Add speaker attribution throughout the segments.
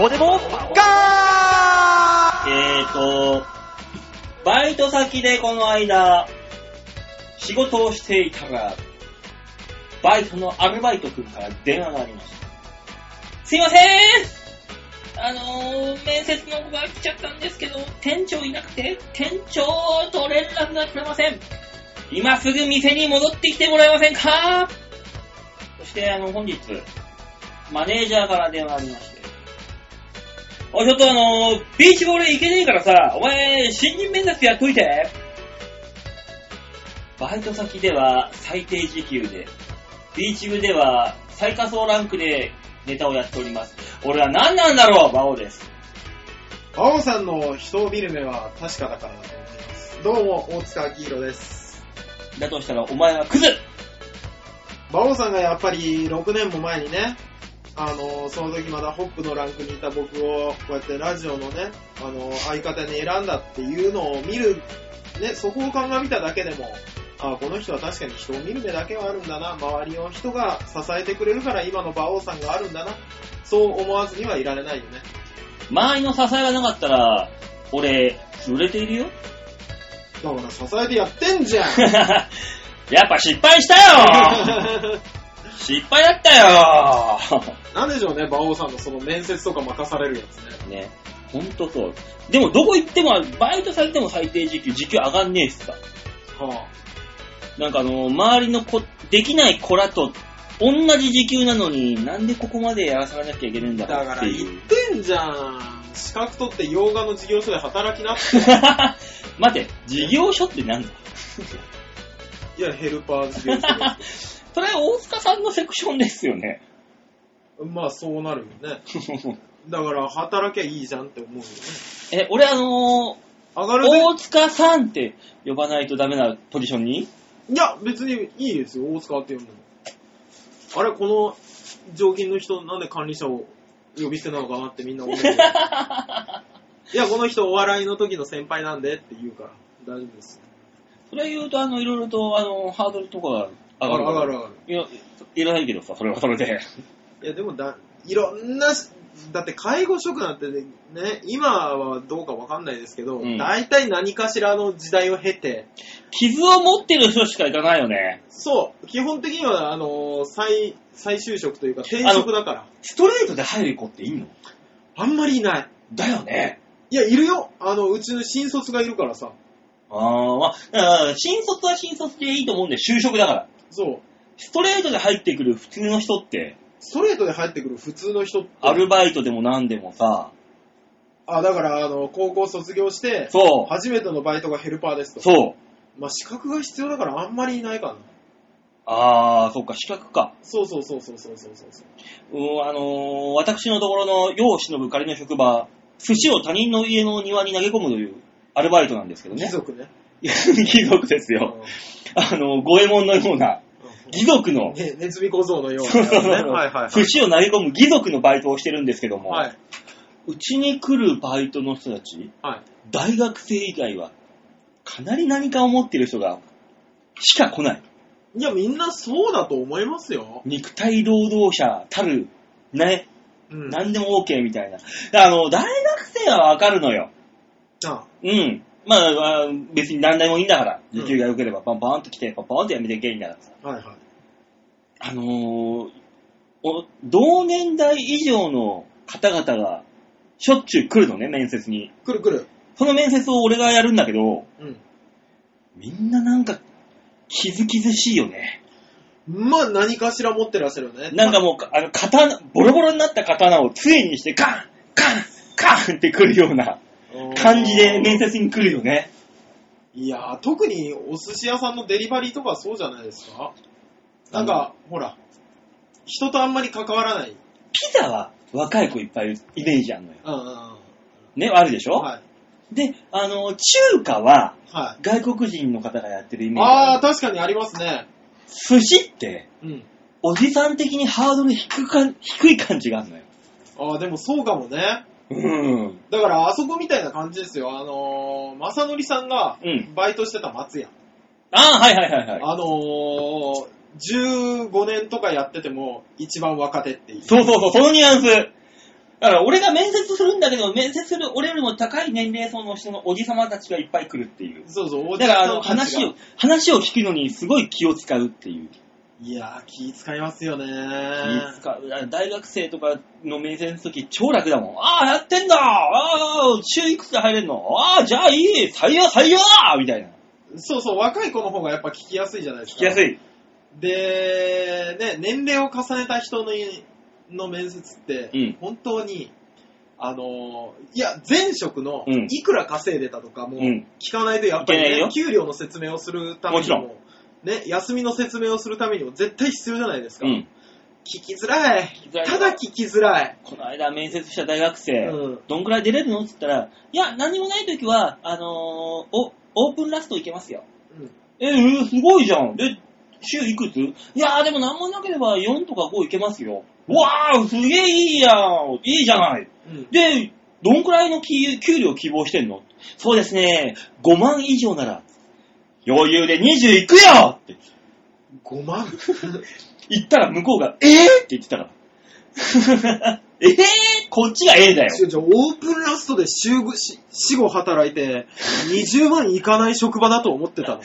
Speaker 1: オデモガー
Speaker 2: えーと、バイト先でこの間、仕事をしていたが、バイトのアルバイト君から電話がありました。すいませんあのー、面接の子が来ちゃったんですけど、店長いなくて、店長と連絡が取れません。今すぐ店に戻ってきてもらえませんかそして、あの、本日、マネージャーから電話がありまして、おい、ちょっとあのー、ビーチボール行けねえからさ、お前、新人面接やっといて。バイト先では最低時給で、ビーチ部では最下層ランクでネタをやっております。俺は何なんだろう、馬王です。
Speaker 3: 馬王さんの人を見る目は確かだからだと思います。どうも、大塚明宏です。
Speaker 2: だとしたらお前はクズ
Speaker 3: 馬王さんがやっぱり6年も前にね、あの、その時まだホップのランクにいた僕を、こうやってラジオのね、あの、相方に選んだっていうのを見る、ね、そこを鑑みただけでも、あこの人は確かに人を見る目だけはあるんだな、周りの人が支えてくれるから今の馬王さんがあるんだな、そう思わずにはいられないよね。
Speaker 2: 周りの支えがなかったら、俺、売れているよ。
Speaker 3: だから支えてやってんじゃ ん
Speaker 2: やっぱ失敗した よ失敗だったよ
Speaker 3: なんでしょうね、馬王さんのその面接とか任されるやつね。
Speaker 2: ね。ほんとそう。でもどこ行っても、バイト先でも最低時給、時給上がんねえしさ。
Speaker 3: は
Speaker 2: なんかあの、周りの子、できない子らと、同じ時給なのに、なんでここまでやらされなきゃいけないんだ
Speaker 3: だ
Speaker 2: ろ
Speaker 3: か
Speaker 2: うっ
Speaker 3: ら
Speaker 2: て
Speaker 3: 言
Speaker 2: いう。
Speaker 3: ってんじゃん。資格取って洋画の事業所で働きなって。
Speaker 2: 待って、事業所ってなんだ
Speaker 3: いや、ヘルパー事業所。
Speaker 2: それは大塚さんのセクションですよ ね。
Speaker 3: まあそうなるよね。だから働きゃいいじゃんって思うよね。
Speaker 2: え、俺あの
Speaker 3: 上が
Speaker 2: ー
Speaker 3: るぜ。
Speaker 2: 大塚さんって呼ばないとダメなポジションに
Speaker 3: いや、別にいいですよ。大塚って呼んでも。あれ、この常勤の人、なんで管理者を呼び捨てなのかなってみんな思 う。いや、この人お笑いの時の先輩なんでって言うから、大丈夫です。
Speaker 2: それ言うと、あの、いろいろと、あの、ハードルとかが上がる。
Speaker 3: 上がる上がる。
Speaker 2: いや、いらないけどさ、それはそれで。
Speaker 3: いや、でもだ、いろんなし、だって介護職なんてね、今はどうかわかんないですけど、
Speaker 2: うん
Speaker 3: 大体何かしらの時代を経て、
Speaker 2: 傷を持ってる人しか行かないよね。
Speaker 3: そう、基本的には、あのー再、再就職というか転職だから、
Speaker 2: ストレートで入る子っていいの
Speaker 3: あんまりいない。
Speaker 2: だよね。
Speaker 3: いや、いるよ。あの、うちの新卒がいるからさ、
Speaker 2: あー、まあ、だから新卒は新卒でいいと思うんで、就職だから。
Speaker 3: そう、
Speaker 2: ストレートで入ってくる普通の人って、
Speaker 3: ストレートで入ってくる普通の人って、
Speaker 2: アルバイトでも何でもさ、
Speaker 3: あ、だから、あの、高校卒業して、
Speaker 2: そう、
Speaker 3: 初めてのバイトがヘルパーですと。
Speaker 2: そう。
Speaker 3: まあ、資格が必要だからあんまりいないかな。
Speaker 2: あー、そっか、資格か。
Speaker 3: そうそうそうそうそうそうそうそう。
Speaker 2: うん、あのー、私のところの、世を忍ぶ仮の職場、寿司を他人の家の庭に投げ込むという、アルバイトなんですけど
Speaker 3: 貴
Speaker 2: ね。
Speaker 3: 族ね。
Speaker 2: 貴族です
Speaker 3: う
Speaker 2: よ。あの、五右衛門のような、
Speaker 3: ん
Speaker 2: 貴族の、
Speaker 3: ね、ネズミ小僧のよう
Speaker 2: そう
Speaker 3: なやつ
Speaker 2: そう
Speaker 3: ね。
Speaker 2: そう
Speaker 3: はいはいは
Speaker 2: 寿司を投げ込む貴族のバイトをしてるんですけど
Speaker 3: い。
Speaker 2: も、
Speaker 3: はい。
Speaker 2: うちに来るバイトの人たち、
Speaker 3: はい。
Speaker 2: 大学生以外は、かなり何かを持ってる人が、しか来ない。
Speaker 3: いや、みんなそうだと思いますよ。
Speaker 2: 肉体労働者たる、ね、
Speaker 3: うん。
Speaker 2: 何でも OK みたいな。あの、大学生はわかるのよ。
Speaker 3: あ
Speaker 2: うん。まあまあ、別に何代もいいんだから、
Speaker 3: うん
Speaker 2: 時給が良ければ、バンバンと来て、バンバンとやめていけばいいんだから。
Speaker 3: はいはい。
Speaker 2: あのーお同年代以上の方々がしょっちゅう来るのね、面接に。
Speaker 3: くるくる。
Speaker 2: その面接を俺がやるんだけど、
Speaker 3: うん。
Speaker 2: みんななんか、気づきずしいよね。
Speaker 3: まあ、何かしら持ってらっしゃるよね。
Speaker 2: なんかもう、あの、刀、ボロボロになった刀を杖にして、カンカンカンって来るような感じで面接に来るよね。
Speaker 3: いやー、特にお寿司屋さんのデリバリーとかそうじゃないですかなんか、ほら、人とあんまり関わらない。
Speaker 2: ピザは若い子いっぱいいるイメージあるのよ。
Speaker 3: うんうんうん。
Speaker 2: ね、あるでしょ、
Speaker 3: はい。
Speaker 2: で、あの、中華は
Speaker 3: はい。
Speaker 2: 外国人の方がやってるイメージあ
Speaker 3: あ
Speaker 2: る
Speaker 3: ー、確かにありますね。
Speaker 2: 寿司って、
Speaker 3: うん。
Speaker 2: おじさん的にハードル低か低い感じがあるのよ。
Speaker 3: あー、でもそうかもね。
Speaker 2: うん。
Speaker 3: だから、あそこみたいな感じですよ。あのー、まさのりさんが
Speaker 2: うん、
Speaker 3: バイトしてた松屋。
Speaker 2: ああ、はいはいはいはい。
Speaker 3: あのー、15年とかやってても、一番若手っていう。
Speaker 2: そうそうそう、そのニュアンス。だから俺が面接するんだけど、面接する俺よりも高い年齢層の人のおじさまたちがいっぱい来るっていう。
Speaker 3: そうそう、お
Speaker 2: だからあの話
Speaker 3: を
Speaker 2: を、話を聞くのにすごい気を使うっていう。
Speaker 3: いやー、気使いますよね
Speaker 2: 気使うだから大学生とかの面接の時超楽だもん。ああ、やってんだああ、週いくつで入れんのああ、じゃあいい採用採用みたいな。
Speaker 3: そうそう、若い子の方がやっぱ聞きやすいじゃないです
Speaker 2: 聞
Speaker 3: か。
Speaker 2: きやすい。
Speaker 3: で、ね、年齢を重ねた人のの面接って、
Speaker 2: うん
Speaker 3: 本当に、あのーいや、前職の
Speaker 2: うん
Speaker 3: いくら稼いでたとかも
Speaker 2: うん
Speaker 3: 聞かないと、やっぱり、
Speaker 2: いけない
Speaker 3: ね
Speaker 2: よ
Speaker 3: 給料の説明をするため
Speaker 2: も
Speaker 3: に
Speaker 2: ちろ
Speaker 3: も、ね、休みの説明をするためにも絶対必要じゃないですか。
Speaker 2: うん。
Speaker 3: 聞きづらい
Speaker 2: きづら。い
Speaker 3: ただ聞きづらい。
Speaker 2: この間面接した大学生、
Speaker 3: うん
Speaker 2: どんくらい出れるのって言ったら、いや、何もない時は、あのーお、オープンラストいけますよ。
Speaker 3: うん
Speaker 2: えー、すごいじゃん。で、週いくついやー、でも何もなければ4とか5いけますよ。わー、すげえいいやん。いいじゃない。
Speaker 3: うん
Speaker 2: で、どんくらいの給給料希望してんのそうですね、5万以上なら、余裕で20いくよって
Speaker 3: 5万
Speaker 2: 言ったら向こうが、えぇ、って言ってたから。 えぇ、こっちがえぇだよ。
Speaker 3: 違う違うオープンラストで週5、し4、5働いて、20万いかない職場だと思ってたの。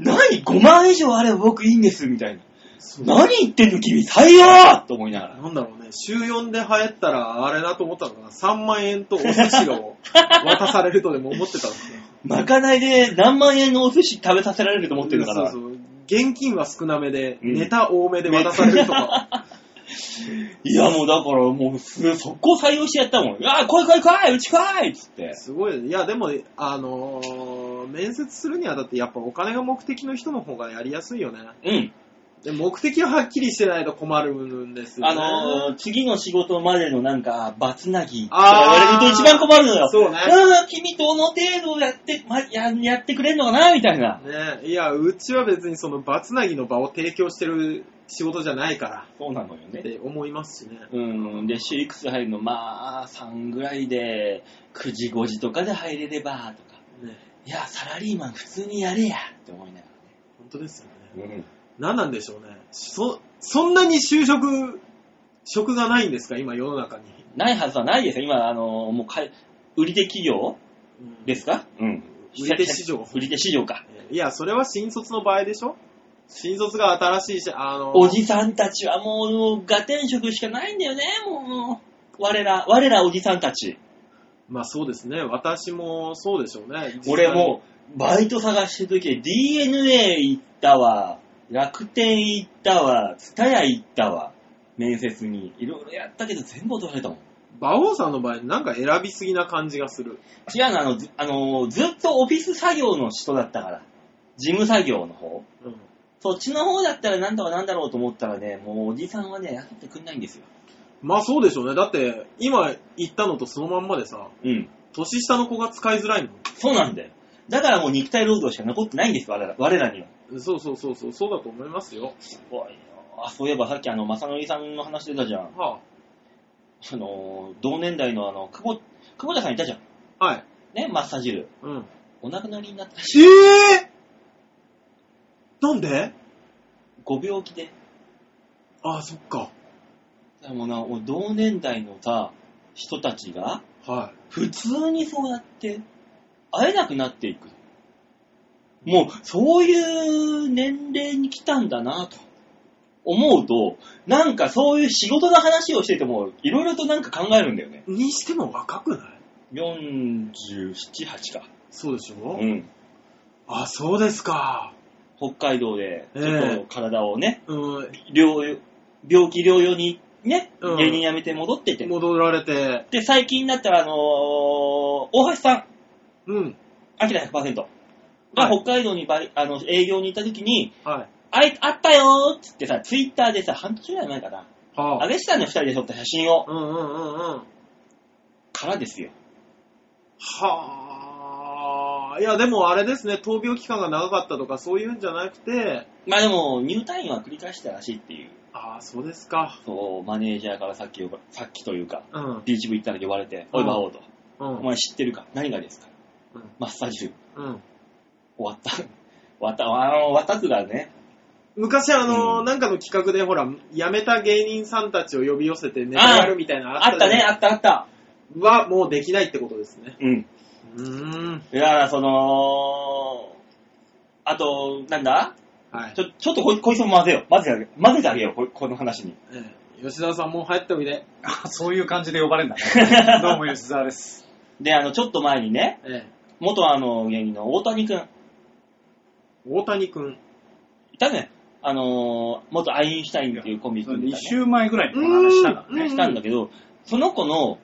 Speaker 2: 何 ?5 万以上あれば僕いいんです、みた いな。
Speaker 3: そう
Speaker 2: 何言ってんの君、採用と思いながら。
Speaker 3: なんだろうね、週4で流行ったら、あれだと思ったのかな、3万円とお寿司を渡されるとでも思ってたのか
Speaker 2: まかないで何万円のお寿司食べさせられると思ってる
Speaker 3: な。
Speaker 2: か
Speaker 3: そう
Speaker 2: ら
Speaker 3: そ。う。現金は少なめで、
Speaker 2: うん
Speaker 3: ネタ多めで渡されるとか。
Speaker 2: いや、もうだから、もう、す速攻採用してやったもん。ああ、来い来い来いうち来いっつって。
Speaker 3: すごいね。いや、でも、あのー面接するにはだってやっぱお金が目的の人の方がやりやすいよね。
Speaker 2: うん。
Speaker 3: で目的ははっきりしてないと困るんですよね。
Speaker 2: あのー、次の仕事までのなんか、バツナギとか言われ
Speaker 3: あー
Speaker 2: ると一番困るのよ。
Speaker 3: そうね
Speaker 2: ああ、君どの程度やって、ま、ややってくれんのかなみたいな。
Speaker 3: ねいや、うちは別にそのバツナギの場を提供してる仕事じゃないから
Speaker 2: そうなのよね
Speaker 3: って思いますしね。
Speaker 2: うん、で、シークス入るの、まあ、3ぐらいで、9時、5時とかで入れれば、とか。
Speaker 3: ね
Speaker 2: いや、サラリーマン普通にやれや、って思いなが
Speaker 3: 本当ですよね。
Speaker 2: らね。
Speaker 3: 何なんでしょうね。そ、そんなに就職、職がないんですか今世の中に。
Speaker 2: ないはずはないですよ。今、あの、もうかい、売り手企業ですかうん。
Speaker 3: 売り手市場
Speaker 2: 売り手市場か。
Speaker 3: いや、それは新卒の場合でしょ新卒が新しいし、あの、
Speaker 2: おじさんたちはもう、もう、ガテン職しかないんだよね、もう。我ら、我らおじさんたち。
Speaker 3: まあそうですね。私もそうでしょうね。
Speaker 2: 俺もう、バイト探してる時、DNA 行ったわ、楽天行ったわ、ツタヤ行ったわ、面接に。いろいろやったけど全部落とされたもん。
Speaker 3: 実際に。馬王さんの場合、なんか選びすぎな感じがする。
Speaker 2: 違うの、あの、ずあのずっとオフィス作業の人だったから。事務作業の方。
Speaker 3: うん。
Speaker 2: そっちの方だったらなんとかなんだろうと思ったらね、もうおじさんはね、雇ってくんないんですよ。
Speaker 3: まあそうでしょうね。だって、今言ったのとそのまんまでさ、
Speaker 2: うん。
Speaker 3: 年下の子が使いづらいの。
Speaker 2: そうなんだよ。だからもう肉体労働しか残ってないんですよ、我ら我らには。
Speaker 3: そうそうそうそう、そうだと思いますよ。
Speaker 2: すごいよ。あ、そういえばさっきあの、正則さんの話出たじゃん。
Speaker 3: は
Speaker 2: あのー、同年代のあの、久保、久保田さんいたじゃん。
Speaker 3: あ、はい。
Speaker 2: ね、マッサージル。
Speaker 3: うん。
Speaker 2: お亡くなりになったらしい。
Speaker 3: ええなんで
Speaker 2: ご病気で。
Speaker 3: ああ、そっか。
Speaker 2: だからもうな、俺同年代のさ、人たちが、
Speaker 3: は
Speaker 2: 普通にそうやって、会えなくなっていく。もう、そういう年齢に来たんだなと。思うと、なんかそういう仕事の話をしてても、いろいろとなんか考えるんだよね。
Speaker 3: い。にしても若くない
Speaker 2: 47、8か。
Speaker 3: そうでしょ、
Speaker 2: うん。
Speaker 3: ああ、そうですか。
Speaker 2: 北海道で、ち
Speaker 3: え
Speaker 2: ょっと
Speaker 3: え
Speaker 2: 体をね、
Speaker 3: うん。
Speaker 2: 療養、病気療養にね、
Speaker 3: うん
Speaker 2: 芸人辞めて戻ってて。
Speaker 3: 戻られて、
Speaker 2: で、最近になったら、あのー大橋さん、
Speaker 3: うん。
Speaker 2: アキラ100%が
Speaker 3: はい
Speaker 2: 北海道にバイ、あの、営業に行った時に、
Speaker 3: はい。
Speaker 2: あい、あったよーっつってさ、ツイッターでさ、半年ぐらい前かな、
Speaker 3: は
Speaker 2: ア
Speaker 3: あ。
Speaker 2: ゲシタンの二人で撮った写真を、
Speaker 3: うんうんうんうん。
Speaker 2: からですよ。
Speaker 3: はあ。いや、でもあれですね、闘病期間が長かったとかそういうんじゃなくて、
Speaker 2: まあでも、入退院は繰り返したらしいっていう、
Speaker 3: ああ、そうですか。
Speaker 2: そう、マネージャーからさっき呼ば、さっきというか、
Speaker 3: うん。
Speaker 2: ビーチ部行ったら呼ばれて、
Speaker 3: うん
Speaker 2: おい、魔王と。
Speaker 3: う
Speaker 2: お
Speaker 3: ん。
Speaker 2: 前知ってるか何がですか
Speaker 3: うん
Speaker 2: マッサージル。
Speaker 3: うん。
Speaker 2: 終わった。終わった、あの、終わったっつうからね。
Speaker 3: 昔あの、
Speaker 2: うん
Speaker 3: なんかの企画でほら、辞めた芸人さんたちを呼び寄せてネタやるみたいなの
Speaker 2: あったね、
Speaker 3: じゃ
Speaker 2: あったあった。
Speaker 3: ない。は、もうできないってことですね。
Speaker 2: うん。
Speaker 3: うーん。
Speaker 2: だから、その、あと、なんだ
Speaker 3: はい
Speaker 2: ち。ょ、ちょっとこいこいつも混ぜよう。混ぜてあげ、混ぜてあげよう、ここの話に。
Speaker 3: ええ吉田さんも入っておい で。
Speaker 4: あそういう感じで呼ばれる んだね。どうも吉沢です。
Speaker 2: で、あの、ちょっと前にね、
Speaker 3: ええ
Speaker 2: 元あの、芸人の大谷くん、
Speaker 3: 大谷くん。
Speaker 2: いたね。あのー、元アインシュタインっていうコンビ組んで
Speaker 4: 2
Speaker 2: たね
Speaker 4: 週前ぐらいにこの話したから
Speaker 3: うん
Speaker 4: ね。
Speaker 2: ねしたんだけど、その子の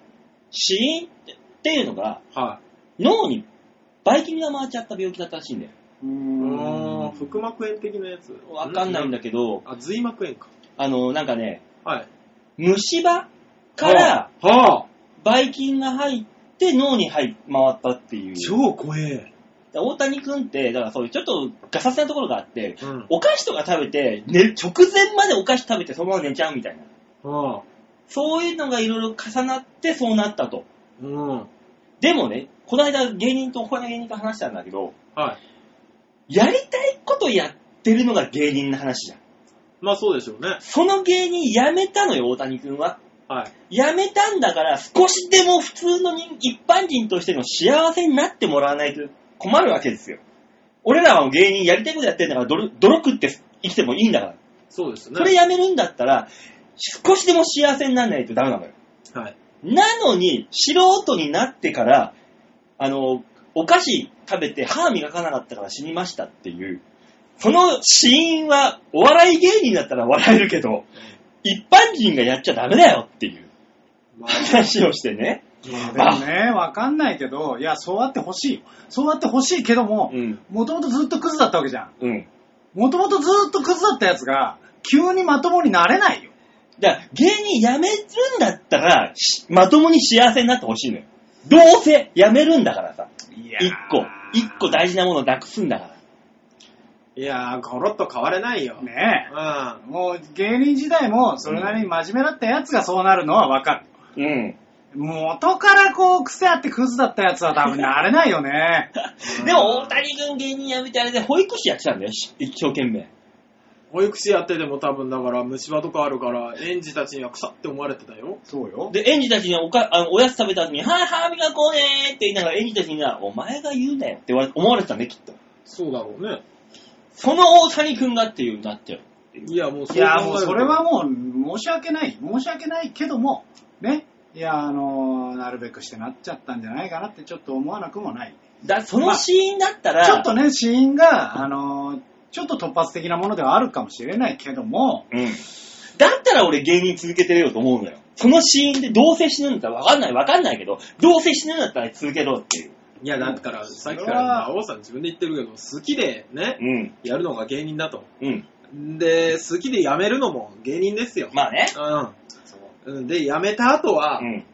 Speaker 2: 死因ってっていうのが、
Speaker 3: は
Speaker 2: 脳にバイキンが回っちゃった病気だったらしいんだよ。
Speaker 4: う
Speaker 3: い。う
Speaker 4: ー
Speaker 3: ー
Speaker 4: ん
Speaker 3: ん。腹膜炎的なやつ。
Speaker 2: わかんないんだけど、
Speaker 3: あ、髄膜炎か。
Speaker 2: あの、なんかね、
Speaker 3: はい。
Speaker 2: 虫歯から、
Speaker 3: はあ
Speaker 2: バイキンが入って脳に入回ったっていう。
Speaker 3: 超怖え。
Speaker 2: 大谷くんって、だからそういうちょっとガサツなところがあって、
Speaker 3: うん。
Speaker 2: お菓子とか食べて、ね、直前までお菓子食べてそのまま寝ちゃうみたいな。
Speaker 3: はあ
Speaker 2: そういうのがいろいろ重なってそうなったと。
Speaker 3: うん。は
Speaker 2: でもね、この間芸人と、他の芸人と話したんだけど、
Speaker 3: い。
Speaker 2: やりたいことやってるのが芸人の話じゃん。
Speaker 3: まあそうでしょうね。
Speaker 2: その芸人辞めたのよ、大谷くんは。
Speaker 3: はい。
Speaker 2: 辞めたんだから、少しでも普通の人一般人としての幸せになってもらわないと困るわけですよ。俺らは芸人やりたいことやってんだから泥、泥食って生きてもいいんだから。
Speaker 3: そうですね。
Speaker 2: それ辞めるんだったら、少しでも幸せにならないとダメなのよ。
Speaker 3: はい。
Speaker 2: なのに、素人になってから、あの、お菓子食べて歯磨かなかったから死にましたっていう、その死因は、お笑い芸人だったら笑えるけど、一般人がやっちゃダメだよっていう
Speaker 3: まあ、
Speaker 2: 話をしてね。
Speaker 4: いやでもね、わかんないけど、いや、そうあってほしいよ。そうあってほしいけども、
Speaker 2: うん。
Speaker 4: もともとずっとクズだったわけじゃん。
Speaker 2: うん。
Speaker 4: もともとずっとクズだったやつが、急にまともになれないよ。
Speaker 2: だから、芸人辞めるんだったら、しまともに幸せになってほしいのよ。どうせ辞めるんだからさ。
Speaker 4: い
Speaker 2: 一個、一個大事なものをなくすんだから。
Speaker 3: いやー、コロッと変われないよ。
Speaker 4: ね
Speaker 3: う
Speaker 4: え。もう芸人時代もそれなりに真面目だったやつがそうなるのはわかる。
Speaker 2: うん。
Speaker 4: 元からこう癖あってクズだったやつは多分なれないよ ね。
Speaker 2: でも、大谷君芸人辞めてあれで保育士やってたんだよ、し一生懸命。
Speaker 3: ん。保育士やってても多分だから虫歯とかあるから、園児たちには腐って思われてたよ。
Speaker 4: そうよ。
Speaker 2: で、園児たちにおかあのおやつ食べた後に、はい、歯磨こうねーって言いながら、園児たちには、お前が言うなよって言われ思われてたね、きっと。
Speaker 3: そうだろうね。
Speaker 2: その大谷君がっていうなってよ。
Speaker 3: いや、もう
Speaker 4: いや、もうそれはもう申し訳ない。申し訳ないけども、ね。いや、あのなるべくしてなっちゃったんじゃないかなってちょっと思わなくもない。
Speaker 2: だ、そのシーンだったら、
Speaker 4: ちょっとね、死因が、あのちょっと突発的なものではあるかもしれないけども、
Speaker 2: うん。だったら俺芸人続けてるよと思うのよ。そのシーンでどうせ死ぬんだったらわかんないわかんないけど、どうせ死ぬんだったら続けろっていう。
Speaker 3: いや、だから、さっきから、青さん自分で言ってるけど、好きでね、
Speaker 2: うん。
Speaker 3: やるのが芸人だと。
Speaker 2: うん。
Speaker 3: で、好きで辞めるのも芸人ですよ。
Speaker 2: まあね。
Speaker 3: うんうん。で、辞めた後は
Speaker 2: う、ん。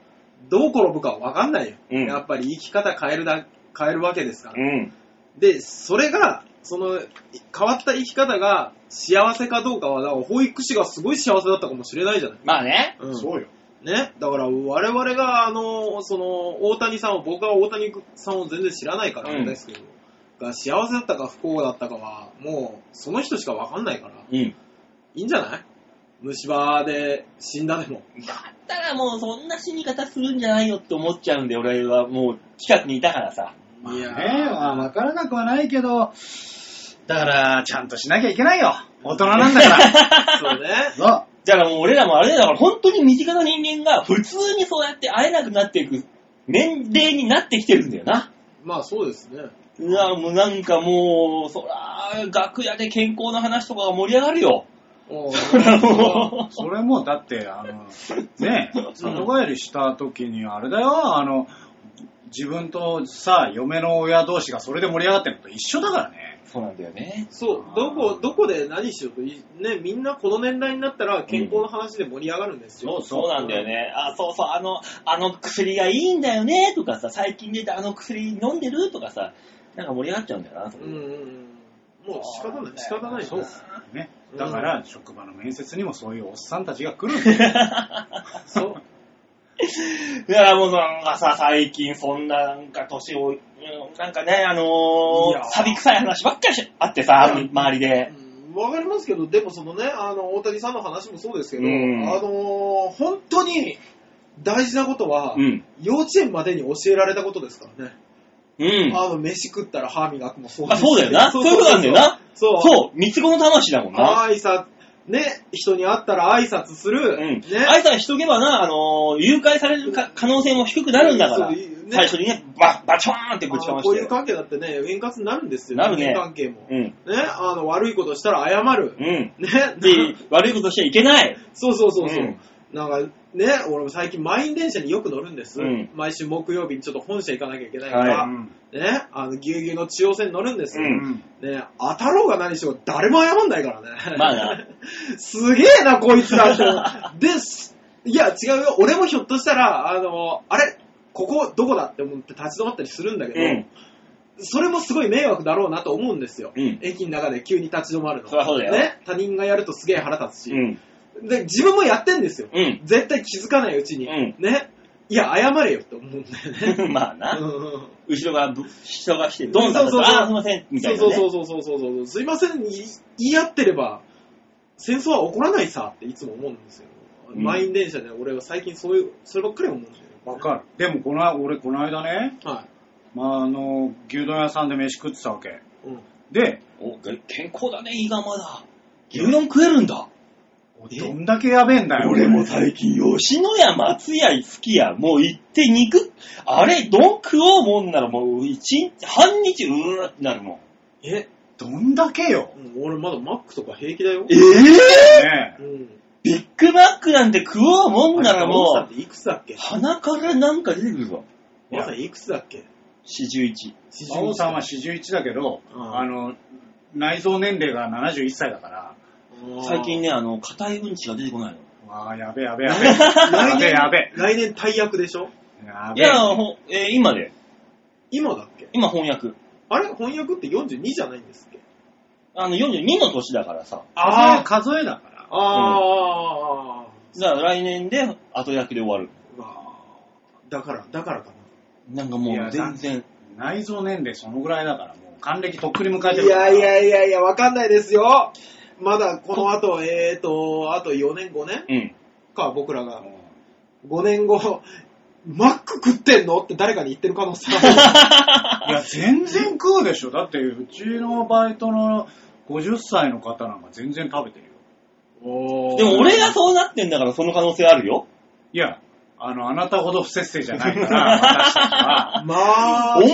Speaker 3: どう転ぶかわかんないよ。
Speaker 2: うん
Speaker 3: やっぱり生き方変えるだ、変えるわけですから。
Speaker 2: うん。
Speaker 3: で、それが、その、変わった生き方が幸せかどうかは、だから保育士がすごい幸せだったかもしれないじゃない。
Speaker 2: まあね。
Speaker 3: うん、
Speaker 4: そうよ。
Speaker 3: ね。だから、我々が、あの、その、大谷さんを、僕は大谷さんを全然知らないから、あれですけど、が幸せだったか不幸だったかは、もう、その人しかわかんないから、
Speaker 2: うん。
Speaker 3: いいんじゃない虫歯で死んだでも。
Speaker 2: だったらもうそんな死に方するんじゃないよって思っちゃうんで、俺はもう近くにいたからさ。
Speaker 4: まあ
Speaker 3: い
Speaker 4: ね
Speaker 3: や、
Speaker 4: まあわからなくはないけど、だから、ちゃんとしなきゃいけないよ。大人なんだから。
Speaker 3: そうね。
Speaker 4: そう。
Speaker 2: だからもう俺らもあれだから本当に身近な人間が普通にそうやって会えなくなっていく年齢になってきてるんだよな。
Speaker 3: まあ、そうですね。
Speaker 2: うわもうなんかもう、そら、楽屋で健康の話とかが盛り上がるよ。
Speaker 3: お う
Speaker 2: そらも
Speaker 4: それもだって、あの、ねえ、里帰りした時にあれだよ、あの、自分とさ、嫁の親同士がそれで盛り上がってるのと一緒だからね。
Speaker 2: う。そうなんだよね。
Speaker 3: そう、どこ、どこで何しようとい、ね、みんなこの年代になったら健康の話で盛り上がるんですよ。
Speaker 2: そうなんだよね。あ、そうそう、あの、あの薬がいいんだよね、とかさ、最近出たあの薬飲んでるとかさ、なんか盛り上がっちゃうんだよな、それ
Speaker 3: うんうんうん。もう仕方ない、仕方ない
Speaker 4: そう
Speaker 3: ね。
Speaker 4: ね。だから、職場の面接にもそういうおっさんたちが来るんだよ
Speaker 3: そう。
Speaker 2: いや、もうなんかさ、最近そんな、なんか年を、うんなんかね、あの
Speaker 3: いや
Speaker 2: ー、サビ臭い話ばっかりしあってさ、
Speaker 3: うん
Speaker 2: 周りで。
Speaker 3: うんわかりますけど、でもそのね、あの、大谷さんの話もそうですけ
Speaker 2: う
Speaker 3: ど、
Speaker 2: ん
Speaker 3: あの、本当に大事なことは、
Speaker 2: うん。
Speaker 3: 幼稚園までに教えられたことですからね。
Speaker 2: うん。
Speaker 3: あの、飯食ったら歯磨くもそう
Speaker 2: あ、そうだよな。そういうことなんだよな。
Speaker 3: そう。
Speaker 2: そう、三つ子の魂だもんな。
Speaker 3: 挨拶、ね、人に会ったら挨拶する。
Speaker 2: うん。
Speaker 3: ね。
Speaker 2: 挨拶しとけばな、あのー誘拐されるか可能性も低くなるんだから、
Speaker 3: そういいね
Speaker 2: 最初にね、バッ、バチョーンってぶちか
Speaker 3: あ
Speaker 2: ま
Speaker 3: の
Speaker 2: し
Speaker 3: こうい
Speaker 2: て
Speaker 3: う。関係だってね、円滑になるんですよ。
Speaker 2: なるね
Speaker 3: 人間関係も。
Speaker 2: う
Speaker 3: ね、
Speaker 2: ん。
Speaker 3: あの、悪いことしたら謝る。
Speaker 2: うん。
Speaker 3: ね
Speaker 2: で、悪いことしちゃいけない。
Speaker 3: そうそうそうそう。
Speaker 2: うん
Speaker 3: なんかね、俺も最近満員電車によく乗るんです。
Speaker 2: うん
Speaker 3: 毎週木曜日にちょっと本社行かなきゃいけないから、
Speaker 2: は
Speaker 3: ね、あの、ぎゅうぎゅうの中央線に乗るんですよ。
Speaker 2: うん
Speaker 3: ね、当たろうが何しようが誰も謝んないからね。
Speaker 2: まあな
Speaker 3: すげえな、こいつらって。です。いや、違うよ。俺もひょっとしたら、あの、あれここどこだって思って立ち止まったりするんだけど、
Speaker 2: うん。
Speaker 3: それもすごい迷惑だろうなと思うんですよ。
Speaker 2: うん
Speaker 3: 駅の中で急に立ち止まるの。
Speaker 2: そりゃそうだよ
Speaker 3: ね。他人がやるとすげえ腹立つし。
Speaker 2: うん。
Speaker 3: で、自分もやってんですよ。
Speaker 2: うん
Speaker 3: 絶対気づかないうちに。
Speaker 2: うん
Speaker 3: ね。いや、謝れよって思うんだよね。
Speaker 2: まあな、
Speaker 3: うんうん
Speaker 2: 後ろがぶ人が来て、ドンだ
Speaker 3: そ
Speaker 2: と
Speaker 3: うそうそう
Speaker 2: あーすいません、みたいな、
Speaker 3: そ
Speaker 2: ね。
Speaker 3: うそうそうそうそうそうそう。すいません、い言い合ってれば、戦争は起こらないさっていつも思うんですよ。
Speaker 2: うん
Speaker 3: 満員電車で俺は最近そういう、そればっかり思うんだよ。
Speaker 4: わかる。でもこの、俺この間ね、
Speaker 3: は
Speaker 4: まあ、あの、牛丼屋さんで飯食ってたわけ。
Speaker 3: い。うん。
Speaker 4: で、
Speaker 2: おけ健康だね、胃がまだ。牛丼食えるんだ。
Speaker 3: え
Speaker 4: どんだけやべえんだよ。
Speaker 2: 俺も最近、吉野家、松屋、好きや、もう行って肉、あれ、丼食おうもんならもう一日、半日、うーってなるもん。
Speaker 3: え、
Speaker 4: どんだけ よ。
Speaker 3: うん俺まだマックとか平気だよ。
Speaker 2: えぇ、
Speaker 4: ね
Speaker 3: う
Speaker 4: え
Speaker 3: ん。
Speaker 2: ビッグマックなんて食おうもんなら
Speaker 3: あれ
Speaker 2: も
Speaker 3: 奥
Speaker 2: う、
Speaker 3: さんっていくつだっけ
Speaker 2: 鼻からなんか出てくるぞ。
Speaker 3: 皆さんいくつだっけ
Speaker 2: 四十一。
Speaker 4: 馬王さんは41だけど、
Speaker 3: うん
Speaker 4: あの、内臓年齢が71歳だから、
Speaker 2: 最近
Speaker 3: ね、
Speaker 2: ね、あの、硬いうんちが出てこないの。
Speaker 4: わあ、やべえやべえ やべえ。
Speaker 3: 来
Speaker 4: やべ
Speaker 3: 年、
Speaker 4: えやべえ。
Speaker 3: 来年大役でしょ
Speaker 4: や
Speaker 2: い
Speaker 4: べえ。
Speaker 2: や、ほえー今で、
Speaker 3: 今だっけ
Speaker 2: 今翻訳。
Speaker 3: あれ翻訳って42じゃないんですっけ
Speaker 2: あの、42の年だからさ。
Speaker 4: ああ、
Speaker 3: あ
Speaker 4: 数えだから。
Speaker 3: あー、
Speaker 2: じゃあ来年で後役で終わる。
Speaker 3: うわーだから、だからかな。
Speaker 2: なんかも
Speaker 4: いや
Speaker 2: う全然。
Speaker 4: 内臓年齢そのぐらいだから、もう還暦とっくに迎えて
Speaker 3: い
Speaker 4: るから。
Speaker 3: やいやいやいや、わかんないですよ。まだこの後、えーと、あと4年、5年
Speaker 2: うん。
Speaker 3: か、僕らが
Speaker 4: う。ん
Speaker 3: 5年後、マック食ってんのって誰かに言ってる可能 性ある。
Speaker 4: いや、全然食うでしょ。だって、うちのバイトの50歳の方なんか全然食べてるよ。
Speaker 2: で
Speaker 3: で
Speaker 2: も俺がそうなってんだからその可能性あるよ。
Speaker 4: いや、あの、あなたほど不節制じゃないから、私たち は。
Speaker 3: ま
Speaker 2: お
Speaker 3: あ、
Speaker 2: 前、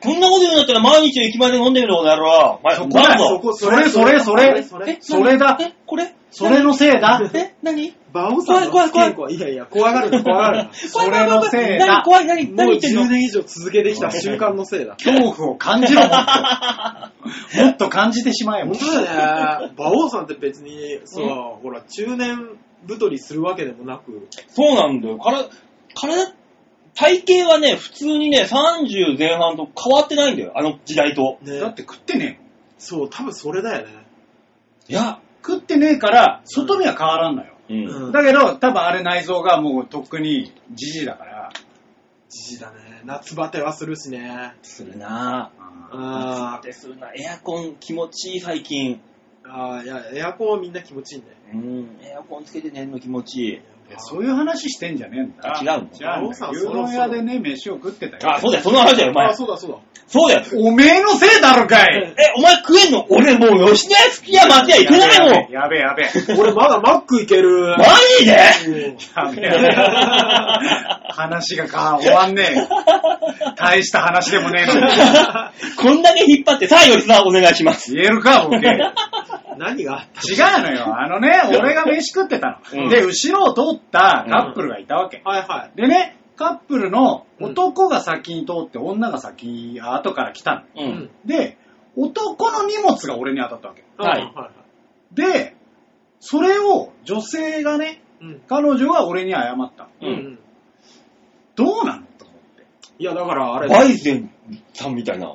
Speaker 2: こんなこと言うんだったら毎日駅前で飲んでみろ、この野郎。お前、
Speaker 4: そこ
Speaker 2: な
Speaker 4: だ
Speaker 2: ん
Speaker 4: よ
Speaker 2: ぞ
Speaker 3: そこ
Speaker 4: それそれそれ
Speaker 3: それ、
Speaker 4: それだ
Speaker 2: え、これ
Speaker 4: それのせいだ。
Speaker 2: え、何
Speaker 3: バオさんの
Speaker 2: 怖い怖い
Speaker 3: 不健康いやいや、怖がるな、怖がるな。
Speaker 4: それのせいだ
Speaker 2: 何。怖い、何、
Speaker 3: もう
Speaker 2: 何言ってんの
Speaker 3: 10年以上続けてきた習慣のせいだ。
Speaker 4: 恐怖を感じろ、も っと。もっと感じてしまえ、も
Speaker 3: 本
Speaker 4: っと
Speaker 3: 当だね。馬王さんって別に、そう、ほら、中年太りするわけでもなく、
Speaker 2: そうなんだよ。から、体、体型はね、普通にね、30前半と変わってないんだよ。あの時代と。
Speaker 3: ね
Speaker 4: だっ、て食ってねえもん
Speaker 3: そう、多分それだよね。
Speaker 2: いや、
Speaker 4: 食ってねえから、外見は変わらんのよ。
Speaker 2: うん。
Speaker 4: だけど、多分あれ内臓がもうとっくにじじいだから。
Speaker 3: じじだね。夏バテはするしね。
Speaker 2: するなぁ。
Speaker 3: あー
Speaker 2: で、するな。エアコン気持ちいい、最近。
Speaker 3: あー、いや、エアコンはみんな気持ちいいんだよ。
Speaker 2: うん。エアコンつけて寝るの気持ちいい。
Speaker 4: いやそういう話してんじゃねえんだ。
Speaker 2: あ違うの
Speaker 4: 違うんだ。牛丼屋でね、飯を食ってたよ。
Speaker 2: あ、そうだよ、その話だよ、お前
Speaker 3: あ、。そうだそうだ。
Speaker 2: そうだよ。
Speaker 4: おめえのせいだろかい
Speaker 2: え、お前食えんの俺もう吉野家好きや待てやいけないもん。
Speaker 4: やべえやべえ。
Speaker 3: 俺まだマックいける。
Speaker 2: マジで
Speaker 3: うん
Speaker 4: やべえ やべえ。話がか、終わんねえよ。大した話でもねえ のに。
Speaker 2: こんだけ引っ張って、さあ、吉沢お願いします。
Speaker 4: 言えるか、ボケ。違う
Speaker 3: 何があった
Speaker 4: のよ。あ のね、俺が飯食ってたの。
Speaker 2: うん
Speaker 4: で、後ろを通ったカップルがいたわけ。
Speaker 3: はいは
Speaker 4: でね、カップルの男が先に通って女が先、後から来た
Speaker 2: う。。
Speaker 4: の。
Speaker 3: い。うん
Speaker 4: で、男の荷物が俺に当たったわけ。
Speaker 2: はい
Speaker 3: うんはい。
Speaker 4: で、それを女性がね、
Speaker 3: うん。
Speaker 4: 彼女は俺に謝った。
Speaker 2: う
Speaker 3: うんん。
Speaker 4: どうなのと思って。
Speaker 3: いや、だからあれ、
Speaker 2: バイゼンさんみたいな。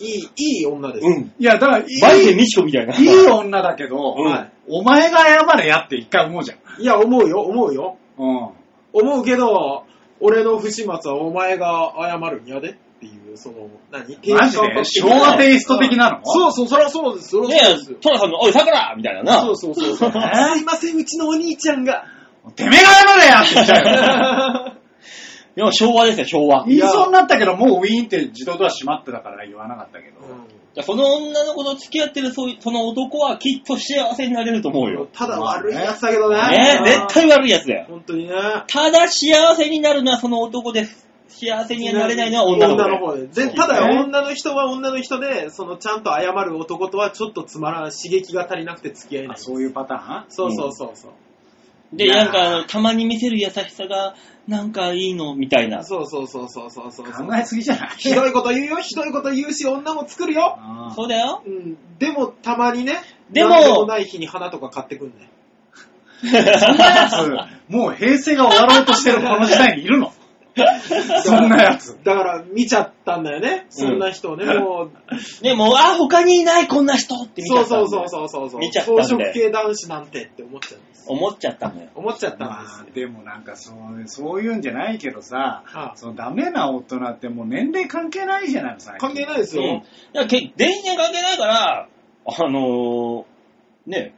Speaker 3: いい、いい女です。
Speaker 2: うん。
Speaker 4: いや、だから、い
Speaker 2: バイゼン
Speaker 4: い、
Speaker 2: ミチコみたいな。
Speaker 4: いい女だけど、
Speaker 2: うん
Speaker 3: は
Speaker 4: お前が謝れやって一回思うじゃん。
Speaker 3: い。いや、思うよ、思うよ。
Speaker 4: うん。
Speaker 3: 思うけど、俺の不始末はお前が謝るんやで。っていう、その、何
Speaker 4: マジで昭和テイスト的なの
Speaker 3: そうそう、そりゃそうです。そり
Speaker 2: ね
Speaker 3: ゃそうです
Speaker 2: え、トラさんの、おい、桜みたいなな。
Speaker 3: そうそうそうそう。
Speaker 4: えー
Speaker 3: すいません、うちのお兄ちゃんが。
Speaker 4: てめえが謝れやって言っちゃうよ。
Speaker 2: いや、昭和ですよ、昭和。
Speaker 4: 言いそうになったけど、もうウィーンって自動ドア閉まってたから言わなかったけど。
Speaker 2: その女の子と付き合ってるそういうその男はきっと幸せになれると思うよ。
Speaker 3: ただ悪いやつだけどね。
Speaker 2: ねえ、絶対悪いやつだよ。
Speaker 3: 本当にね。
Speaker 2: ただ幸せになるのはその男です。幸せにはなれないのは女の子だよ。
Speaker 3: 方で。ぜただ女の人は女の人で、そのちゃんと謝る男とはちょっとつまらん、刺激が足りなくて付き合えな
Speaker 4: あ
Speaker 3: い。
Speaker 4: そういうパターン
Speaker 3: そうそうそうそう。
Speaker 2: で、なんかあの、たまに見せる優しさが、なんかいいの、みたいな。
Speaker 3: そうそうそうそうそうそうそう
Speaker 4: 考えすぎじゃない
Speaker 3: ひどいこと言うよ、ひどいこと言うし、女も作るよ。
Speaker 4: あ
Speaker 2: そうだよ。
Speaker 3: うん、でも、たまにね、
Speaker 2: でも
Speaker 3: なんもない日に花とか買ってくんね。
Speaker 4: あそんなやつ、もう平成が終わろうとしてるこの時代にいる のそんなやつ。
Speaker 3: だから、見ちゃったんだよね、そんな人をね、もう、
Speaker 2: ね、もう、あ、他にいない、こんな人って見ち
Speaker 3: そ
Speaker 2: ゃ
Speaker 3: う
Speaker 2: ったんだ
Speaker 3: そ
Speaker 2: よ
Speaker 3: うそうそうそうそう、
Speaker 2: 見ちゃったんで
Speaker 3: 草食系男子なんてって思っちゃうんです。
Speaker 2: 思っちゃったんだよ。
Speaker 3: 思っちゃったんで
Speaker 4: ますあ
Speaker 3: よ。、
Speaker 4: でもなんかそう、そういうんじゃないけどさ、
Speaker 3: ああ
Speaker 4: そのダメな大人ってもう年齢関係ないじゃないの、最近
Speaker 3: 関係ないです
Speaker 2: うん。
Speaker 3: よ。
Speaker 2: だからけ電車関係ないから、あのー、ね、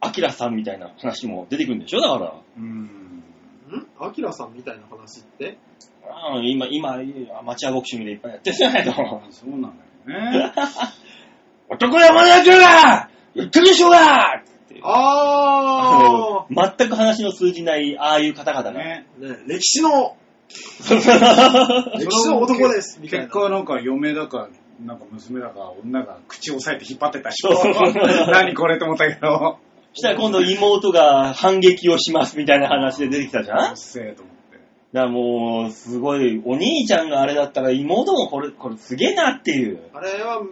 Speaker 2: アキラさんみたいな話も出てくるんでしょだから。
Speaker 4: うん。
Speaker 3: んアキラさんみたいな話って
Speaker 2: あー今、今、アマチュアボクシングでいっぱいやってるじゃない の。
Speaker 4: そうなんだよね。
Speaker 2: 男山田君が言ってるでしょうがっていう
Speaker 3: あ
Speaker 2: あの全く話の通じない、ああいう方々が。
Speaker 4: ね
Speaker 3: ー、ね、歴史の、歴史の男です、みたい
Speaker 4: 結
Speaker 3: な。
Speaker 4: 果なんか嫁だか、なんか娘だか、女が口を押さえて引っ張ってたし
Speaker 2: そうそうそう、
Speaker 4: 何これと思ったけど、
Speaker 2: したら今度妹が反撃をしますみたいな話で出てきたじゃん
Speaker 4: うっせえと思って。
Speaker 2: だからもう、すごい、お兄ちゃんがあれだったら妹もこれ、これすげえなっていう。
Speaker 3: あれは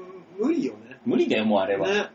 Speaker 3: 無理よね。
Speaker 2: 無理だよ、もうあれは。
Speaker 3: ね。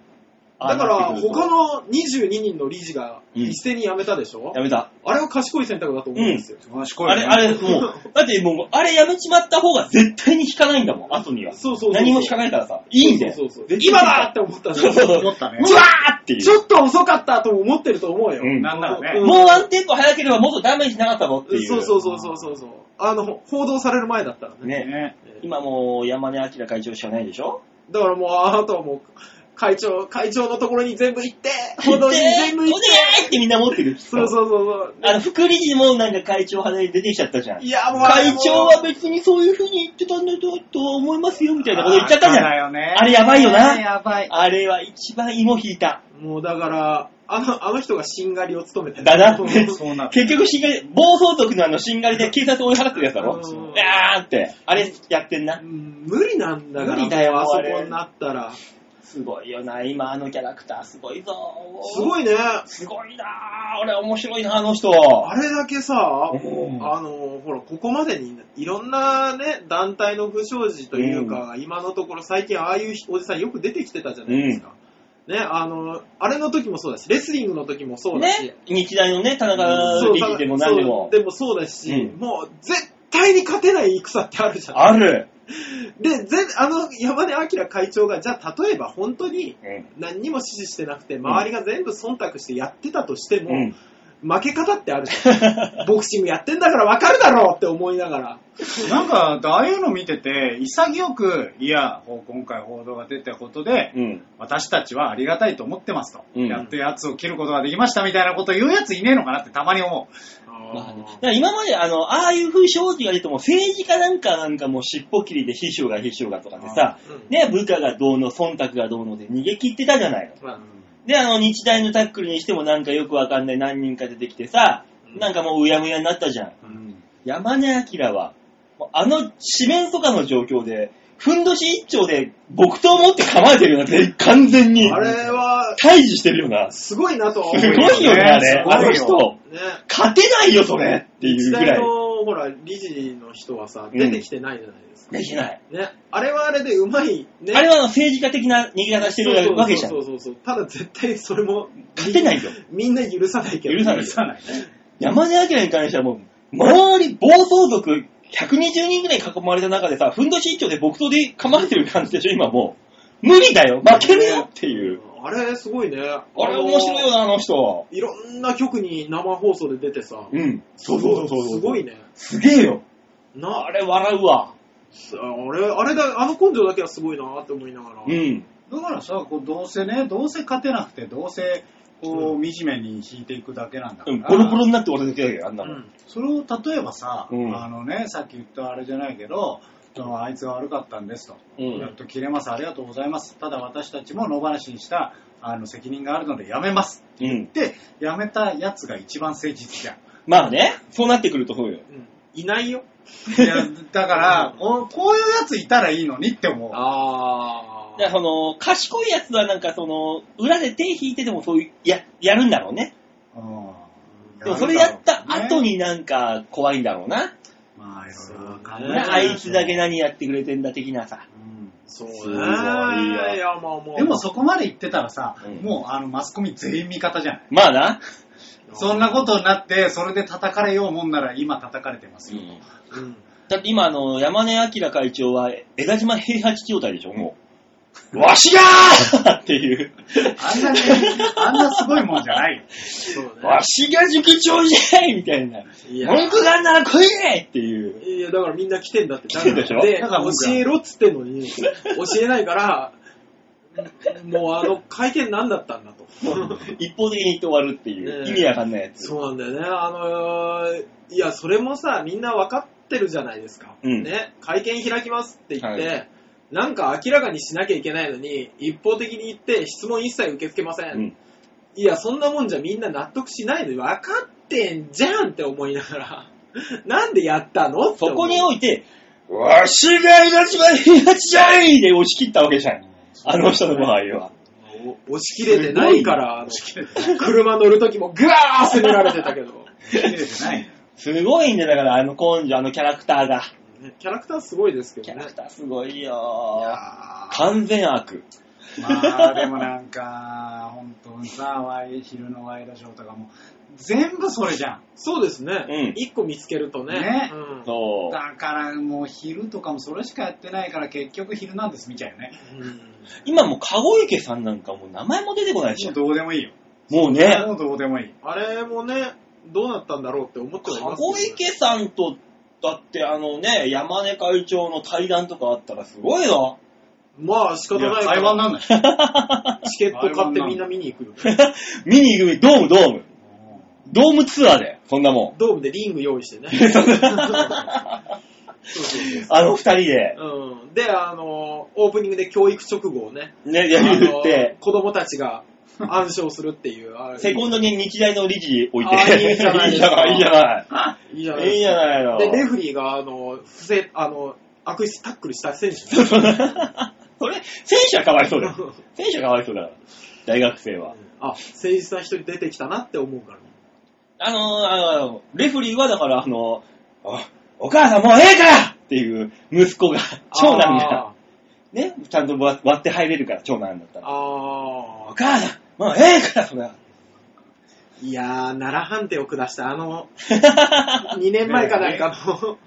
Speaker 2: ああ
Speaker 3: だから、
Speaker 2: なってくると
Speaker 3: 他の22人の理事が
Speaker 2: うん
Speaker 3: 一斉に辞めたでしょ、
Speaker 2: やめた。
Speaker 3: あれは賢い選択だと思うんですよ。
Speaker 4: 賢い
Speaker 2: あ
Speaker 4: よ
Speaker 2: れ、
Speaker 4: ね
Speaker 2: あれ、もう、だってもう、あれやめちまった方が絶対に引かないんだもん、後には。
Speaker 3: そうそうそうそう
Speaker 2: 何も引かないからさ。いいんだよ。
Speaker 3: そうそうそう
Speaker 2: 絶対
Speaker 3: 今だって思ったんだ
Speaker 2: そう
Speaker 3: よ
Speaker 2: そうそう。
Speaker 4: 思ったね
Speaker 2: うわーっていう。
Speaker 3: ちょっと遅かったとも思ってると思うよ。
Speaker 2: うん
Speaker 4: なんならね
Speaker 3: う
Speaker 2: もうワンテンポ早ければもっとダメージなかったぞっていう。
Speaker 3: そうそうそうそうそうそう。あの、報道される前だったらね。
Speaker 2: ね。
Speaker 4: ね
Speaker 2: 今もう山根明会長しかないでしょ
Speaker 3: だからもう、あとはもう、会長、会長のところに全部行って、報道に全部
Speaker 2: お願い
Speaker 3: 行っ。
Speaker 2: っててみんな思ってる。
Speaker 3: そうそうそうそう。
Speaker 2: あの、副理事もなんか会長派で出てきちゃったじゃん。
Speaker 3: いや、もうあれ
Speaker 2: 会
Speaker 3: もう、
Speaker 2: 長は別にそういう風に言ってたんだとと思いますよ、みたいなこと言っちゃったじゃん。
Speaker 4: よね
Speaker 2: あれやばいよな
Speaker 4: あれやばい。
Speaker 2: あれは一番芋引いた。
Speaker 3: もうだから、あの、あの人がしんがりを務めて
Speaker 2: だなって
Speaker 4: そうなる。
Speaker 2: 結局、しんがり、暴走族のあの、しんがりで警察追い払ってるやつだろ
Speaker 3: うん
Speaker 2: いやーって、あれやってんな
Speaker 3: う。ん無理なんだから、
Speaker 2: 無理だよ
Speaker 3: もうあ
Speaker 2: あ
Speaker 3: そ
Speaker 2: れ
Speaker 3: こになったら。
Speaker 2: すごいよな、今あのキャラクター、すごいぞ
Speaker 3: すご
Speaker 2: い。
Speaker 3: いね。
Speaker 2: すごいなー俺面白いな、あの人。
Speaker 3: あれだけさ、
Speaker 2: うん
Speaker 3: あの、ほら、ここまでに、いろんなね、団体の不祥事というか、今のところ最近ああいうおじさんよく出てきてたじゃないですか。ね、あの、あれの時もそうだし、レスリングの時もそうだし、
Speaker 2: ね、日大のね、田中
Speaker 3: そう
Speaker 2: 理事でも何でも
Speaker 3: そう。でもそうだし、
Speaker 2: うん
Speaker 3: もう絶対に勝てない戦ってあるじゃん。
Speaker 2: ある。
Speaker 3: で、ぜあの、山根明会長が、じゃあ例えば本当に
Speaker 2: うん
Speaker 3: 何にも指示してなくて、周りが全部忖度してやってたとしても、
Speaker 2: うん。
Speaker 3: 負け方ってあるじ ゃん。ボクシングやってんだから分かるだろうって思いながら。
Speaker 4: なんか、ああいうの見てて、潔く、いや、ほう今回報道が出たことで、
Speaker 2: うん。
Speaker 4: 私たちはありがたいと思ってますと。
Speaker 2: うん
Speaker 4: やっとやつを切ることができましたみたいなこと言うやついねえのかなってたまに思う。
Speaker 2: まあね、だから今まであの、ああいう風正直が出ても、政治家なんかなんかもう尻尾切りで秘書が秘書がとかでさ、
Speaker 3: うん
Speaker 2: ね、部下がどうの、忖度がどうので逃げ切ってたじゃないの。
Speaker 3: まあ
Speaker 2: で、あの、日大のタックルにしてもなんかよくわかんない何人か出てきてさ、
Speaker 3: うん
Speaker 2: なんかもううやむやになったじゃん。
Speaker 4: うん。
Speaker 2: 山根明は、もうあの、四面楚歌の状況で、ふんどし一丁で、木刀持って構えてるような手、完全に。
Speaker 3: あれは、
Speaker 2: 退治してるよな。す
Speaker 3: すごいなとは
Speaker 2: ご
Speaker 3: 思う
Speaker 2: い
Speaker 3: よ。
Speaker 2: よね、あ
Speaker 4: す
Speaker 2: れ。
Speaker 4: ごいよ
Speaker 2: あの人。
Speaker 3: ね。
Speaker 2: 勝てないよ、それっていう
Speaker 3: 日
Speaker 2: ぐ
Speaker 3: 大
Speaker 2: らい。
Speaker 3: の、ほら、理事の人はさ、
Speaker 2: うん
Speaker 3: 出てきてないじゃないですか。
Speaker 2: できない。
Speaker 3: ね。あれはあれでうまい、ね。
Speaker 2: あれはあの政治家的な逃げ方してるわけじゃん
Speaker 3: そ。うそうそうそう。ただ絶対それも、
Speaker 2: 勝てないよ。
Speaker 3: みんな許さないけど。
Speaker 2: 許さない
Speaker 4: 許さないね。
Speaker 2: 山根明に関してはもう、周り暴走族120人ぐらい囲まれた中でさ、ふんどし一丁で木刀で構えてる感じでしょ、今もう。無理だよ、負けるよっていう。
Speaker 3: あれすごいね。あ
Speaker 2: あれ面白いよ
Speaker 3: な。
Speaker 2: な、あの人。
Speaker 3: いろんな局に生放送で出てさ。
Speaker 2: うん。
Speaker 3: すごいね。
Speaker 2: すげえよ。
Speaker 3: な、
Speaker 2: あれ笑うわ。
Speaker 3: あれ、あれだ、あの根性だけはすごいなって思いながら。
Speaker 2: うん。
Speaker 4: だからさ、こうどうせね、どうせ勝てなくて、どうせこう惨めに引いていくだけなんだか
Speaker 2: うん、
Speaker 4: ら、
Speaker 2: ボロボロになって俺抜けだけど、あんな
Speaker 3: う
Speaker 2: もん。
Speaker 3: ん
Speaker 4: それを例えばさ、
Speaker 2: うん
Speaker 4: あのね、さっき言ったあれじゃないけど、そのあいつが悪かったんですと、
Speaker 2: う
Speaker 4: やっ
Speaker 2: ん。
Speaker 4: と切れます、ありがとうございます、ただ私たちも野放しにしたあの責任があるのでやめます
Speaker 2: うん。
Speaker 4: って、やめたやつが一番誠実じゃん。
Speaker 2: まあね、そうなってくるとそうよ。
Speaker 3: うんいないよ。
Speaker 4: いやだからこう、こういうやついたらいいのにって思う。
Speaker 3: あ
Speaker 2: だからその、賢いやつはなんかその、裏で手引いてでもそういう、や、やるんだろうね。
Speaker 4: うん
Speaker 2: でもそれやった後、になんか怖いんだろうな。
Speaker 4: まあ、いろいろわかん
Speaker 3: ね
Speaker 4: ない
Speaker 2: なあいつだけ何やってくれてんだ的なさ。
Speaker 4: うん
Speaker 3: そうね。
Speaker 2: すごい
Speaker 3: い
Speaker 2: わ
Speaker 3: や、まあもう。
Speaker 4: でもそこまで言ってたらさ、
Speaker 2: うん
Speaker 4: もうあのマスコミ全員味方じゃない。
Speaker 2: まあな。
Speaker 4: そんなことになって、それで叩かれようもんなら今叩かれてますよ。
Speaker 3: うん。
Speaker 2: だって今あの、山根明会長は枝島平八状態でしょ、もう。わしがーっていう。
Speaker 4: あんなね、あんなすごいもんじゃないよ。
Speaker 3: そうね。
Speaker 2: わしが塾長じゃいみたいな。
Speaker 3: いや、
Speaker 2: 文句があんなら来いねっていう。
Speaker 3: いやだからみんな来てんだって。
Speaker 2: 来てんでしょ
Speaker 4: だから僕
Speaker 3: 教えろっつってんのに、教えないから、もうあの会見何だったんだと。
Speaker 2: 一方的に言って終わるっていう。
Speaker 3: ねえ
Speaker 2: 意味わかんないやつ。
Speaker 3: そうなんだよね。あのーいや、それもさ、みんな分かってるじゃないですか。
Speaker 2: うん
Speaker 3: ね、会見開きますって言って、
Speaker 2: は
Speaker 3: なんか明らかにしなきゃいけないのに、一方的に言って、質問一切受け付けません。
Speaker 2: うん
Speaker 3: いや、そんなもんじゃみんな納得しないの分かってんじゃんって思いながら、 なんでやったのって
Speaker 2: そ
Speaker 3: 思う
Speaker 2: こにおいて、わしが枝島平八じゃいで押し切ったわけじゃん。あの人の場合は。
Speaker 3: お押し切れてないから、あの
Speaker 4: 切れて
Speaker 3: 車乗る時もグワー攻められてたけど。
Speaker 4: ない。
Speaker 2: すごいんだよ、だからあの根性、あのキャラクターが。
Speaker 3: ねキャラクターすごいですけ
Speaker 2: キ
Speaker 3: ど
Speaker 2: ャ
Speaker 3: ね
Speaker 2: ラ。クターすごい
Speaker 4: いや
Speaker 2: よ
Speaker 4: ー
Speaker 2: 完全悪。
Speaker 4: まあでもなんか、本当にさ、ワイ昼のワイドショーとかも、全部それじゃん。
Speaker 3: そうです
Speaker 2: うん
Speaker 3: ね。一、個見つけるとね。
Speaker 4: ね
Speaker 3: うん
Speaker 2: そう。
Speaker 4: だからもう昼とかもそれしかやってないから結局昼なんです見ちゃうよね。
Speaker 3: う
Speaker 2: 今もう、籠池さんなんかもう名前も出てこないでし
Speaker 4: も
Speaker 2: ょ
Speaker 4: う。どうでもいいよ。
Speaker 2: もうね、
Speaker 4: もうどうでもいい。
Speaker 3: んあれもね、どうなったんだろうって思ってはいます
Speaker 2: 籠池さんと、だってあのね、山根会長の対談とかあったらすごいぞ。
Speaker 3: まあ仕方
Speaker 4: いや
Speaker 3: ないか
Speaker 4: 会話に
Speaker 3: ら、
Speaker 4: なんない。
Speaker 3: チケット買ってみんな見に行くよ。
Speaker 2: 見に行くドーム、ドーム。ドームツアーで、そんなもん。
Speaker 3: ドームでリング用意して ね。そうそうそう
Speaker 2: あの二人で、
Speaker 3: うん、で、あの、オープニングで教育直後をね、
Speaker 2: ね、やり振って
Speaker 3: あの、子供たちが暗唱するっていう、あれ
Speaker 2: セコンドに日大の理事置い
Speaker 3: あ
Speaker 2: て。
Speaker 3: ーいいじゃない
Speaker 2: い
Speaker 3: で
Speaker 2: い
Speaker 3: す
Speaker 2: じゃな
Speaker 3: か
Speaker 2: い、いいじゃない
Speaker 3: いいじゃない
Speaker 2: いいじゃないの。
Speaker 3: で、レフリーが、あの、不正、あの、悪質タックルした選手。
Speaker 2: そ れ、選手はかわいそうだよ。選手はかわいそうだよ。大学生は。
Speaker 3: あ、誠実な人に出てきたなって思うから。
Speaker 2: あのーあの、あのレフリーはだから、あのあお母さんもうええからっていう息子が、長男が、ね、ちゃんと割割って入れるから、長男だった
Speaker 3: あー
Speaker 2: ら。お
Speaker 3: あ
Speaker 2: 母さん、もうええから、それは。
Speaker 3: ー。いやー、奈良判定を下した、あの、2年前かなんかの、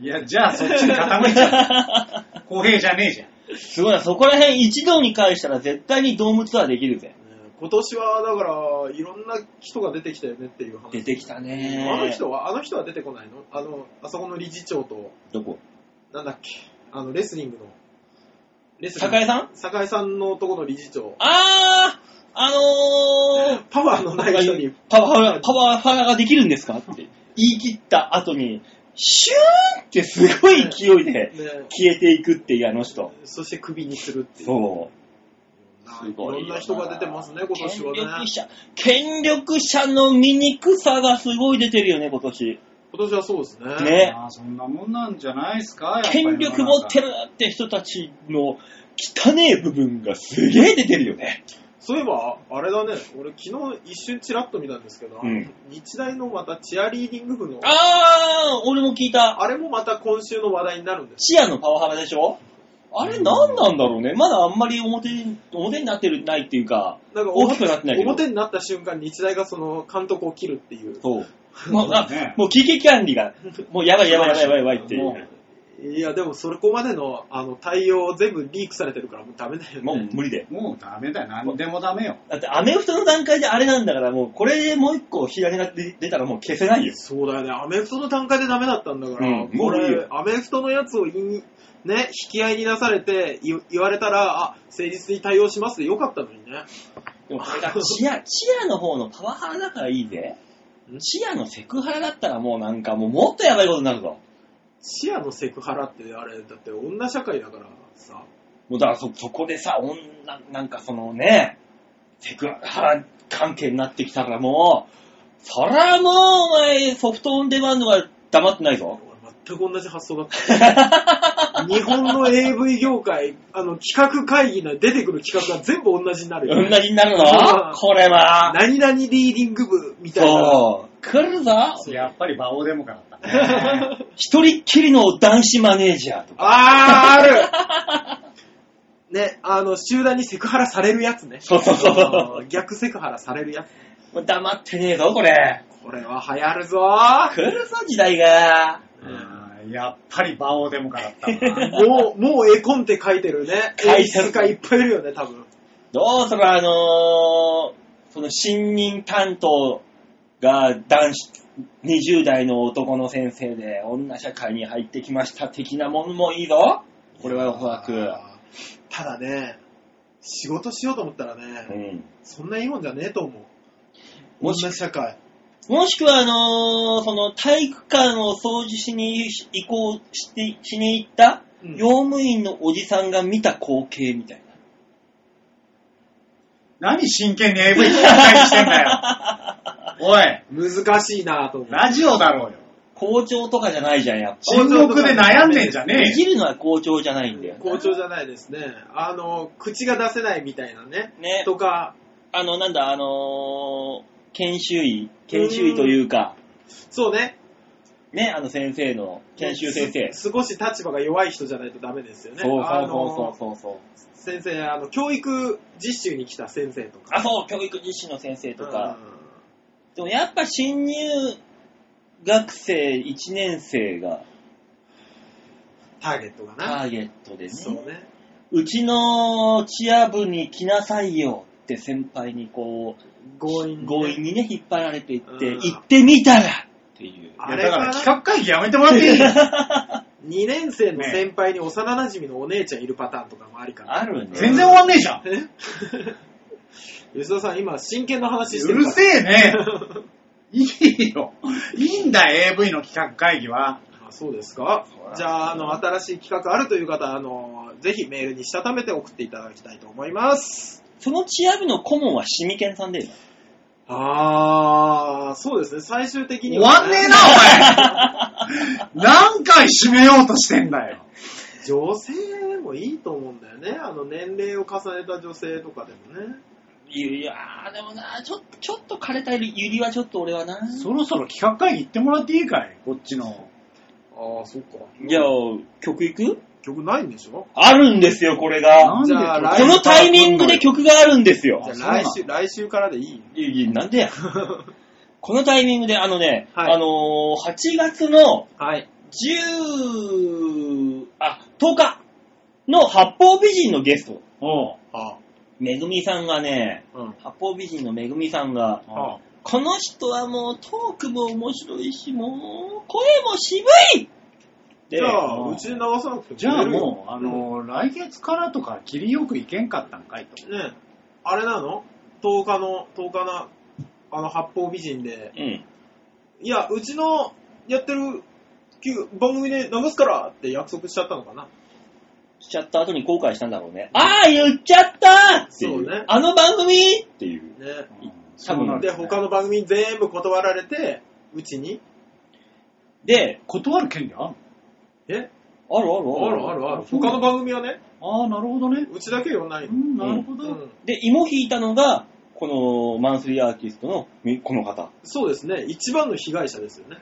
Speaker 4: いや、じゃあそっちに傾いちゃう。公平じゃねえじゃん。
Speaker 2: すごいな、そこら辺一堂に会したら絶対にドームツアーできるぜ。
Speaker 3: 今年は、だから、いろんな人が出てきたよねっていう話。
Speaker 2: 出てきたね
Speaker 3: あの人は、あの人は出てこないのあの、あそこの理事長と、
Speaker 2: どこ
Speaker 3: なんだっけ、あの、レスリングの、レスリン
Speaker 2: 栄さん
Speaker 3: グ、栄さんのとこの理事長、
Speaker 2: あー、あのー、
Speaker 3: パワーのない人に、
Speaker 2: パワハラ、パワハラができるんですかって言い切った後に、シューンってすごい勢いで
Speaker 3: ね、
Speaker 2: 消えていくっていうあの人。
Speaker 3: そしてクビにするっていう。
Speaker 2: そう。
Speaker 3: いろんな人が出てますね、今年
Speaker 2: 権
Speaker 3: は
Speaker 2: 力
Speaker 3: ね。
Speaker 2: 者、権力者の醜さがすごい出てるよね、今年。
Speaker 3: 今年はそうですね。
Speaker 2: ね
Speaker 4: まあそんなもんなんじゃないですか。やっぱり
Speaker 2: 権力持ってるって人たちの汚え部分がすげえ出てるよね。
Speaker 3: そういえば、あれだね、俺昨日一瞬チラッと見たんですけど、
Speaker 2: うん
Speaker 3: 日大のまたチアリーディング部の、あ
Speaker 2: あー、俺も聞いた。
Speaker 3: れもまた今週の話題になるんです。
Speaker 2: チアのパワハラでしょあれ何なんだろうね。まだあんまり表に、表になってるないっていうか、
Speaker 3: なんか
Speaker 2: 大きくなってないけど。
Speaker 3: 表になった瞬間、日大がその監督を切るっていう。
Speaker 2: そう。もう、あ
Speaker 4: ね
Speaker 2: もう危機管理が、もうやばいやばいやばいやばいやばいってい
Speaker 4: も
Speaker 2: う。
Speaker 3: いや、でもそこまでのあの対応全部リークされてるからもうダメだよね。
Speaker 2: もう無理だよ。
Speaker 4: もうダメだよ。何でもダメよ。
Speaker 2: だってアメフトの段階であれなんだから、もうこれでもう一個火種が出たらもう消せないよ。
Speaker 3: そうだよね。アメフトの段階でダメだったんだから、
Speaker 2: うんも
Speaker 3: こ
Speaker 2: ういい
Speaker 3: れ
Speaker 2: よ、
Speaker 3: アメフトのやつを言いに、ね、引き合いに出されて言言われたら、あ、誠実に対応しますでよかったのにね。
Speaker 2: でもそれがチア、チアの方のパワハラだからいいぜ。チアのセクハラだったらもうなんかもうもっとやばいことになるぞ。
Speaker 3: 視野のセクハラってあれ、だって女社会だからさ、
Speaker 2: もうだからそ、そこでさ、女、なんかそのね、セクハラ関係になってきたらもう、そらもうお前ソフトオンデマンドは黙ってないぞ。
Speaker 3: 俺全く同じ発想だっ た。日本の AV 業界、あの、企画会議の出てくる企画が全部同じになるよ、
Speaker 2: 同
Speaker 3: ね。
Speaker 2: じになるの
Speaker 3: うん
Speaker 2: これは。
Speaker 3: 何々リーディング部みたいな。
Speaker 2: そう。来るぞ
Speaker 4: やっぱり馬王デモカだったね。
Speaker 2: 一人っきりの男子マネージャーとか。
Speaker 3: あー、あるね、あの、集団にセクハラされるやつね。
Speaker 2: そうそうそう
Speaker 3: あの逆セクハラされるやつ。
Speaker 2: もう黙ってねえぞ、これ。
Speaker 3: これは流行るぞ ー
Speaker 2: 来るぞ、時代が。
Speaker 4: あーやっぱり馬王デモカだった な。
Speaker 3: もう、もう絵コンテ書いてるね。
Speaker 2: 書いてる
Speaker 3: 演出家いっぱいいるよね、多分。
Speaker 2: どうするあのーその新任担当が男子、20代の男の先生で女社会に入ってきました的なものもいいぞ。これはおそらく。
Speaker 3: あーただね、仕事しようと思ったらね、
Speaker 2: うん。
Speaker 3: そんないいもんじゃねえと思う。
Speaker 2: もし
Speaker 3: 女社会。
Speaker 2: もしくは、あのーその体育館を掃除しに行こうして、しに行った、
Speaker 3: うん
Speaker 2: 用務員のおじさんが見た光景みたいな。
Speaker 4: 何真剣に AV 展開してんだよ。おい、
Speaker 3: 難しいなと思う。
Speaker 4: ラジオだろうよ。
Speaker 2: 校長とかじゃないじゃん、やっ
Speaker 4: 沈黙で悩んでんじゃ
Speaker 2: ぱ。い
Speaker 4: ねえ
Speaker 2: じ
Speaker 4: よ。
Speaker 2: るのは校長じゃないんだよ。
Speaker 3: 校長じゃないですね。あの、口が出せないみたいなね。
Speaker 2: ね
Speaker 3: とか、
Speaker 2: あの、なんだ、あのー研修医、研修医というか、
Speaker 3: そうね。
Speaker 2: ね、あの先生の、研修先生。
Speaker 3: す少し立場が弱い人じゃないとダメですよね。
Speaker 2: そうそ
Speaker 3: あ
Speaker 2: うそ
Speaker 3: の
Speaker 2: うそうそうそう。
Speaker 3: 先生、あの、教育実習に来た先生とか。
Speaker 2: あ、そう、教育実習の先生とか。
Speaker 3: うん
Speaker 2: でもやっぱ新入学生1年生が
Speaker 3: ターゲットが
Speaker 2: タ
Speaker 3: な。
Speaker 2: ーゲットで
Speaker 3: そう
Speaker 2: ね、
Speaker 3: ね。
Speaker 2: うちのチア部に来なさいよって先輩にこ
Speaker 3: 強
Speaker 2: う、
Speaker 3: 引
Speaker 2: 強引にね、引っ張られていって、
Speaker 3: うん
Speaker 2: 行ってみたらっていう。
Speaker 3: あ
Speaker 4: いや
Speaker 3: れ
Speaker 4: だか
Speaker 3: からら
Speaker 4: 企画会議やめてもらっていい
Speaker 3: 2年生の先輩に幼馴染のお姉ちゃんいるパターンとかもありかな。
Speaker 2: あるね。
Speaker 4: 全然終わんねえじ ゃん。
Speaker 3: え 吉田さん、今、真剣な話して
Speaker 4: う
Speaker 3: る
Speaker 4: る
Speaker 3: から。
Speaker 4: せえね。いいよ。いいんだ、AV の企画会議は。
Speaker 3: あそうですか
Speaker 2: そうなんです
Speaker 3: じゃあ、あの、新しい企画あるという方、あの、ぜひメールにしたためて送っていただきたいと思います。
Speaker 2: そのチア部の顧問はシミケンさんでいいの
Speaker 3: あー、そうですね。最終的に
Speaker 4: 終わんねえな、 おい何回締めようとしてんだよ。
Speaker 3: 女性もいいと思うんだよね。あの、年齢を重ねた女性とかでもね。
Speaker 2: いやー、でもな、ちょっと、ちょっと枯れたゆりはちょっと俺はな。
Speaker 4: そろそろ企画会議行ってもらっていいかいこっちの。
Speaker 3: あー、そっか。
Speaker 2: じゃあ、曲いく
Speaker 3: 曲ないんでしょ
Speaker 2: あるんですよ、これが。
Speaker 4: なんで
Speaker 3: じゃあ
Speaker 4: こ
Speaker 3: 来
Speaker 2: このタイミングで曲があるんですよ
Speaker 3: じ。
Speaker 4: そう
Speaker 3: ゃあ
Speaker 4: なの
Speaker 3: 来週、来週からでいい
Speaker 2: いやいや、なん でや。このタイミングで、あのね、
Speaker 3: はい
Speaker 2: あのー、8月の
Speaker 3: はい。
Speaker 2: 10、あ、10日の八方美人のゲスト、
Speaker 4: おう
Speaker 3: あ
Speaker 2: めぐみさんがね、
Speaker 3: うん。
Speaker 2: 八方美人のめぐみさんが、
Speaker 4: おう
Speaker 2: この人はもうトークも面白いし、もう声も渋いで
Speaker 3: じゃ
Speaker 4: あ
Speaker 3: あ、
Speaker 4: ー
Speaker 3: うちに流さなくても
Speaker 4: じゃ
Speaker 3: 出
Speaker 4: あ
Speaker 3: るよ
Speaker 4: もう、あの来月からとか、切りよく行けんかったんかいと。
Speaker 3: ねあれなの ?10 日の、10日な、あの、八方美人で。
Speaker 2: うん。
Speaker 3: いや、うちのやってる旧番組で流すからって約束しちゃったのかな。
Speaker 2: しちゃった後に後悔したんだろうね。ああ、言っちゃったっていう。
Speaker 3: そうね
Speaker 2: あの番組っていう。
Speaker 3: ね。
Speaker 2: 多分
Speaker 4: そう
Speaker 3: で、
Speaker 4: なんすね
Speaker 3: 他の番組全部断られて、うちに。
Speaker 2: で、
Speaker 4: 断る権利ある
Speaker 3: え
Speaker 2: あるあ
Speaker 3: あ
Speaker 2: るある。
Speaker 3: るあるある。他の番組はね、
Speaker 4: ああ、なるほどね。
Speaker 3: うちだけよ、ないうの。
Speaker 4: ん、なるほど。
Speaker 3: うん
Speaker 2: で、芋引いたのが、このマンスリーアーティストのみこの方。
Speaker 3: そうですね、一番の被害者ですよね。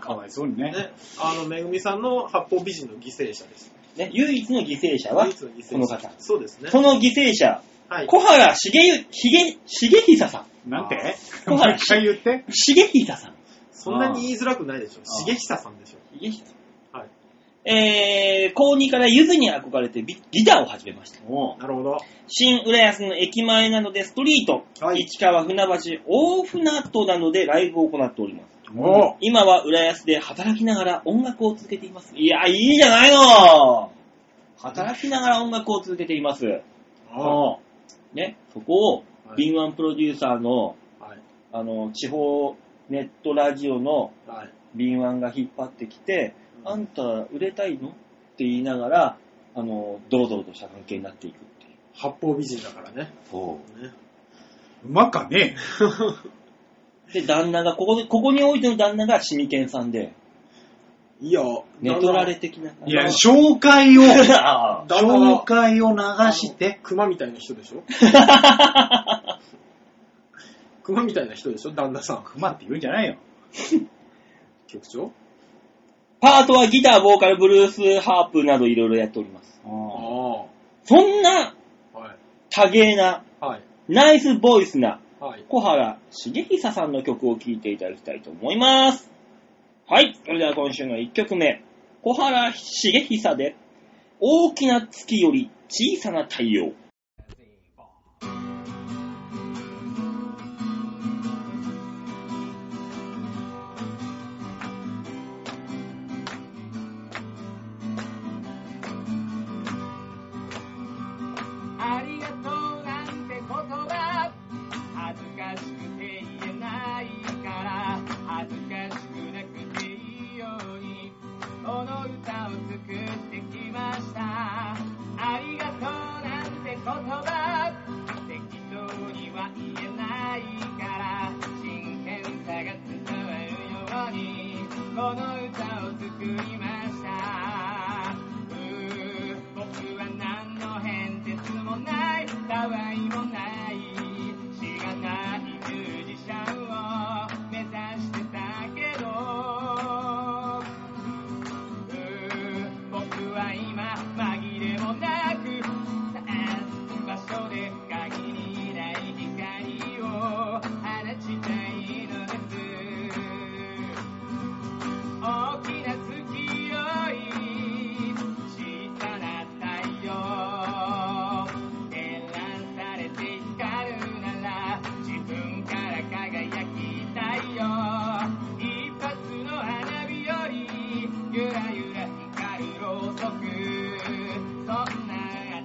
Speaker 4: かわいそうにね。
Speaker 3: ねあの、めぐみさんの八方美人の犠牲者です。
Speaker 2: ね、唯一の犠牲者は
Speaker 3: 唯、一の犠牲者
Speaker 2: この方
Speaker 3: そうですね。
Speaker 2: その犠牲者、
Speaker 3: はい。
Speaker 2: 小原茂ゆ、ひげ、茂久さん。
Speaker 4: なんて
Speaker 2: あー
Speaker 4: もう一回言って。
Speaker 2: 茂久さん。
Speaker 3: そんなに言いづらくないでしょ。重久さんでしょ。
Speaker 2: 茂久さん。
Speaker 3: はい。
Speaker 2: えー、高2からゆずに憧れてビギターを始めました。
Speaker 4: おう
Speaker 3: なるほど。
Speaker 2: 新浦安の駅前なのでストリート、
Speaker 3: はい
Speaker 2: 市川船橋、大船渡などでライブを行っております。
Speaker 4: おう
Speaker 2: 今は浦安で働きながら音楽を続けています。いや、いいじゃないの働きながら音楽を続けています。
Speaker 3: あ
Speaker 4: おう
Speaker 2: ね、そこを
Speaker 4: はい
Speaker 2: 敏腕プロデューサーの、
Speaker 4: はい
Speaker 2: あの、地方ネットラジオの
Speaker 4: はい
Speaker 2: 敏腕が引っ張ってきて、
Speaker 3: うん
Speaker 2: あんた売れたいのって言いながら、あの、堂々とした関係になっていくっていう。
Speaker 3: 八方美人だからね。ね
Speaker 4: うまかね
Speaker 2: で、旦那が、ここで、ここにおいての旦那がシミケンさんで、
Speaker 3: いや、
Speaker 2: 寝取られ的な。
Speaker 4: え。いや、紹介を、
Speaker 2: ああ
Speaker 3: 旦那は
Speaker 4: 紹介を流して、
Speaker 3: 熊みたいな人でしょ熊みたいな人でしょ旦那さん。
Speaker 4: 熊って言うんじゃないよ。
Speaker 3: 局長
Speaker 2: パートはギター、ボーカル、ブルース、ハープなどいろいろやっております。
Speaker 4: おう
Speaker 2: そんな
Speaker 3: あ。はい。
Speaker 2: 多芸な、
Speaker 3: はい。
Speaker 2: ナイスボイスな
Speaker 3: はい。
Speaker 2: 小原茂久さんの曲を聴いていただきたいと思います。はい。それでは今週の1曲目。小原茂久で、大きな月より小さな太陽。
Speaker 5: ありがとうなんて言葉恥ずかしくて言えないから恥ずかしくなくていいようにこの歌を作ってきましたありがとうなんて言葉適当には言えないから真剣さが伝わるようにこの歌を作りました僕は何の変哲もないたわいもないしがないミュージシャンを目指してたけど僕は今紛れもなく探す場所で限りない光を放ちたいのです大きな月より小さな太陽選されて光るなら自分から輝きたいよ一発の花火よりゆらゆら光るろうそくそんな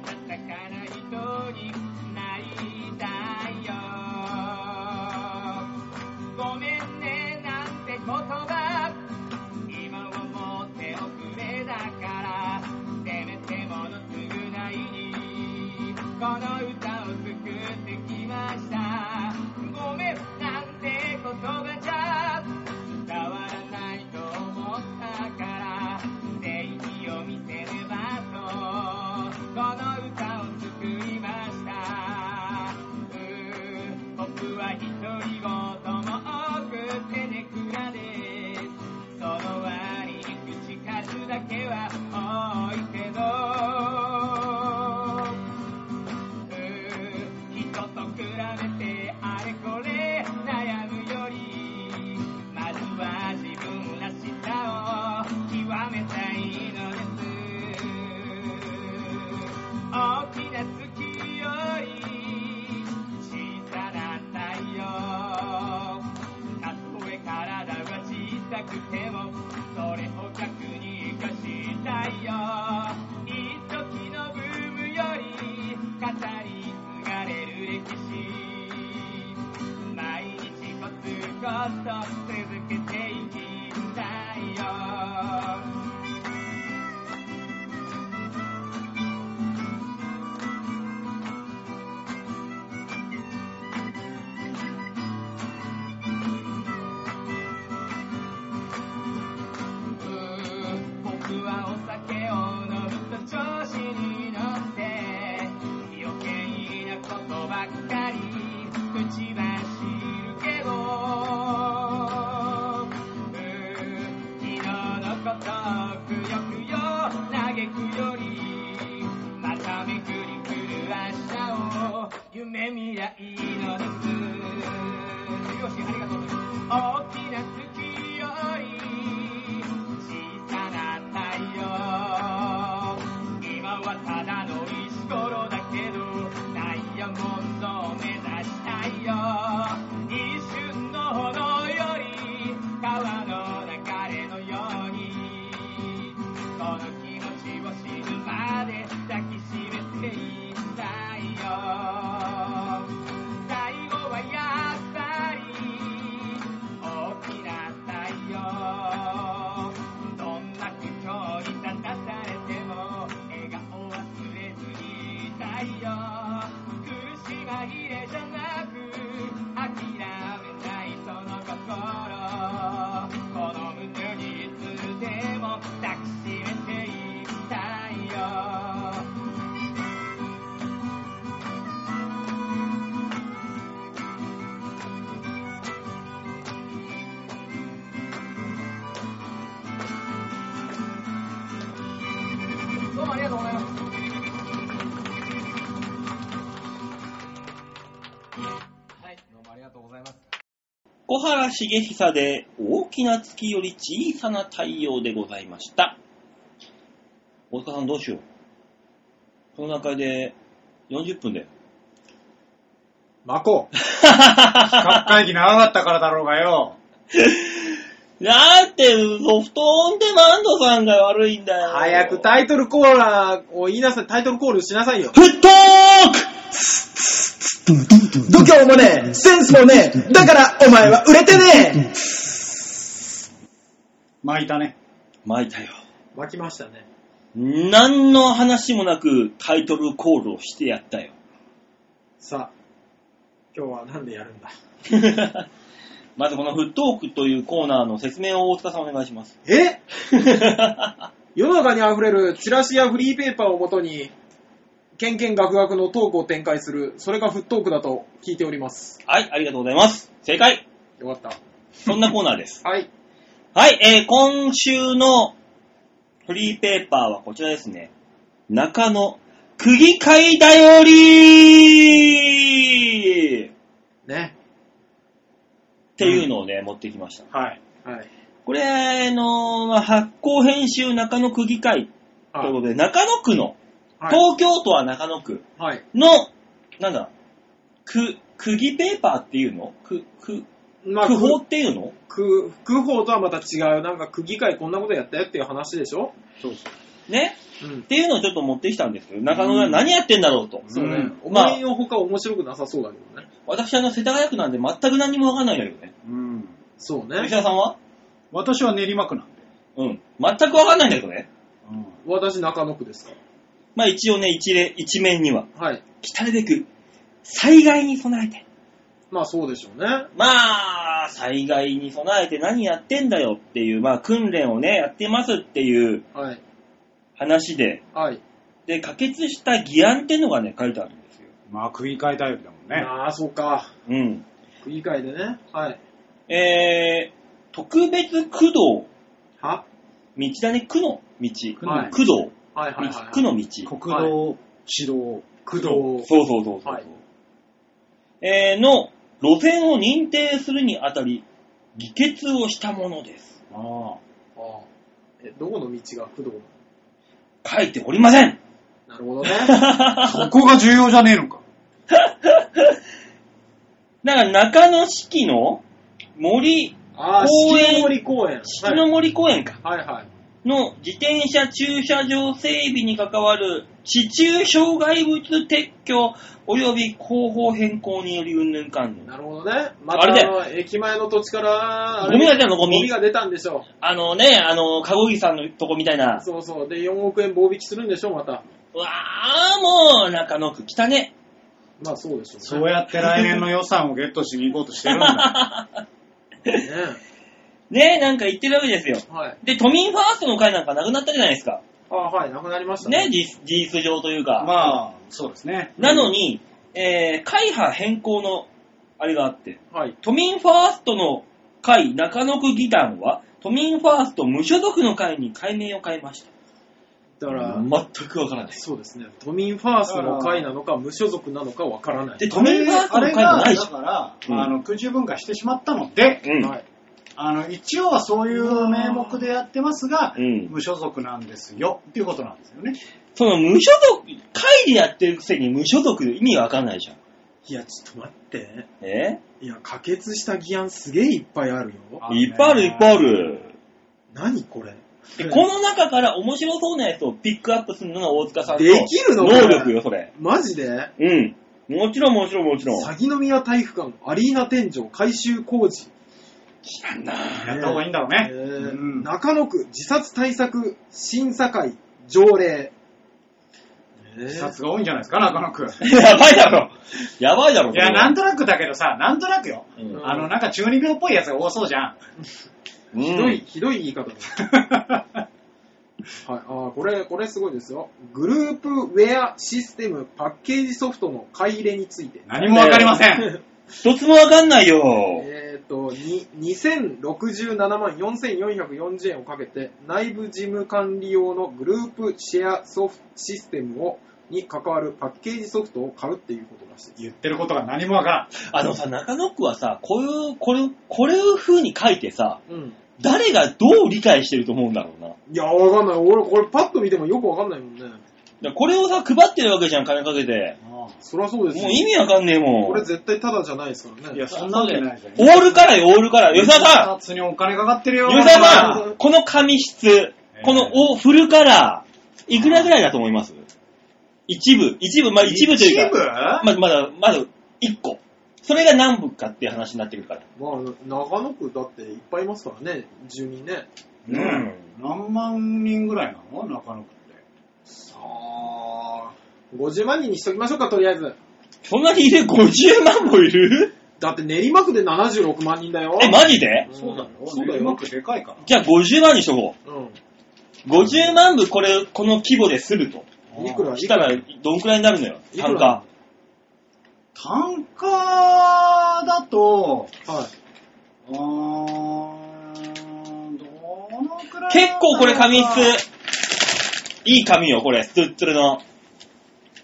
Speaker 5: 暖かな人になりたいよごめんねなんて言葉今思っておくれだからせめてもの償いにこの歌を作ってきましたごめんなんて言葉じゃ伝わらないと思ったから正義を見せればとこの歌を作りました僕は独り言も多くてねくらですその割に口数だけは多いけど人と比べてあれこれ悩むよりまずは自分らしさを極めたいのです大きな月より小さな太陽たとえ体は小さくてもそれを逆に生かしたいよ一時のブームより語り継がれる歴史毎日コツコツ続けていきたいよ僕はお酒を飲むと調子に乗って余計なことばっかり口走るけど昨日のことを
Speaker 6: とうございます。
Speaker 2: 小原茂久で大きな月より小さな太陽でございました。大塚さんどうしよう。この段階で40分 で。
Speaker 4: まこう。企画会議長かったからだろうがよ。
Speaker 2: だってソフトオンデマンドさんが悪いんだよ。
Speaker 3: 早くタイトルコーラーを言いなさい、タイトルコールしなさいよ。
Speaker 2: フットーク
Speaker 3: 度胸もねえ、センスもねえ、だからお前は売れてねえ
Speaker 4: 巻いたね。
Speaker 2: 巻いたよ。
Speaker 3: 巻きましたね。
Speaker 2: 何の話もなくタイトルコールをしてやったよ。
Speaker 3: さあ、今日は何でやるんだ
Speaker 2: まずこのフットークというコーナーの説明を大塚さんお願いします。
Speaker 3: え世の中にあふれるチラシやフリーペーパーをもとに、ケンケンガクガクのトークを展開する、それがフットークだと聞いております。
Speaker 2: はい、ありがとうございます。正解
Speaker 3: よかっ
Speaker 2: そんなコーナーです。
Speaker 3: た。はい。
Speaker 2: はい、えー、今週のフリーペーパーはこちらですね。中野、区議会だよりーっ
Speaker 3: ね。
Speaker 2: ていうのをね、持ってきました。
Speaker 4: はい。
Speaker 3: はい。
Speaker 2: これ、あのーまあ、発行編集中野区議会ということで、中野区の、
Speaker 3: はい。
Speaker 2: 東京都は中野区
Speaker 3: はい。
Speaker 2: の、なんだ、区、区議ペーパーっていうの区、区、
Speaker 3: まあ、
Speaker 2: 区
Speaker 3: 区
Speaker 2: 法
Speaker 3: 法、
Speaker 2: っていうの
Speaker 3: 区、区法とはまた違う、なんか区議会こんなことやったよっていう話でしょ
Speaker 4: そうそう。
Speaker 2: ね
Speaker 3: うん
Speaker 2: っ。ていうのをちょっと持ってきたんですけど、中野が何やってんだろうと。
Speaker 3: そうね。
Speaker 4: うん
Speaker 3: 思いのほか面白くなさそうだけどね。
Speaker 2: 私あの世田谷区なんで全く何もわかんないんだけどね。
Speaker 4: うん。
Speaker 3: そう
Speaker 2: 吉
Speaker 3: ね。
Speaker 2: 田さんは
Speaker 4: 私は練馬区なんで。
Speaker 2: うん。全くわかんないんだけどね。
Speaker 4: うん。
Speaker 3: 私中野区ですか
Speaker 2: まあ一応ね、一例、一面には、
Speaker 3: ら。はい。
Speaker 2: 来たるべく、災害に備えて。
Speaker 3: まあそうでしょうね。
Speaker 2: まあ、災害に備えて何やってんだよっていう、まあ訓練をね、やってますっていう
Speaker 3: はい。
Speaker 2: 話で、
Speaker 3: はい。
Speaker 2: で、可決した議案ってのがね、書いてあるんですよ。
Speaker 4: まあ、区議会頼りだもんね。
Speaker 3: ああ、そうか。
Speaker 2: うん。
Speaker 3: 区議会でね。はい。
Speaker 2: えー、特別区道、
Speaker 3: は
Speaker 2: 道だね、区の道。
Speaker 3: はい
Speaker 2: 区道、
Speaker 3: はいはいはい、
Speaker 2: 道
Speaker 3: はい。
Speaker 2: 区の道。
Speaker 4: 国道、市道、
Speaker 3: 工藤。
Speaker 2: そうそうそうそう。
Speaker 3: はい
Speaker 2: えーの路線を認定するにあたり、議決をしたものです。
Speaker 4: ああ。
Speaker 3: ああえ、どこの道が工藤
Speaker 2: 書いておりません
Speaker 3: なるほど ね。
Speaker 4: そこが重要じゃねえのか。
Speaker 2: だから中野四季の森、
Speaker 3: ああ、
Speaker 2: 公園
Speaker 3: 四季の森公園。
Speaker 2: 四季の森公園か、
Speaker 3: はい、はいはい。
Speaker 2: の自転車駐車場整備に関わる地中障害物撤去及び後方変更により云々かんぬん
Speaker 3: なるほどね。ま
Speaker 2: あれだ
Speaker 3: た、あの駅前の土地から、あ
Speaker 2: ゴ
Speaker 3: れ
Speaker 2: ミが出たのゴミ
Speaker 3: ゴミが出たんでしょ
Speaker 2: あのね、あの、かごぎさんのとこみたいな
Speaker 3: う。。そうそう。で、4億円棒引きするんでしょう、また。
Speaker 2: うわー、もう中野区来たね。
Speaker 3: まあそうでしょうね。
Speaker 4: そうやって来年の予算をゲットしに行こうとしてるん だ。
Speaker 3: ね。
Speaker 2: ね、なんか言ってるわけですよ。
Speaker 3: はい。
Speaker 2: で、都民ファーストの会なんかなくなったじゃないですか。
Speaker 3: ああ、はい、なくなりました
Speaker 2: ね、。事事実上というか。
Speaker 4: まあ、そうですね。
Speaker 2: なのに、えー、会派変更の、あれがあって、
Speaker 3: はい。
Speaker 2: 都民ファーストの会中野区議団は、都民ファースト無所属の会に改名を変えました。
Speaker 3: だから、
Speaker 2: 全くわからない。
Speaker 3: そうですね。都民ファーストの会なのか、無所属なのかわからない。
Speaker 2: で、都民ファースト
Speaker 4: あ
Speaker 2: の
Speaker 4: れ
Speaker 2: 会も
Speaker 4: が、
Speaker 2: ない
Speaker 4: だ
Speaker 2: し。
Speaker 4: から、
Speaker 2: うん
Speaker 4: あの、空中分解してしまったので、
Speaker 2: うん。
Speaker 3: はい。
Speaker 4: あの、一応はそういう名目でやってますが、
Speaker 2: うん
Speaker 4: 無所属なんですよ、っていうことなんですよね。
Speaker 2: その無所属、会でやってるくせに無所属意味わかんないじゃん。
Speaker 3: いや、ちょっと待って。
Speaker 2: え
Speaker 3: いや、可決した議案すげえいっぱいあるよ。
Speaker 4: あ
Speaker 2: いっぱいあるいっぱいある。
Speaker 3: 何これ。
Speaker 2: で、この中から面白そうなやつをピックアップするのが大塚さんの
Speaker 3: できるのこれ
Speaker 2: 能力よ、それ。
Speaker 3: マジで
Speaker 2: うん。もちろん、もちろん、もちろん。
Speaker 3: 鷺宮体育館、アリーナ天井、改修工事。
Speaker 2: 知らんな
Speaker 4: やった方がいいんだろうね。
Speaker 3: え
Speaker 4: う
Speaker 3: ー
Speaker 4: ん
Speaker 3: 中野区自殺対策審査会条例。え
Speaker 4: 自殺が多いんじゃないですか、中野区。い
Speaker 2: やばいだろ。やばいだろ。
Speaker 4: や、なん
Speaker 2: と、
Speaker 4: となくだけどさ、なんとなくよ。
Speaker 2: うん
Speaker 4: あの、なんか中二病っぽいやつが多そうじゃ ん。
Speaker 3: ひどい、ひどい言い方だ。はい、あーこれ、これすごいですよ。グループウェアシステムパッケージソフトの買い入れについて。
Speaker 4: 何もわかりません。
Speaker 2: 一つもわかんないよ。
Speaker 3: えっ、と、に2067万4440円をかけて、内部事務管理用のグループシェアソフトシステムをに関わるパッケージソフトを買うっていうことらしい。
Speaker 4: 言ってることが何もわからん。
Speaker 2: あのさ、中野区はさ、こういう、これ、これを風に書いてさ、
Speaker 3: うん。
Speaker 2: 誰がどう理解してると思うんだろうな。だか
Speaker 3: いや、わかんない。俺、これパッと見てもよくわかんないもんね。
Speaker 2: らこれをさ、配ってるわけじゃん、金かけて。
Speaker 3: そりゃそうですよ。
Speaker 2: もう意味わかんねえも
Speaker 3: これ
Speaker 2: ん。
Speaker 3: 絶対タダじゃないですからね。
Speaker 4: いや、そんなわけないじゃん。
Speaker 2: オールカラーよ、オールカラー。吉沢さん
Speaker 4: 普通にお金かかってるよ。
Speaker 2: 吉沢さんこの紙質、このおフルカラー、いくらぐらいだと思います一部、一部、まあ一部という
Speaker 4: 一部
Speaker 2: か、まあまだ、まだ一個。それが何部かっていう話になってくるから。
Speaker 3: まあ、長野区だっていっぱいいますからね、住民ね。
Speaker 4: ねえ何万人ぐらいなの中野区って。
Speaker 3: さあ、50万人にしときましょうか、とりあえず。
Speaker 2: そんなにいる ?50 万もいる
Speaker 3: だって練馬区で76万人だよ。
Speaker 2: え、マジで
Speaker 3: うん
Speaker 4: そ
Speaker 3: そうう
Speaker 4: だ
Speaker 3: だ
Speaker 4: よ。
Speaker 3: よ。
Speaker 4: マックでかいから。
Speaker 2: じゃあ50万にしとこ
Speaker 3: う
Speaker 2: う。50万部これ、この規模ですると。
Speaker 3: ん。いくらい
Speaker 2: したら、どんくらいになるのよ、
Speaker 3: いく
Speaker 2: 単
Speaker 3: ら
Speaker 2: 価。
Speaker 4: 単価だと、
Speaker 3: は
Speaker 4: うーん、どのくらい
Speaker 2: 結構これ紙質、いい紙よ、これ、スツッツルの。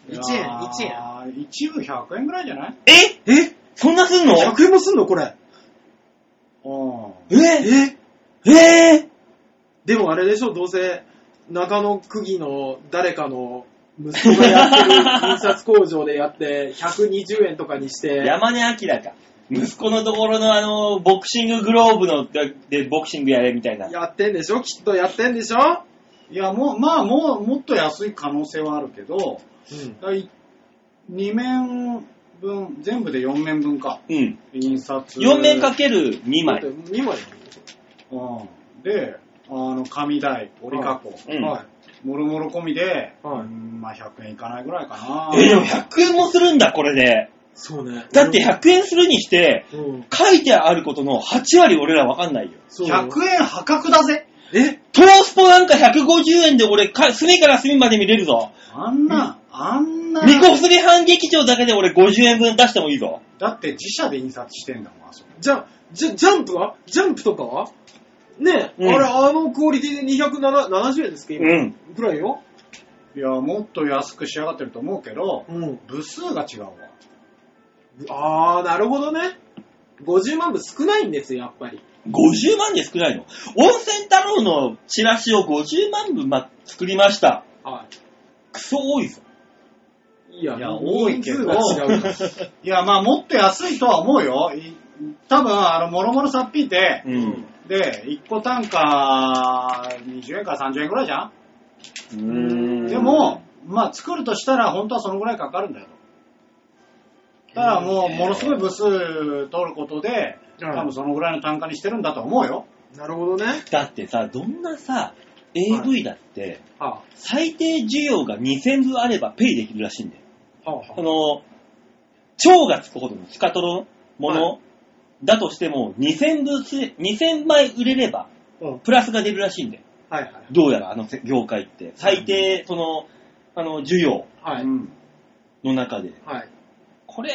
Speaker 3: い。1円、1円。
Speaker 4: 円。一部100円ぐらいじゃない
Speaker 2: え
Speaker 3: え
Speaker 2: そんなすんの
Speaker 3: ?100 円もすんのこれ。
Speaker 4: うん。
Speaker 2: え
Speaker 3: え
Speaker 2: え
Speaker 3: でもあれでしょ、どうせ、中野区議の誰かの息子がやってる印刷工場でやって、120円とかにして、
Speaker 2: 山根明か。息子のところのあの、ボクシンググローブの、で、ボクシングやれみたいな。
Speaker 3: やってんでしょきっとやってんでしょ
Speaker 4: いや、もう、まあ、もう、もっと安い可能性はあるけど、
Speaker 3: うん。
Speaker 4: 2面分、全部で4面分か。
Speaker 2: うん。
Speaker 4: 印刷。
Speaker 2: 4面かける2
Speaker 3: だっ
Speaker 2: 枚
Speaker 3: て。2枚。
Speaker 4: うん。で、あの、紙代、折り加工。
Speaker 2: うん。
Speaker 3: はい。
Speaker 4: もろもろ込みで、
Speaker 3: はい
Speaker 4: うんまあ100円いかないぐらいかな。
Speaker 2: え、でも100円もするんだ、これで。
Speaker 3: そうね。
Speaker 2: だって100円するにして、
Speaker 3: うん。
Speaker 2: 書いてあることの8割俺らわかんないよ。
Speaker 3: そうよ。
Speaker 4: 100円破格だぜ。
Speaker 3: え
Speaker 2: トースポなんか150円で俺か、隅から隅まで見れるぞ。
Speaker 4: あんな、あんな、
Speaker 2: ミコスリ半劇場だけで俺50円分出してもいいぞ。
Speaker 4: だって自社で印刷してんだもん、あそこ。
Speaker 3: じゃ、じゃ、ジャンプはジャンプとかはねえ、
Speaker 2: うん
Speaker 3: あれ、あのクオリティで270円ですか
Speaker 2: う
Speaker 3: 今、
Speaker 2: ん。
Speaker 3: ぐらいよ。
Speaker 4: いや、もっと安く仕上がってると思うけど、
Speaker 3: うん。
Speaker 4: 部数が違うわ。
Speaker 3: あー、なるほどね。50万部少ないんですよ、やっぱり。
Speaker 2: 50万で少ないの温泉太郎のチラシを50万分、ま、作りました。
Speaker 3: は
Speaker 2: クソ多いぞ。
Speaker 3: い。いや、
Speaker 4: いや多いけど
Speaker 3: 人数が違うから。
Speaker 4: いや、まあ、もっと安いとは思うよ。い多分、あの、もろもろさっぴいて、
Speaker 2: うん。
Speaker 4: で、1個単価20円から30円ぐらいじゃん、
Speaker 2: うーん
Speaker 4: で、も、まあ、作るとしたら、本当はそのぐらいかかるんだよ。ただもう、ものすごい部数取ることで、
Speaker 3: うん
Speaker 4: 多分そのぐらいの単価にしてるんだと思うよ。
Speaker 3: なるほどね。
Speaker 2: だってさ、どんなさ、AV だって、
Speaker 3: は
Speaker 2: 最低需要が2000部あればペイできるらしいんだよ。
Speaker 3: あ、は
Speaker 2: その、蝶がつくほどのスカトロのものだとしても、2000部つ、2000枚売れれば、
Speaker 3: あ、うん。
Speaker 2: プラスが出るらしいんだよ。
Speaker 3: はいはい。
Speaker 2: どうやらあの業界って、最低、その、あの、需要
Speaker 3: はい。
Speaker 4: うん
Speaker 2: の中で。
Speaker 3: はい。
Speaker 2: これ、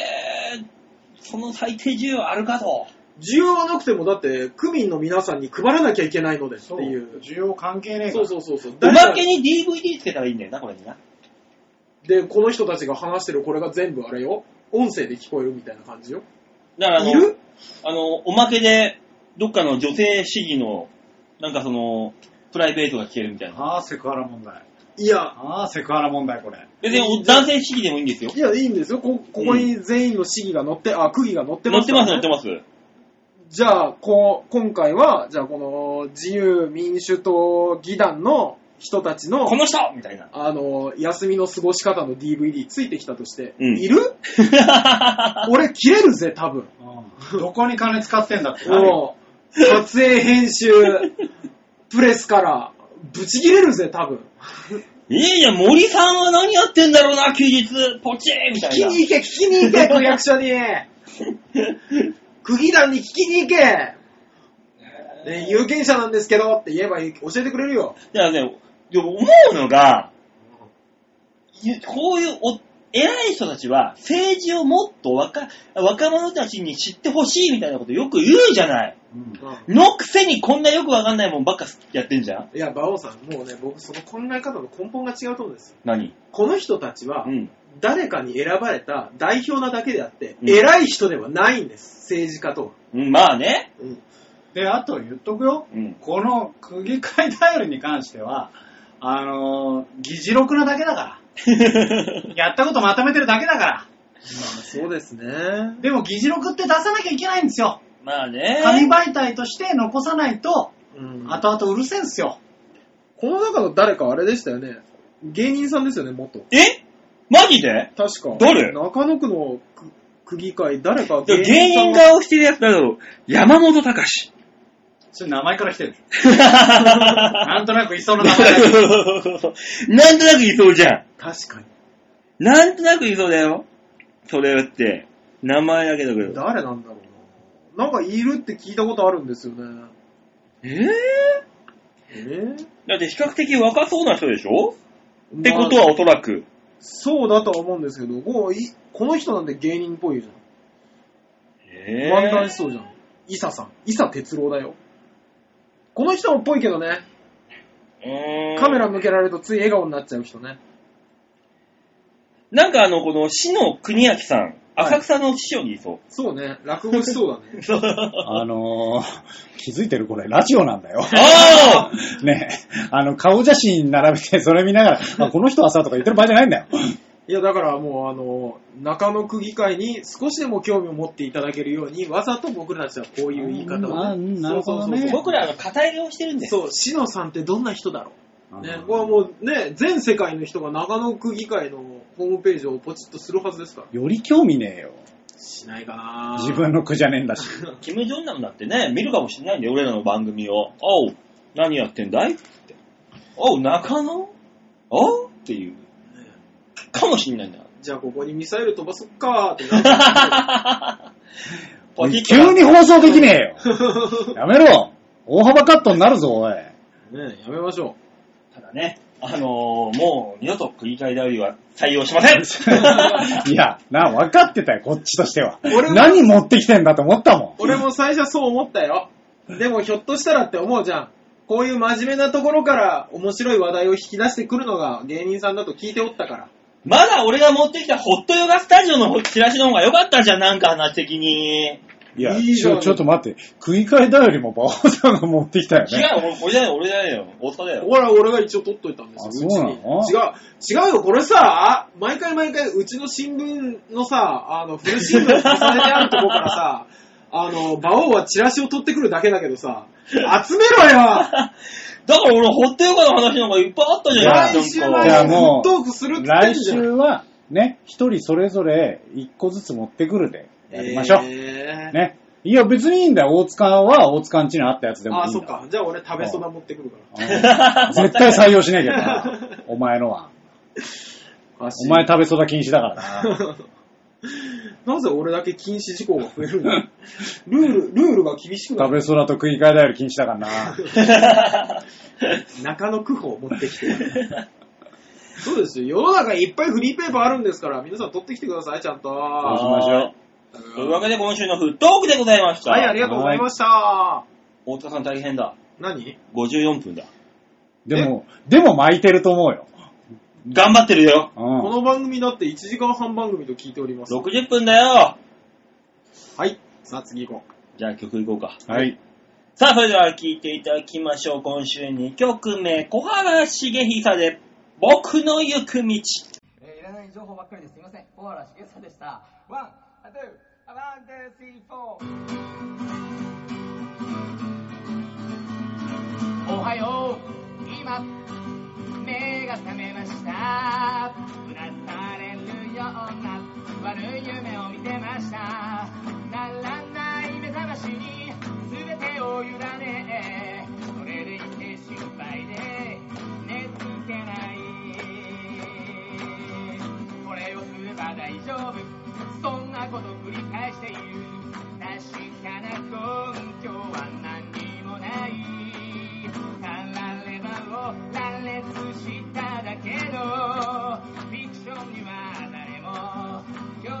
Speaker 2: その最低需要あるかと。
Speaker 3: 需要はなくても、だって、区民の皆さんに配らなきゃいけないのでって
Speaker 4: そう
Speaker 3: い
Speaker 4: いう
Speaker 3: う。
Speaker 4: 需要関係ねえか
Speaker 3: そ
Speaker 4: ら
Speaker 3: うそうそうそう。
Speaker 2: おまけに DVD つけたらいいんだよな、これにな。
Speaker 3: で、この人たちが話してるこれが全部あれよ。音声で聞こえるみたいな感じよ。
Speaker 2: だからあの、
Speaker 3: いる
Speaker 2: あの、おまけで、どっかの女性市議の、なんかその、プライベートが聞けるみたいな。
Speaker 4: ああ、セクハラ問題。
Speaker 3: いや、
Speaker 4: ああ、セクハラ問題、これ。
Speaker 2: 別にお男性市議でもいいんですよ。
Speaker 3: いや、いいんですよ。こ、ここに全員の市議が乗って、あ、区議が乗って
Speaker 2: 乗
Speaker 3: ま
Speaker 2: っ
Speaker 3: す
Speaker 2: て
Speaker 3: から
Speaker 2: ま
Speaker 3: ね、
Speaker 2: す、乗ってます。
Speaker 3: じゃあ、こう、今回は、じゃあこの自由民主党議団の人たちの
Speaker 2: こ、の人みたいな。
Speaker 3: あの、休みの過ごし方の DVD ついてきたとして、
Speaker 2: うん
Speaker 3: いる俺切れるぜ、多分。
Speaker 4: うんどこに金使ってんだってなるよ。
Speaker 3: もう、撮影編集、プレスから、ぶち切れるぜ、多分。
Speaker 2: いやいや、森さんは何やってんだろうな、休日。ポチーみた
Speaker 3: 聞きに
Speaker 2: い
Speaker 3: 行け、聞きに行け、区役所に。 区議団に聞きに行け。ね、有権者なんですけどって言えばいい教えてくれるよ。
Speaker 2: な。いやね、でも思うのが、いやこういうお偉い人たちは政治をもっと若若者たちに知ってほしいみたいなことよく言うじゃない。
Speaker 4: うん
Speaker 2: のくせにこんなよくわかんないもんばっかやってんじゃん。
Speaker 3: いや、馬王さん、もうね、僕、その考え方の根本が違うと思うんですよ。
Speaker 2: 何
Speaker 3: この人たちは
Speaker 2: う、ん。
Speaker 3: 誰かに選ばれた代表なだけであって、
Speaker 2: うん
Speaker 3: 偉い人ではないんです、政治家とは。
Speaker 2: うん、まあね。
Speaker 3: うん
Speaker 4: で、あと言っとくよ。
Speaker 2: うん。
Speaker 4: この区議会ダイヤルに関しては、あのー議事録なだけだから。やったことまとめてるだけだから。
Speaker 3: そうですね。
Speaker 4: でも議事録って出さなきゃいけないんですよ。
Speaker 2: まあね。
Speaker 4: 紙媒体として残さないと、
Speaker 3: うん、あと、
Speaker 4: 後々うるせえんすよ。
Speaker 3: この中の誰かあれでしたよね。芸人さんですよね、元。
Speaker 2: えマジで
Speaker 3: 確か。
Speaker 2: 誰
Speaker 3: 中野区の区区議会、誰か
Speaker 2: 芸
Speaker 3: さ
Speaker 2: 人
Speaker 3: んが
Speaker 2: 顔してるやつだろう。山本隆 史。
Speaker 4: それ名前から来て る。なんとなくいそうな名前だけど
Speaker 2: なんとなくいそうじゃん。
Speaker 3: 確かに。
Speaker 2: なんとなくいそうだよ。それって。名前だけだけど。
Speaker 3: 誰なんだろうな。なんかいるって聞いたことあるんですよね。
Speaker 2: えぇ、
Speaker 3: えー、
Speaker 2: だって比較的若そうな人でしょ、ってこと
Speaker 3: まあ
Speaker 2: はおそらく。
Speaker 3: そうだとは思うんですけど、こういこの人なんで芸人っぽいじゃ
Speaker 2: え
Speaker 3: ん。漫談しそうじゃん。イサさん。イサ哲郎だよ。この人もっぽいけどね。
Speaker 2: うーん
Speaker 3: カメラ向けられるとつい笑顔になっちゃう人ね。
Speaker 2: なんかあの、この、死の国明さん、浅草の師匠にいそう。
Speaker 3: そうね。落語しそうだね。
Speaker 6: あのー、気づいてるこれ、ラジオなんだ よ。
Speaker 2: ああ
Speaker 6: ねえ、あの、顔写真並べて、それ見ながら、あ、この人はさ、とか言ってる場合じゃないんだよ。
Speaker 3: いや、だからもう、あの、中野区議会に少しでも興味を持っていただけるように、わざと僕らたちはこういう言い方
Speaker 6: あ
Speaker 3: を
Speaker 6: う
Speaker 3: ね。
Speaker 6: んなるほどね
Speaker 3: そうそうそう
Speaker 2: 僕ら、あの、肩入れをしてるんです。
Speaker 3: そう、志野さんってどんな人だろう。ね、これはもうね、全世界の人が中野区議会のホームページをポチッとするはずですから。
Speaker 6: より興味ねえよ。
Speaker 3: しないかな
Speaker 6: 自分の句じゃねえんだし。
Speaker 2: キム・ジョンナムだってね、見るかもしれないんだよ、俺らの番組を。おう、何やってんだいって。おう、中野おうっていう。かもしれないん だよ。
Speaker 3: じゃあここにミサイル飛ばそっかーってなって。
Speaker 2: ポチッと
Speaker 6: 急に放送できねえ よ。やめろ。大幅カットになるぞ、おい。
Speaker 3: ねやめましょ
Speaker 2: ただね、あのー、もう二度と繰り返りダウリは採用し ません
Speaker 6: いや、な、分かってたよ、こっちとしては
Speaker 3: 俺。も
Speaker 6: 何持ってきてんだと思ったも
Speaker 3: う。俺も最初はそう思ったよ。でもひょっとしたらって思うじゃん。こういう真面目なところから面白い話題を引き出してくるのが芸人さんだと聞いておったから。
Speaker 2: まだ俺が持ってきたホットヨガスタジオのチラシの方が良かったじゃん、なんか話的に。
Speaker 6: ん。いや、
Speaker 3: いいじ
Speaker 6: ち
Speaker 3: ゃん
Speaker 6: ょ、ちょっと待って。食い替えだよりも馬王さんが持ってきたよ
Speaker 2: 違
Speaker 6: ね。
Speaker 2: う、俺、俺じゃない、俺じゃないよ。大阪だよ。
Speaker 3: ほら、俺が一応取っといたんですよ。
Speaker 6: あそうなの
Speaker 3: うちに違う、違うよ、これさ、毎回毎回、うちの新聞のさ、あの、古新聞に重ねてあるとこからさ、あの、馬王はチラシを取ってくるだけだけどさ、集め ろよ
Speaker 2: だから俺、ホットヨガの話なんかいっぱいあったじゃない
Speaker 3: 来週
Speaker 2: なん
Speaker 3: は
Speaker 6: じ
Speaker 2: か
Speaker 6: ゃ
Speaker 3: フ
Speaker 6: あも
Speaker 3: ッ
Speaker 6: う
Speaker 3: トークするって言ってん
Speaker 6: 来
Speaker 3: じゃん。
Speaker 6: 週は、ね、一人それぞれ一個ずつ持ってくるで、やりましょう。
Speaker 3: えー
Speaker 6: ね。いや、別にいいんだよ。大塚は大塚んちにあったやつでもいいん
Speaker 3: あ、
Speaker 6: だ。
Speaker 3: そっか。じゃあ俺、食べそば持ってくるか
Speaker 6: うん。絶対採用しなきゃ な。お前のは。
Speaker 3: ら。
Speaker 6: お前食べそば禁止だからな。
Speaker 3: なぜ俺だけ禁止事項が増えるん だルール、ルールが厳しくな
Speaker 6: 食
Speaker 3: る。
Speaker 6: べそばと食い替えだより禁止だから な。
Speaker 3: 中野区法を持ってきて。そうですよ。世の中いっぱいフリーペーパーあるんですから、皆さん取ってきてください、ちゃんと。
Speaker 6: 行き
Speaker 3: は
Speaker 6: ましょう。
Speaker 2: というわけで、今週のフットオークでございました。
Speaker 3: い、ありがとうございました。
Speaker 2: 大塚さん大変だ。
Speaker 3: 何
Speaker 2: 54分だ。
Speaker 6: でも、でも巻いてると思うよ。
Speaker 2: 頑張ってるよ。
Speaker 3: こ
Speaker 6: う
Speaker 3: の番組だって1時間半番組と聞いております。
Speaker 2: 60分だよ。
Speaker 3: はい。さあ次行こ
Speaker 2: じゃあ曲いこうか。
Speaker 6: ん。はい。
Speaker 2: さあ、それでは聴いていただきましょう。今週2曲目、小原茂久で、僕の行く道。
Speaker 5: えーいらない情報ばっかりです。すいません。小原茂さんでした。ワン、アトゥー、アワン、ツー、スリー、フォー。おはよう。今、目が覚めました。うなされるような悪い夢を見てました。ならない目覚ましに全てを委ね。それでいて心配で、寝つけない。これをすれば大丈夫そんなこと繰り返している確かな根拠は何にもないたらればを羅列しただけどフィクションには誰も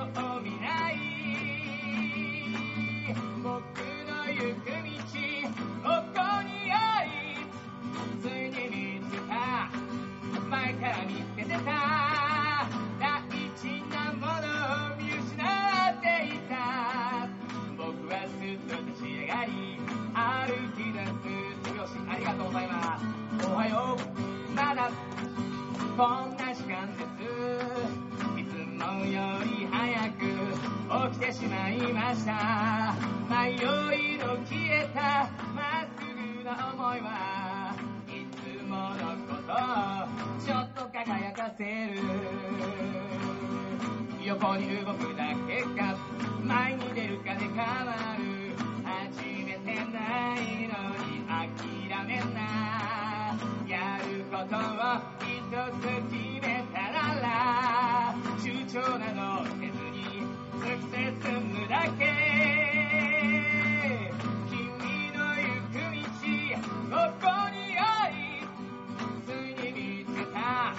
Speaker 5: こんな時間ですいつもより早く起きてしまいました迷いの消えたまっすぐな思いはいつものことをちょっと輝かせる横に動くだけか前に出るかで変わる始めてないのに諦めないやることを一つ決めたなら躊躇などせずに突き進むだけ君の行く道ここにありついに見つけた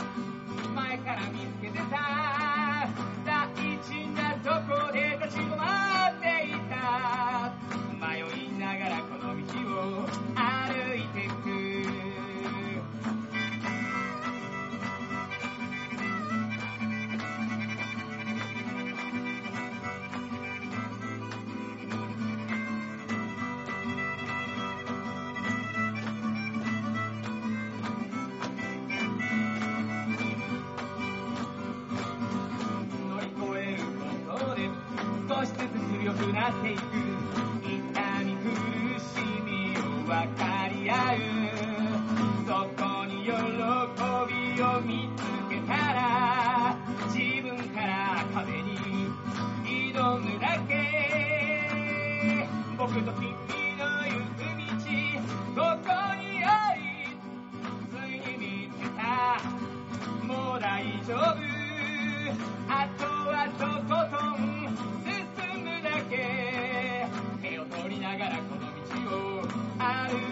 Speaker 5: 前から見つけてた大事なとこで立ち止まっていた迷いながらこの道を歩いてく乗り越えることで少しずつ強くなっていく痛み苦しみを分かり合うそこに喜びを見つけたら自分から壁に挑むだけ僕と君の行く道ここにありついに見つけたもう大丈夫あとはとことん進むだけ手を取りながらこの道を歩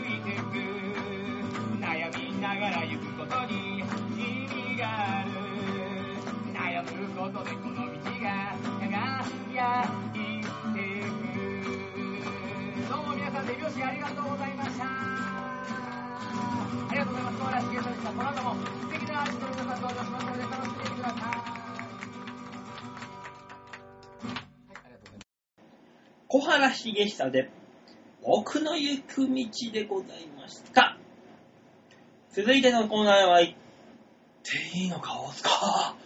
Speaker 5: いてく悩みながら行くことに意味がある悩むことでこの道が輝いてくどうも皆さん手拍子ありがとうございましたありがとうございます。コーラスゲートでした。この後も素敵なアーティストの皆さん登場しますので楽しんでいってください。
Speaker 2: 小原茂久で、僕の行く道でございました。続いてのコーナーは、行っていいのか、大塚。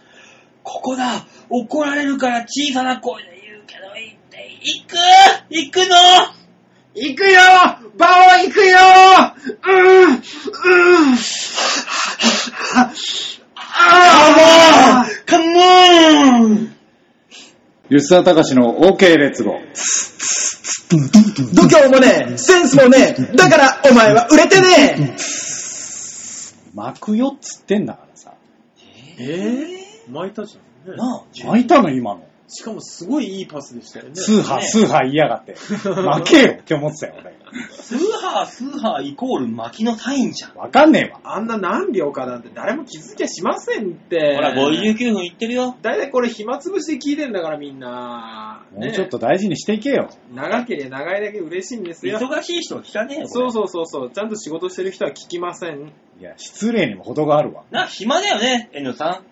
Speaker 2: ここだ怒られるから小さな声で言うけど、行って、行く行くの
Speaker 3: 行くよバオ行くようんうんああ
Speaker 2: カモン
Speaker 4: 吉沢隆の OK レッツゴー。
Speaker 3: 度胸もねえセンスもねえだからお前は売れてね
Speaker 4: 巻くよっつってんだからさ。
Speaker 3: ええー、巻いたじゃん、ね
Speaker 2: なあ、
Speaker 4: 巻いたの今の。
Speaker 3: しかもすごいいいパスでしたよね
Speaker 4: スーハー、スーハー言いや がって。負けよって思ってたよ、俺。
Speaker 2: スーハー、スーハーイコール巻きのサインじゃん。
Speaker 4: わかんねえわ。
Speaker 3: あんな何秒かなんて誰も気づきゃしませんって。
Speaker 2: ほら、59分いってるよ。
Speaker 3: だいたいこれ暇つぶしで聞いてんだからみんな。
Speaker 4: もうちょっと大事にしていけよ。
Speaker 3: ね。長ければ長いだけ嬉しいんですよ。
Speaker 2: 忙しい人は聞かねえよ。こ
Speaker 3: そ
Speaker 2: れ
Speaker 3: うそうそうそう。ちゃんと仕事してる人は聞きません。
Speaker 4: いや、失礼にも程があるわ。
Speaker 2: な、暇だよね、遠慮さん。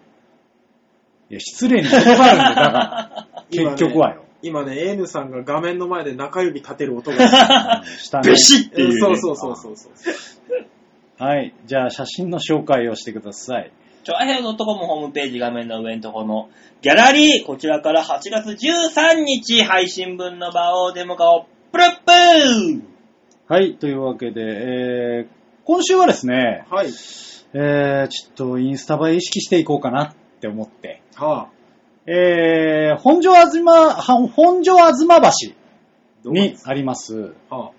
Speaker 4: いや、失礼にも程があるんだよ。だから、
Speaker 3: 今ね
Speaker 4: 結局はよ。
Speaker 3: 今ね、N さんが画面の前で中指立てる 音が。
Speaker 4: 下ね
Speaker 2: ビシッっていう、ね。
Speaker 3: そうそうそうそうそう。
Speaker 4: はい。じゃあ、写真の紹介をしてください。
Speaker 2: ちょあへよ .com ホームページ画面の上のところのギャラリー、こちらから8月13日配信分の場をデモ化をプルップー
Speaker 4: はい。というわけで、えー、今週はですね、
Speaker 3: はい。
Speaker 4: えー、ちょっとインスタ映え意識していこうかなって思って、
Speaker 3: はあ。
Speaker 4: えー、本所あずま、は本所あずま橋
Speaker 3: どう
Speaker 4: に
Speaker 3: です
Speaker 4: あります。
Speaker 3: はあ。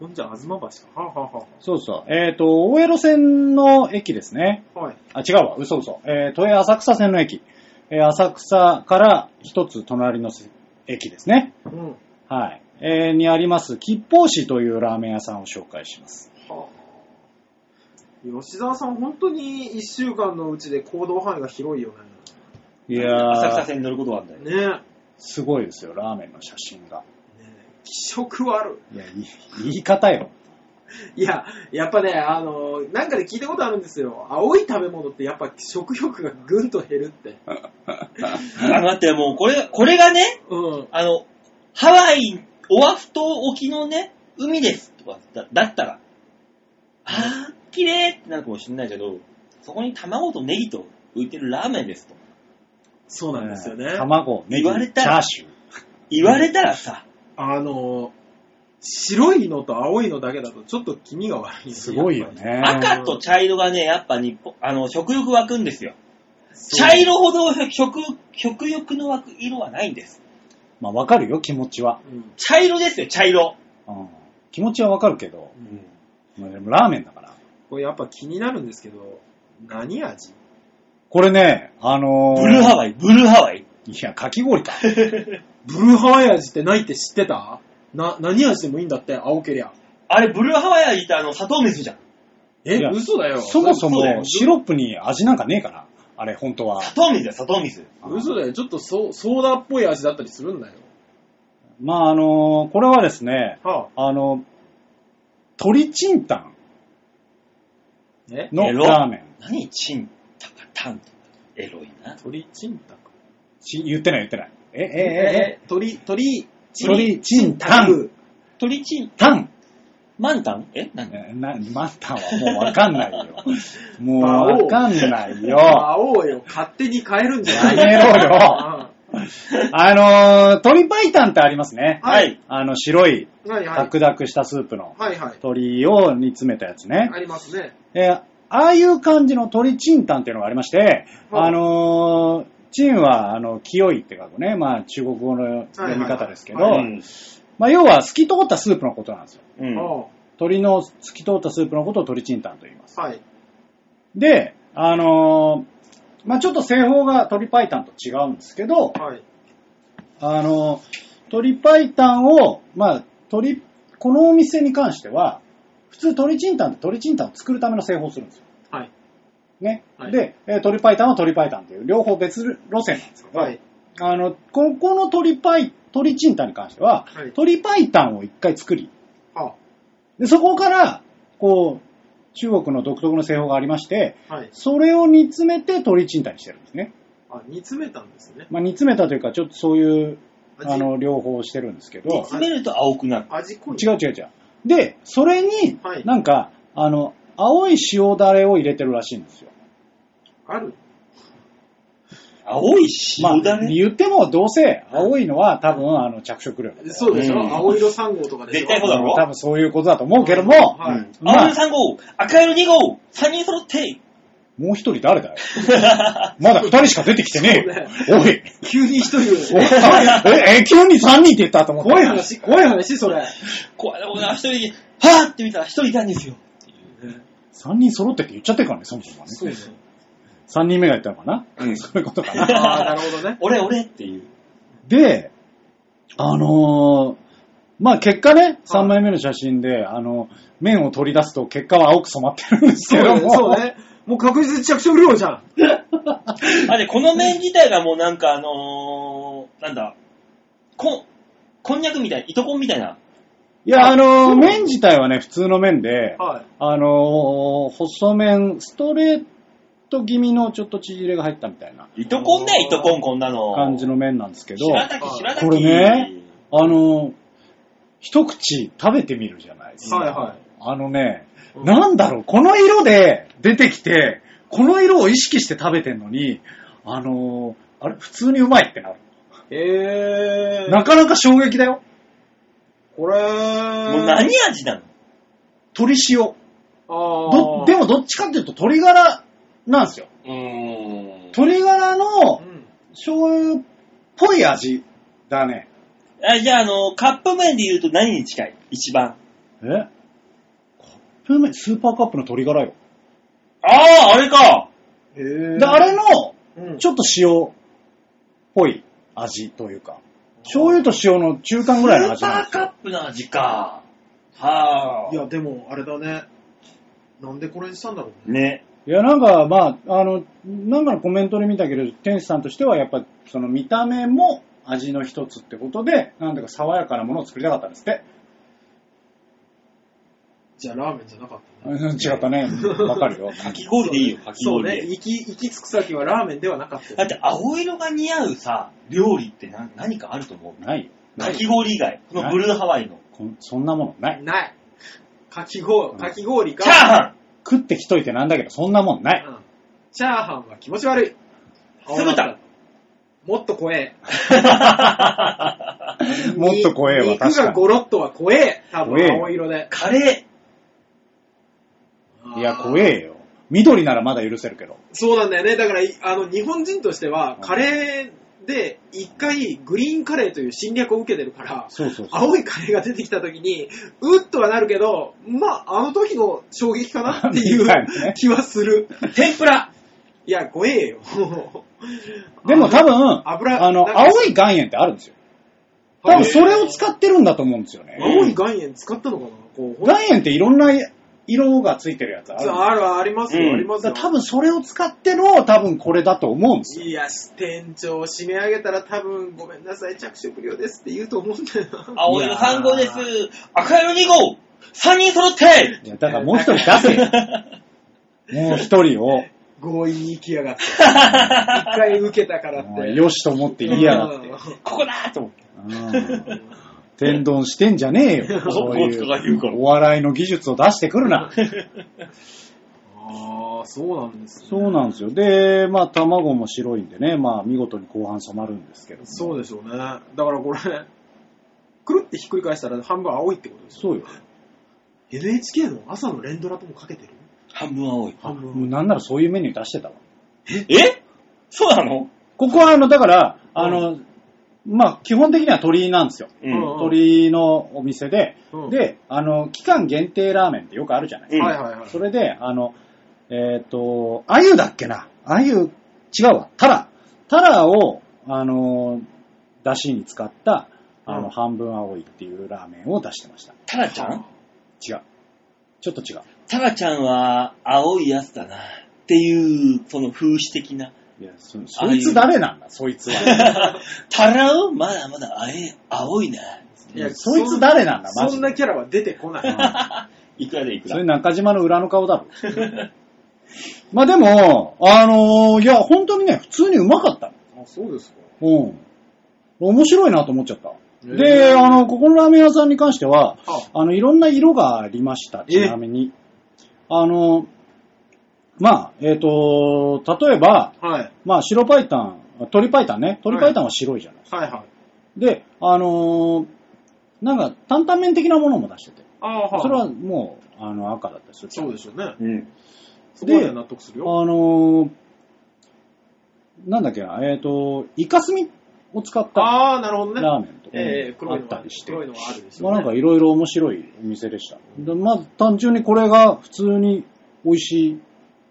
Speaker 3: ほんじゃ、あずま橋か。はあ、はあは
Speaker 4: そうそう。えっ、と、大江戸線の駅ですね。
Speaker 3: あ、はい。
Speaker 4: あ、違うわ。嘘嘘。えー、都営浅草線の駅。えー浅草から一つ隣のせ駅ですね。
Speaker 3: うん。は
Speaker 4: はい。えーにあります、吉報市というラーメン屋さんを紹介します。
Speaker 3: あ。吉沢さん、本当に一週間のうちで行動範囲が広いよ
Speaker 4: いや
Speaker 2: 浅草
Speaker 4: ー、
Speaker 2: 線に乗ることなん だよ
Speaker 3: ね。。ね
Speaker 4: すごいですよ、ラーメンの写真が。
Speaker 3: え。ねえ気色悪
Speaker 4: いや、い言い方よ。
Speaker 3: い。いや、やっぱね、あの、なんかで聞いたことあるんですよ。青い食べ物ってやっぱ食欲がぐんと減るって。
Speaker 2: あの、だってもうこれ、これがね、
Speaker 3: うん。
Speaker 2: あの、ハワイ、オアフ島沖のね、海ですとかだだったら、あー、綺麗ってなるかもしれないけど、そこに卵とネギと浮いてるラーメンですと。
Speaker 3: そうなんですよね。
Speaker 4: 卵、ネギ、チ
Speaker 2: 言われたら
Speaker 4: ャーシュー。
Speaker 2: 言われたらさ、
Speaker 3: あの、白いのと青いのだけだとちょっと気味が悪い、
Speaker 4: すごいよ。ね。
Speaker 2: 赤と茶色がね、やっぱ日本、あの、食欲湧くんですよ。茶色ほど食、食欲の湧く色はないんです。
Speaker 4: まあわかるよ、気持ちは。
Speaker 3: うん
Speaker 2: 茶色ですよ、茶色。
Speaker 4: うん気持ちはわかるけど、まあでもラーメンだから。
Speaker 3: これやっぱ気になるんですけど、何味
Speaker 4: これね、あのー
Speaker 2: ブルーハワイ、ブルーハワイ。
Speaker 4: いや、かき氷か。
Speaker 3: ブルーハワイ味ってないって知ってたな、何味でもいいんだって、青けりゃ。
Speaker 2: あれ、ブルーハワイ味ってあの、砂糖水じゃん。
Speaker 3: え
Speaker 4: いや、
Speaker 3: 嘘だよ。
Speaker 4: そもそ
Speaker 2: そうだよ
Speaker 4: もシロップに味なんかねえから。あれ、本当は。
Speaker 2: 砂糖水だよ、砂糖水。
Speaker 3: 嘘だよ。ちょっとソソーダっぽい味だったりするんだよ。
Speaker 4: まああのーこれはですね、
Speaker 3: はあ、
Speaker 4: あの、鶏チンタン
Speaker 3: え
Speaker 4: の
Speaker 2: エロ
Speaker 4: ラーメン。
Speaker 2: 何チン、タカタンとか。エロいな。
Speaker 3: 鳥チンタク。
Speaker 4: ち言ってない言ってない。え、え、え、え、
Speaker 3: 鳥、鳥、
Speaker 4: 鶏チンタン。
Speaker 2: 鳥チン、
Speaker 4: タン
Speaker 2: マンタンえ何
Speaker 4: えな、マスターはもうわかんない よ。もう
Speaker 3: 馬王
Speaker 4: わかんないよ。
Speaker 3: あ、青よ。勝手に変えるんじゃ ない
Speaker 4: やめろ
Speaker 3: よ。
Speaker 4: あのー、鶏白湯ってありますね。
Speaker 3: はい。
Speaker 4: あの、白い、
Speaker 3: 何は
Speaker 4: ダ
Speaker 3: い。
Speaker 4: クダクしたスープの
Speaker 3: はいはい。
Speaker 4: 鶏を煮詰めたやつね。
Speaker 3: ありますね。
Speaker 4: えーああいう感じの鶏チンタンっていうのがありまして、
Speaker 3: はい
Speaker 4: あのー、チンは、あの、清いって書くね。まあ、中国語の読み方ですけど、
Speaker 3: はいは
Speaker 2: うん。
Speaker 4: まあ、要は透き通ったスープのことなんですよ。
Speaker 2: うん。
Speaker 3: あ
Speaker 4: 鶏の透き通ったスープのことを鶏チンタンと言います。
Speaker 3: あはい。
Speaker 4: で、あのーまあ、ちょっと製法が鶏白湯と違うんですけど、
Speaker 3: はい。
Speaker 4: あのー、鶏白湯を、まあ、鶏、このお店に関しては、普通鶏チンタンって鶏チンタンを作るための製法をするんですよ。
Speaker 3: はい。
Speaker 4: ね。
Speaker 3: はい
Speaker 4: で、えー鶏白湯は鶏白湯っていう、両方別路線なんですけど、
Speaker 3: はい。
Speaker 4: あの、ここの鶏白、鶏チンタンに関しては、
Speaker 3: はい
Speaker 4: 鶏白湯を一回作り、
Speaker 3: は
Speaker 4: で、そこから、こう、中国の独特の製法がありまして、
Speaker 3: あはい。
Speaker 4: それを煮詰めて鶏賃貸にしてるんですね。
Speaker 3: あ、煮詰めたんですね。
Speaker 4: まあ、煮詰めたというか、ちょっとそういう、
Speaker 3: 味
Speaker 4: あの、両方をしてるんですけど、
Speaker 2: 詰めると青くなる。
Speaker 3: 味濃い。
Speaker 4: 違う違う違う。で、それに
Speaker 3: はい、
Speaker 4: なんか、あの、青い塩だれを入れてるらしいんですよ。
Speaker 3: ある
Speaker 2: 青い
Speaker 4: まあ
Speaker 2: 塩だ、ね。
Speaker 4: 言ってもどうせ青いのは多分あの着色料。
Speaker 3: そうでしょ、
Speaker 2: うん
Speaker 3: 青色3号とかでしょ
Speaker 2: 絶対そうだろ
Speaker 4: 多分そういうことだと思うけども、
Speaker 3: はい
Speaker 2: うん
Speaker 4: まあ
Speaker 2: 青色3号、赤色2号、3人揃って、
Speaker 4: もう一人誰だ よ。まだ二人しか出てきてねえよ。おい。
Speaker 3: 急に一人
Speaker 4: おい
Speaker 3: で。
Speaker 4: え、え、急に三人って言ったと思った。
Speaker 3: 怖い話 怖い話それ。
Speaker 2: 怖いな、俺は一人、はぁって見たら一人いたんですよ。
Speaker 4: 三人揃ってって言っちゃってるからね、そもそもはね。
Speaker 3: そうね。
Speaker 4: 三人目が言ったのかな、
Speaker 2: うん
Speaker 4: そういうことかな。
Speaker 3: ああ、なるほどね。
Speaker 2: 俺、俺っていう。
Speaker 4: で、あのーまあ結果ね、三枚目の写真で、あの、面を取り出すと結果は青く染まってるんです
Speaker 3: そう
Speaker 4: けど
Speaker 3: ね。
Speaker 4: も、
Speaker 3: そうね。もう確実に着色料じゃん。
Speaker 2: あ、で、この麺自体がもうなんかあのー、なんだ、こん、こんにゃくみたい、糸こんみたいな。
Speaker 4: いや、あのー面自体はね、普通の面で、
Speaker 3: はい。
Speaker 4: あのー細麺、ストレート気味のちょっと縮れが入ったみたいな
Speaker 2: 糸こんだよ、糸こん、こんなの。
Speaker 4: 感じの麺なんですけど、
Speaker 2: 白滝、白滝。
Speaker 4: これねあのー一口食べてみるじゃないですか。
Speaker 3: はいはい。
Speaker 4: あのね、
Speaker 3: うん
Speaker 4: なんだろう、この色で出てきて、この色を意識して食べてんのに、あのーあれ普通にうまいってなる。
Speaker 3: えー。
Speaker 4: なかなか衝撃だよ。
Speaker 3: これ
Speaker 2: もう何味なの
Speaker 4: 鶏塩。
Speaker 3: あー
Speaker 4: どでもどっちかっていうと鶏ガラなんですよ。
Speaker 2: うーん。
Speaker 4: 鶏ガラの
Speaker 3: うん
Speaker 4: 醤油っぽい味だね。
Speaker 2: あじゃあ、あの、カップ麺で言うと何に近い一番。
Speaker 4: えカップ麺スーパーカップの鶏ガラよ。
Speaker 2: ああ、あれか。
Speaker 3: へー
Speaker 4: で、あれの
Speaker 3: うん
Speaker 4: ちょっと塩っぽい味というか、醤油と塩の中間ぐらいの味
Speaker 2: スー
Speaker 4: な
Speaker 2: パー
Speaker 4: んですよ
Speaker 2: カップの味か。はあ。
Speaker 3: いや、でも、あれだね。なんでこれにしたんだろうね。
Speaker 2: ね。
Speaker 4: いや、なんか、まあ、あの、なんかのコメントで見たけど、天使さんとしては、やっぱ、その見た目も味の一つってことで、なんだか爽やかなものを作りたかったんですって。
Speaker 3: じゃあ、ラーメンじゃなかったね。
Speaker 4: うん違った ね。わかるよ。
Speaker 2: かき氷でいいよ、かき
Speaker 3: そう
Speaker 2: 氷
Speaker 3: ね。
Speaker 2: で。
Speaker 3: 行き、行き着く先はラーメンではなかったよ。
Speaker 2: だって、青色が似合うさ、料理って何何かあると思う
Speaker 4: ないよ。
Speaker 2: かき氷以外。このブルーハワイの。
Speaker 4: こんそんなものない。
Speaker 3: ない。かき氷、かき氷か。
Speaker 2: チャーハン
Speaker 4: 食ってきといてなんだけど、そんなもんない。
Speaker 3: うんチャーハンは気持ち悪い。
Speaker 2: 酢豚
Speaker 3: もっと怖え。
Speaker 4: もっと怖えわ、
Speaker 3: に肉
Speaker 4: 確
Speaker 3: が
Speaker 4: か
Speaker 3: ゴロッとは怖え。多
Speaker 4: 怖え
Speaker 3: 分
Speaker 4: よ
Speaker 3: 青色で。
Speaker 2: カレ
Speaker 4: に。いや、怖えよ。緑ならまだ許せるけど。
Speaker 3: そうなんだよね。だから、いあの、日本人としては、カレーで、一回、グリーンカレーという侵略を受けてるから、
Speaker 4: そうそうそう。
Speaker 3: 青いカレーが出てきた時に、うっとはなるけど、まあ、あの時の衝撃かなってい
Speaker 4: みたいなね
Speaker 3: う気はする。
Speaker 2: ー、天ぷら、
Speaker 3: いや、怖えよ。
Speaker 4: でも多分、
Speaker 3: 油
Speaker 4: あの、
Speaker 3: なんか
Speaker 4: 青い岩塩ってあるんですよ。多分それを使ってるんだと思うんですよね。
Speaker 3: 青い岩塩使ったのかなこう、
Speaker 4: 岩塩っていろんな色がついてるやつあるんですよ
Speaker 3: あるありますよ、
Speaker 2: うん
Speaker 3: ありますよ。
Speaker 4: 多分それを使っての多分これだと思うんですよ。
Speaker 3: いや、店長締め上げたら多分、ごめんなさい、着色料ですって言うと思うんだよな。
Speaker 2: 青色3号です、赤色2号、3人揃って
Speaker 4: いや、だからもう一人出 せ。もう一人を、
Speaker 3: 強引に行きやが って。一回受けたからって。
Speaker 4: もうよしと思って言いやがって。
Speaker 2: ここだーと思って。
Speaker 4: うん天丼してんじゃねえ よ。そうい
Speaker 2: 大塚が言うから
Speaker 4: うお笑いの技術を出してくる
Speaker 3: あ
Speaker 4: な。
Speaker 3: あ、そうなんです、
Speaker 4: そうなんですよ。で、まあ卵も白いんでね、まあ見事に後半染まるんですけど。
Speaker 3: そうでしょうね。だからこれ、くるってひっくり返したら半分青いってことですよ。
Speaker 4: そうよ。
Speaker 3: NHK の朝の連ドラともかけてる
Speaker 2: 半分青い。
Speaker 3: 半
Speaker 4: もう
Speaker 3: 分。
Speaker 4: なんならそういうメニュー出してたわ。
Speaker 2: えそうなの
Speaker 4: ここはあの、だから、あの、まあ基本的には鳥居なんですよ。
Speaker 2: うん。
Speaker 4: 鳥居のお店で、
Speaker 3: うん
Speaker 4: で、あの、期間限定ラーメンってよくあるじゃない
Speaker 2: うん
Speaker 3: はいはいはい。
Speaker 4: それで、あの、えっ、と、アユだっけなアユ、違うわ、タラ。タラを、あの、だしに使った、あの、
Speaker 3: うん
Speaker 4: 半分青いっていうラーメンを出してました。
Speaker 2: タラちゃん
Speaker 4: 違う。ちょっと違う。
Speaker 2: タラちゃんは青いやつだな。っていう、その風刺的な。
Speaker 4: いや、そそいつ誰なんだ、そいつは。
Speaker 2: タラをまだまだあえ青いな。
Speaker 3: いや
Speaker 4: そいつ誰なんだ、マ
Speaker 3: そ
Speaker 4: ジ
Speaker 3: ん
Speaker 4: で。
Speaker 3: なキャラは出てこない。
Speaker 2: いくらでいく
Speaker 4: それ中島の裏の顔だろ。まあでも、あのいや、本当にね、普通にうまかったの。
Speaker 3: あ、そうですか。
Speaker 4: うん。面白いなと思っちゃった。
Speaker 3: ー
Speaker 4: で、あの、ここのラーメン屋さんに関しては、
Speaker 3: あ
Speaker 4: あの、いろんな色がありました、
Speaker 3: え
Speaker 4: ちなみに。あの、まあ、えっ、と、例えば、
Speaker 3: はい。
Speaker 4: まあ、白パイタン、鳥パイタンね、鳥パイタンは白いじゃないですか。
Speaker 3: はいはい。
Speaker 4: で、あのーなんか、担々麺的なものも出してて、
Speaker 3: ああ、はい。
Speaker 4: それはもう、あの、赤だったりする。
Speaker 3: そうでしょうね。
Speaker 2: うん。
Speaker 3: そこまでは納得するよ。
Speaker 4: あのーなんだっけな、えっ、と、イカスミを使った
Speaker 3: ああ、なるほどね。
Speaker 4: ラーメンとか
Speaker 3: ええ
Speaker 4: あ
Speaker 3: 黒い
Speaker 4: っ
Speaker 3: のは
Speaker 4: たりして。
Speaker 3: 黒いのはあるでし
Speaker 4: ま
Speaker 3: ょ
Speaker 4: あ
Speaker 3: う、ね。
Speaker 4: なんかいろいろ面白いお店でした。でまあ単純にこれが普通に美味しい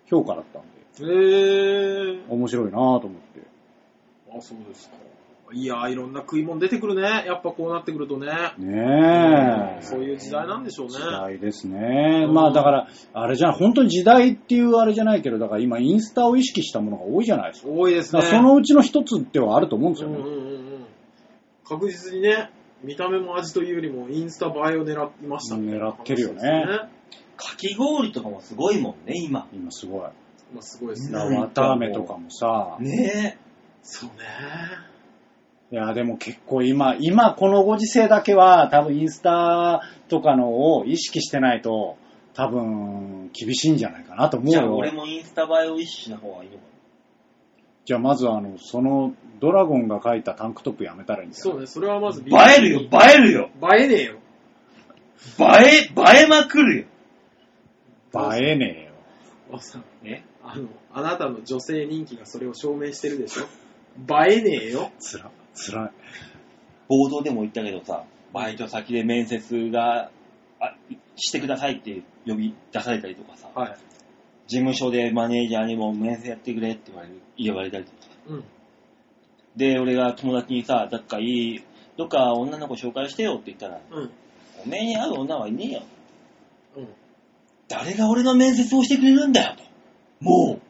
Speaker 4: 評価だったんで、
Speaker 3: へえ
Speaker 4: 面白いなぁと思って。
Speaker 3: あ、そうですか。いやー、いろんな食い物出てくるね。やっぱこうなってくるとね。
Speaker 4: ねえ。
Speaker 3: そういう時代なんでしょうね。
Speaker 4: 時代ですね。
Speaker 3: うん
Speaker 4: まあだから、あれじゃない、本当に時代っていうあれじゃないけど、だから今インスタを意識したものが多いじゃないですか。
Speaker 3: 多いです
Speaker 4: だ
Speaker 3: ね。
Speaker 4: からそのうちの一つではあると思うんです
Speaker 3: うん
Speaker 4: よね。
Speaker 3: うんうんうん。確実にね、見た目も味というよりもインスタ映えを狙ってましたね。
Speaker 4: 狙ってるよね
Speaker 2: かき氷とかもすごいもんね、今。
Speaker 4: 今すごい。
Speaker 3: まあ、すごいですね。
Speaker 2: うん
Speaker 4: わたあめとかもさ、
Speaker 2: ね
Speaker 3: そうね。
Speaker 4: いや、でも結構今、今このご時世だけは、多分インスタとかのを意識してないと、多分厳しいんじゃないかなと
Speaker 2: え。
Speaker 4: 思う
Speaker 2: じゃあ
Speaker 4: よ
Speaker 2: 俺もインスタ映えを意識しな方がいいのか
Speaker 4: じゃあまずあの、そのドラゴンが描いたタンクトップやめたらいいんじゃ
Speaker 3: そう
Speaker 4: ない
Speaker 3: ね、それはまず
Speaker 2: な。映えるよ、映えるよ。
Speaker 3: 映えねえよ。
Speaker 2: 映え、映えまくるよ。
Speaker 4: 映えねえよ。
Speaker 3: おっさん
Speaker 2: ね。
Speaker 3: あの、あなたの女性人気がそれを証明してるでしょ。映えねえよ。
Speaker 4: つら、つらい。
Speaker 2: 冒頭でも言ったけどさ、バイト先で面接が、あしてくださいって呼び出されたりとかさ、
Speaker 3: はい。
Speaker 2: 事務所でマネージャーにも面接やってくれって言われる言われたりとかさ。
Speaker 3: うん。
Speaker 2: で、俺が友達にさ、どっかいい、どっか女の子紹介してよって言ったら、
Speaker 3: うん。
Speaker 2: おめえに会う女はいねえよ。
Speaker 3: うん。
Speaker 2: 誰が俺の面接をしてくれるんだよと。もう、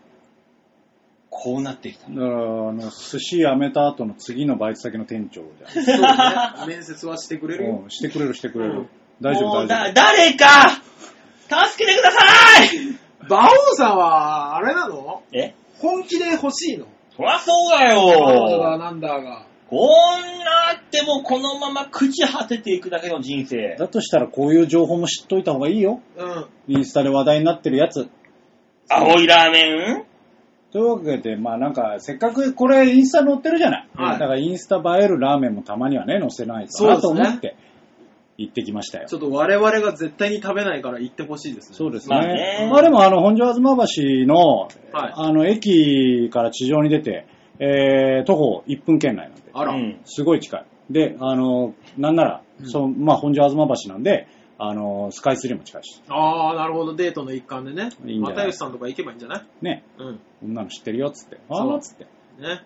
Speaker 2: こうなってきた。
Speaker 4: だから、あの、寿司やめた後の次のバイト先の店長じゃん。
Speaker 3: そう ね。面接はしてくれるよ。
Speaker 4: うん、してくれるしてくれ
Speaker 3: う
Speaker 4: る
Speaker 3: ん。
Speaker 4: 大丈
Speaker 2: も
Speaker 4: 夫
Speaker 2: う
Speaker 4: 大
Speaker 2: だ、
Speaker 4: 丈
Speaker 2: 誰か、助けてください
Speaker 3: バオさんは、あれなの
Speaker 2: え
Speaker 3: 本気で欲しいの
Speaker 2: そりゃそうだ
Speaker 3: 彼女だ
Speaker 2: よ
Speaker 3: なんだが。
Speaker 2: こんなあってもこのまま朽ち果てていくだけの人生
Speaker 4: 夫。。だとしたらこういう情報も知っといた方がいいよ。
Speaker 3: うん。
Speaker 4: インスタで話題になってるやつ。
Speaker 2: 青いラーメン
Speaker 6: というわけで、まあなんか、せっかくこれインスタ載ってるじゃない。
Speaker 3: はい
Speaker 6: だからインスタ映えるラーメンもたまにはね、載せないと
Speaker 3: そう
Speaker 6: な
Speaker 3: です
Speaker 6: と
Speaker 3: ね
Speaker 6: 思って、行ってきましたよ。
Speaker 3: ちょっと我々が絶対に食べないから行ってほしいですね。
Speaker 6: そうです
Speaker 2: まあね
Speaker 6: ね。まあでもあの、本庄東橋の、
Speaker 3: はい
Speaker 6: あの、駅から地上に出て、えー、徒歩1分圏内なんで、
Speaker 3: あら、
Speaker 2: うん
Speaker 6: すごい近い。で、あの、なんなら、
Speaker 3: うん
Speaker 6: そうまあ本庄東橋なんで、あの、スカイツリーも近いし、
Speaker 3: ああ、なるほど、デートの一環でね。
Speaker 6: いいんじゃない
Speaker 3: 又吉さんとか行けばいいんじゃない
Speaker 6: ね、
Speaker 3: うん。
Speaker 6: こんなの知ってるよっつって、
Speaker 3: そう
Speaker 6: ああっつって。
Speaker 3: ね。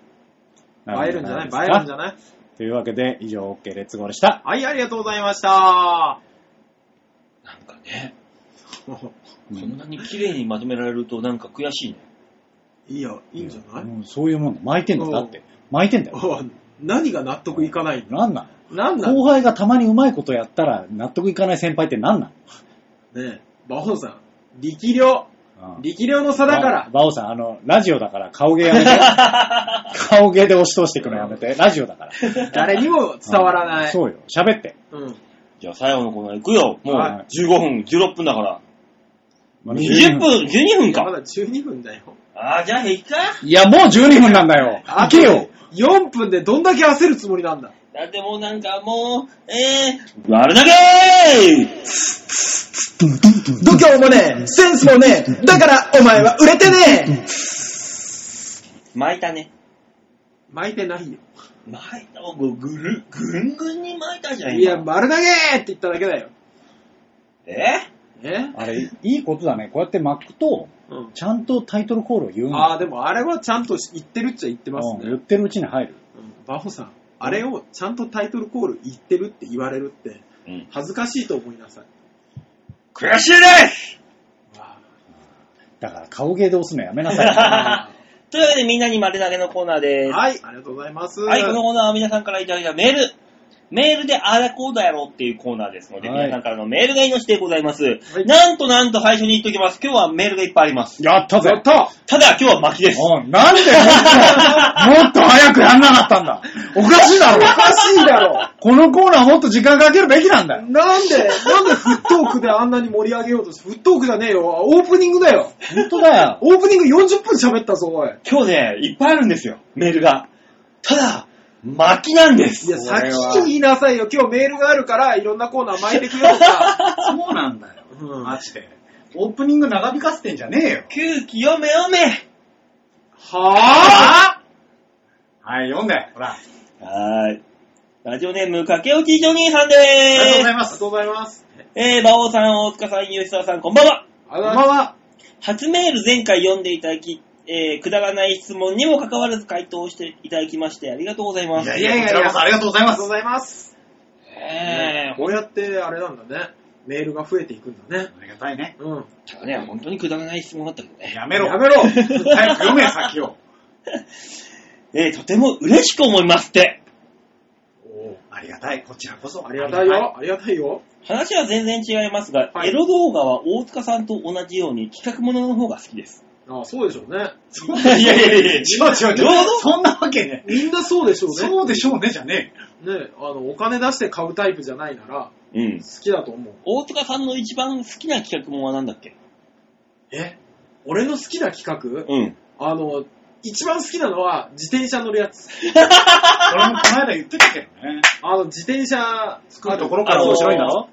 Speaker 3: 映えるんじゃない映えるんじゃ
Speaker 6: い
Speaker 3: ない
Speaker 6: というわけで、以上、OK レッツゴーでした。
Speaker 3: はい、ありがとうございました。
Speaker 2: なんかね、
Speaker 6: う
Speaker 2: こ
Speaker 6: ん
Speaker 2: んなに綺麗にまとめられるとなんか悔しいね。
Speaker 3: いいよ、いいんじゃない、
Speaker 6: もうそういうもんだ。巻いてんだよ。だって。巻いてんだよ。
Speaker 3: おい何が納得いかないの
Speaker 6: なんなん
Speaker 3: 何なの
Speaker 6: 後輩がたまにうまいことやったら納得いかない先輩ってなんなん
Speaker 3: ねえ、馬王さん、力量、力量の差だから、
Speaker 6: バオさん、あの、ラジオだから顔芸やめて。 顔芸で押し通していくのやめて。ラジオだから。
Speaker 3: 誰にも 伝わらない。
Speaker 6: そうよ。喋って。
Speaker 3: うん。
Speaker 2: じゃあ最後のコーナー行くよ。もう
Speaker 6: は
Speaker 2: 15分、16分だから。
Speaker 6: まあ
Speaker 2: 20分、12分
Speaker 3: ま
Speaker 2: か。
Speaker 3: だ12分だよ。
Speaker 2: あー、じゃあ平気か
Speaker 6: いや、もう12分なんだよ。行けよ。
Speaker 3: 4分でどんだけ焦るつもりなんだ。
Speaker 2: だってもうなんかもう、えー、悪だけー
Speaker 3: 度胸もねえ、センスもねえ、だからお前は売れてねえ。
Speaker 2: 巻いたね。
Speaker 3: 巻いてないよ。
Speaker 2: 巻いた。ぐぐる、ぐんぐんに巻いたじゃん。
Speaker 3: いや、
Speaker 2: 今
Speaker 3: 丸投げーって言っただけだよ。
Speaker 2: え
Speaker 3: え
Speaker 6: あれ、いいことだね。こうやって巻くと、
Speaker 3: うん。
Speaker 6: ちゃんとタイトルコールを言うんだ
Speaker 3: ああ、でもあれはちゃんと言ってるっちゃ言ってます
Speaker 6: うん言っ
Speaker 3: ね。
Speaker 6: てるうちに入る。
Speaker 3: うん馬ホさん、あれをちゃんとタイトルコール言ってるって言われるって、
Speaker 2: うん。
Speaker 3: 恥ずかしいと思いな さい。
Speaker 2: 悔しいです
Speaker 6: だから顔芸で押すのやめなさい。
Speaker 2: というわけでみんなに丸投げのコーナーです。
Speaker 3: はい、ありがとうございます。
Speaker 2: はい、このコーナーは皆さんからいただいたメール。メールであれこうだやろうっていうコーナーですので、
Speaker 6: はい
Speaker 2: 皆さんからのメールが命でございます。
Speaker 3: い
Speaker 2: なんとなんと最初に言っときます。今日はメールがいっぱいあり ます。
Speaker 6: やったぜ。
Speaker 3: やった
Speaker 2: ただ、今日は巻きです。
Speaker 6: おいなんでもっと、もっと早くやんなかったんだ。おかしいだろ。おかしいだろ。このコーナーもっと時間かけるべきなんだよ。
Speaker 3: なんで、なんでフットークであんなに盛り上げようとして、フットークじゃねえよ、オープニングだよ。
Speaker 6: 本当だよ。
Speaker 3: オープニング40分喋ったぞ、おい。
Speaker 2: 今日ね、いっぱいあるんですよ、メールが。ただ、巻きなんで
Speaker 3: い
Speaker 2: す。
Speaker 3: や、先に言いなさいよ、今日メールがあるから、いろんなコーナー巻いてくれと か。
Speaker 4: そうなんだよ。
Speaker 3: うん
Speaker 4: マジで。オープニング長引かせてんじゃねえよ。
Speaker 2: 空気読め読め
Speaker 3: はぁ
Speaker 4: はい、読んで。ほら。あ
Speaker 2: はーい。ラジオネーム、かけおちジョニーさんで
Speaker 4: りがとうござ
Speaker 2: ー
Speaker 4: い
Speaker 2: す。
Speaker 4: ます。ありがとうございます。
Speaker 2: えー、馬王さん、大塚さん、吉沢さん、こんばんは。
Speaker 3: あ
Speaker 4: こんばん
Speaker 3: の
Speaker 4: は。
Speaker 2: 初メール前回読んでいただき、えー、くだらない質問にもかかわらず回答していただきまして、ありがとうございま
Speaker 4: い
Speaker 2: す。
Speaker 4: やいやいやいや、こちらこそありがとうござい
Speaker 3: あり
Speaker 4: ま
Speaker 3: が
Speaker 4: す
Speaker 3: とう。ございます。
Speaker 2: えー、
Speaker 3: こうやって、あれなんだね、メールが増えていくんだね。
Speaker 4: ありがたいね。
Speaker 3: うん。
Speaker 2: ただね、本当にくだらない質問だったけどね。
Speaker 4: やめろ。
Speaker 3: やめろ
Speaker 4: 早く読め、先を。
Speaker 2: えー、とても嬉しく思いますって。
Speaker 4: ありがたい。こちらこそ。
Speaker 3: ありがたい。よ、ありがたいよ。
Speaker 2: 話は全然違いますが、
Speaker 3: はい
Speaker 2: エロ動画は大塚さんと同じように企画ものの方が好きです。
Speaker 3: ああ、そうでしょうね。
Speaker 4: いやいやいやいや、違う違う
Speaker 2: どう
Speaker 4: 違う。そんなわけね。
Speaker 3: みんなそうでしょうね。
Speaker 4: そうでしょうね、じゃねえよ。
Speaker 3: ね、あの、お金出して買うタイプじゃないなら、
Speaker 2: うん。
Speaker 3: 好きだと思う。
Speaker 2: 大塚さんの一番好きな企画ものはなんだっけ
Speaker 3: え俺の好きな企画
Speaker 2: うん。
Speaker 3: あの、一番好きなのは自転車乗るやつ。
Speaker 4: 俺もこの間言ってたけどね。
Speaker 3: あの、自転車
Speaker 4: 作るとこ
Speaker 3: ろ
Speaker 4: ろから面白いんだろ。
Speaker 2: は、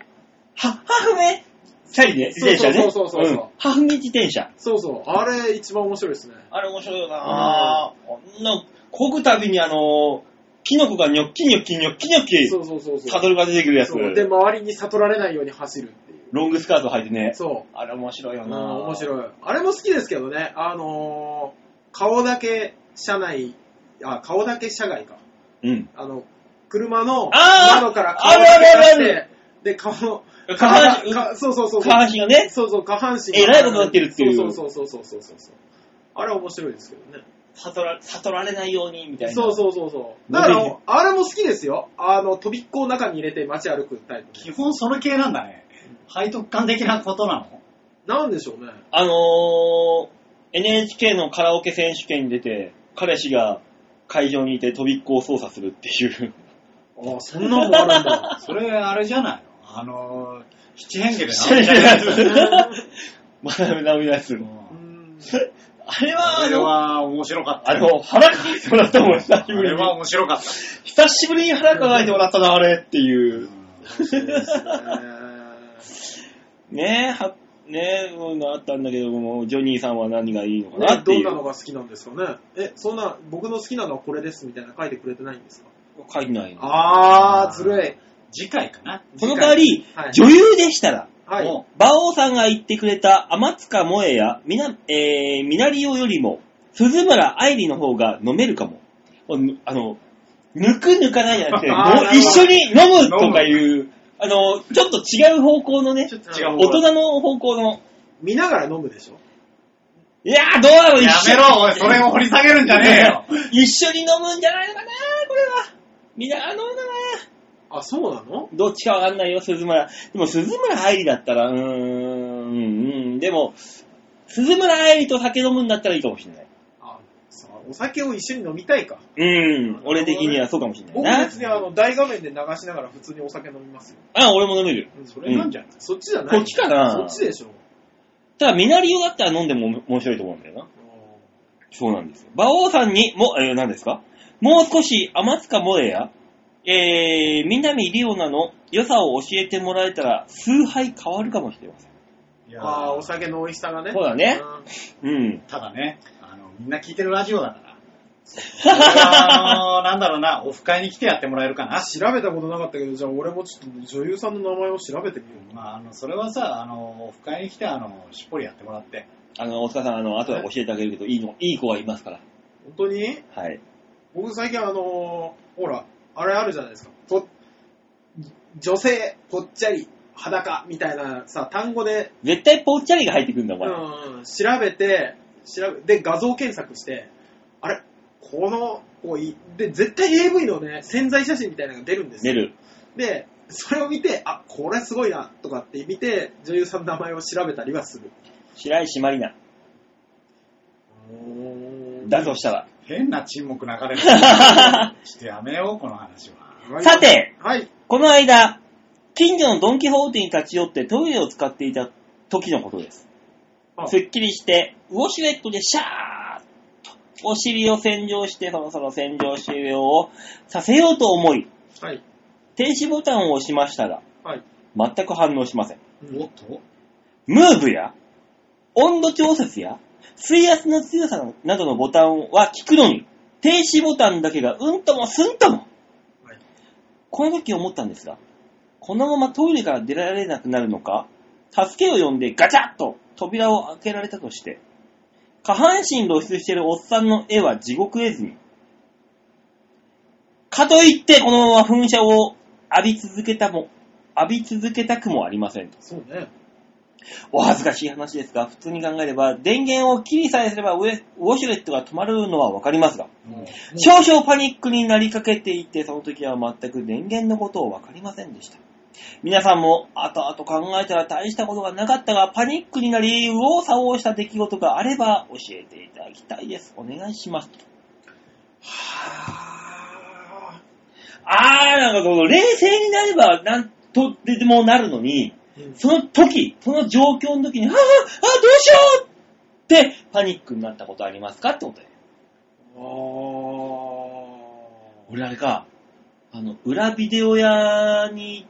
Speaker 2: ハフメチャリね、自
Speaker 3: そう
Speaker 2: 転車ね。
Speaker 3: そうそうそうそう
Speaker 2: うんハフメ自転車。
Speaker 3: そうそう、あれ一番面白いですね。
Speaker 2: あれ面白いよなぁ。こんな、こぐたびにあのー、キノコがニョッキニョッキニョッキニョッキ、
Speaker 3: そうそうそうそう。
Speaker 2: サドルが出てくるやつ。
Speaker 3: そうで、周りに悟られないように走るっていう。
Speaker 2: ロングスカート履いてね。
Speaker 3: そ。
Speaker 2: あれ面白いうよ
Speaker 3: うん、
Speaker 2: なぁ。
Speaker 3: 面白い。あれも好きですけどね、あのー顔だけ車内、あ、顔だけ車外か。
Speaker 2: い。うん。
Speaker 3: あの、車の
Speaker 2: あー
Speaker 3: 窓か
Speaker 2: あ
Speaker 3: ら顔
Speaker 2: る
Speaker 3: だ
Speaker 2: ある
Speaker 3: け
Speaker 2: あ
Speaker 3: 出
Speaker 2: る
Speaker 3: して、で、顔の、
Speaker 2: 下半身
Speaker 3: かかそうそうそうそう。
Speaker 2: 下半身がね、
Speaker 3: そうそう、下半身が
Speaker 2: えらいことになってるっていう
Speaker 3: そうそうそうそうそうそうそう。あれ面白いですけどね。
Speaker 2: 悟ら悟られないように、みたいな。
Speaker 3: そう
Speaker 2: う。
Speaker 3: そうそうそう。だか
Speaker 2: 伸び
Speaker 3: ら、あれも好きですよ。あの、飛びっこを中に入れて街歩くタイプ。
Speaker 4: 基本その系なんだね。背徳感的なことなの。
Speaker 3: なんでしょうね。
Speaker 2: あのー、NHK のカラオケ選手権に出て、彼氏が会場にいて飛びっこを操作するっていう。
Speaker 3: ああ、そんなもんあるん だ。
Speaker 4: それ、あれじゃないのあのー、七変化で
Speaker 2: シャレ
Speaker 4: な。
Speaker 2: なやつ。学びのやつ
Speaker 4: う。
Speaker 3: うーん
Speaker 2: あれは、
Speaker 4: あ
Speaker 2: あ
Speaker 4: れ
Speaker 2: の、
Speaker 4: は面白かった。
Speaker 2: あの、腹抱えてもらったもん、久し
Speaker 4: あ
Speaker 2: ぶりに。
Speaker 4: れは面白かった。
Speaker 2: 久しぶりに腹抱えてもらったな、あれっていう。
Speaker 4: そうですね
Speaker 2: ねえ、は、ねえ、そういうのあったんだけども、ジョニーさんは何がいいのかな
Speaker 3: ね
Speaker 2: って
Speaker 3: ど
Speaker 2: い
Speaker 3: ん
Speaker 2: う。
Speaker 3: なのが好きなんですかねえ、そんな、僕の好きなのはこれですみたいな書いてくれてないんですか
Speaker 2: 書いてないの。
Speaker 3: あー、ずるい。
Speaker 4: 次回か な。
Speaker 2: その代わり、
Speaker 3: はい
Speaker 2: 女優でしたら、
Speaker 3: はい。
Speaker 4: も
Speaker 2: 馬王さんが言ってくれた天塚萌えやみな、えー、みなりおよりも、鈴村愛理の方が飲めるかも。あの、抜く抜かないじゃなく て、
Speaker 3: あー
Speaker 2: もう
Speaker 3: なるほど
Speaker 2: 一緒に飲むとかいう、あの、ちょっと違う方向のね、
Speaker 4: ちょっと違
Speaker 2: 大
Speaker 4: う方向
Speaker 2: 人の方向の、
Speaker 3: 見ながら飲むでしょ
Speaker 2: いやー、どうだろ
Speaker 4: う
Speaker 2: う、
Speaker 4: や
Speaker 2: 一緒
Speaker 4: めろ、おい、それを掘り下げるんじゃねえよ。
Speaker 2: 一緒に飲むんじゃないのかなこれは。みんな飲むのかな
Speaker 3: あ、そうなの
Speaker 2: どっちかわかんないよ、鈴村。でも、鈴村愛理だったら、うーん、うん、うん。でも、鈴村愛理と酒飲むんだったらいいかもしれない。
Speaker 3: あ、さあ、お酒を一緒に飲みたいか。
Speaker 2: うん、俺的にはそうかもしれ
Speaker 3: 僕
Speaker 2: ないな
Speaker 3: 別。にあの、大画面で流しながら普通にお酒飲みますよ。
Speaker 2: あ、俺も飲める。
Speaker 3: うんそ
Speaker 4: そ
Speaker 3: れ、
Speaker 4: れなんじゃない
Speaker 3: そっちじゃない
Speaker 2: こっちかな
Speaker 3: そっちでしょ。
Speaker 2: ただ、みなりをだったら飲んでも面白いと思うんだよな。そうなんですよ。馬王さんに、も、えー、何ですかもう少し、天塚萌えや、えー、南リオナの良さを教えてもらえたら、数杯変わるかもしれません。
Speaker 4: いや
Speaker 3: あー、お酒の美味しさがね。
Speaker 2: そうだね
Speaker 3: うん
Speaker 2: うん。
Speaker 4: ただね、あの、みんな聞いてるラジオだ から。それはあのなんだろうな、オフ会に来てやってもらえるかな。
Speaker 3: 調べたことなかったけど、じゃあ俺もちょっと女優さんの名前を調べてみよ
Speaker 4: まあ、あの、それはさ、あの、オフ会に来て、あの、しっぽりやってもらって。
Speaker 2: あの、大塚さん、あの、後で教えてあげるけど、いいの、いい子がいますから。
Speaker 3: う。本当に
Speaker 2: はい。
Speaker 3: 僕最近あのーほら、あれあるじゃないですか。ぽ女性、ぽっちゃり、裸みたいなさ、単語で、
Speaker 2: 絶対ぽっちゃりが入ってくるんだ、お
Speaker 3: う
Speaker 2: 前。
Speaker 3: ん、調べて、調べ、で、画像検索して、あれこの子い、で、絶対 AV のね、潜在写真みたいなのが出るんです
Speaker 2: 出
Speaker 3: よ。
Speaker 2: る。
Speaker 3: で、それを見て、あ、これすごいな、とかって見て、女優さんの名前を調べたりはする。
Speaker 2: 白石まりな。だとしたら。
Speaker 4: 変な沈黙流 れる。ちょっとやめよう、この話は。
Speaker 3: はい
Speaker 2: さて、
Speaker 3: はい。
Speaker 2: この間、近所のドンキホーテに立ち寄ってトイレを使っていた時のことです
Speaker 3: あ。
Speaker 2: すっきりして、ウォシュレットでシャーッとお尻を洗浄して、そろそろ洗浄終了をさせようと思い、
Speaker 3: はい。
Speaker 2: 停止ボタンを押しましたが、
Speaker 3: はい。
Speaker 2: 全く反応しません。
Speaker 4: おっと
Speaker 2: ムーブや、温度調節や、水圧の強さなどのボタンは効くのに、停止ボタンだけがうんともすんとも
Speaker 3: はい。
Speaker 2: この時思ったんですが、このままトイレから出られなくなるのか、助けを呼んでガチャッと扉を開けられたとして、下半身露出しているおっさんの絵は地獄絵図に。かといって、このまま噴射を浴び続けたも、浴び続けたくもありません。
Speaker 3: そうね。
Speaker 2: お恥ずかしい話ですが、普通に考えれば、電源を切りさえすればウェウォシュレットが止まるのはわかりますが、少々パニックになりかけていて、その時は全く電源のことをわかりませんでした。皆さんも、後々考えたら大したことがなかったが、パニックになり、右往左往した出来事があれば、教えていただきたいです。お願いします。
Speaker 3: は
Speaker 2: あー、なんかこの、冷静になれば、なんとでもなるのに、
Speaker 3: ぁ。
Speaker 2: その時、その状況の時に、ああ、ああ、どうしようって、パニックになったことありますかってことで。
Speaker 3: あー
Speaker 2: 俺あれか、あの、裏ビデオ屋に、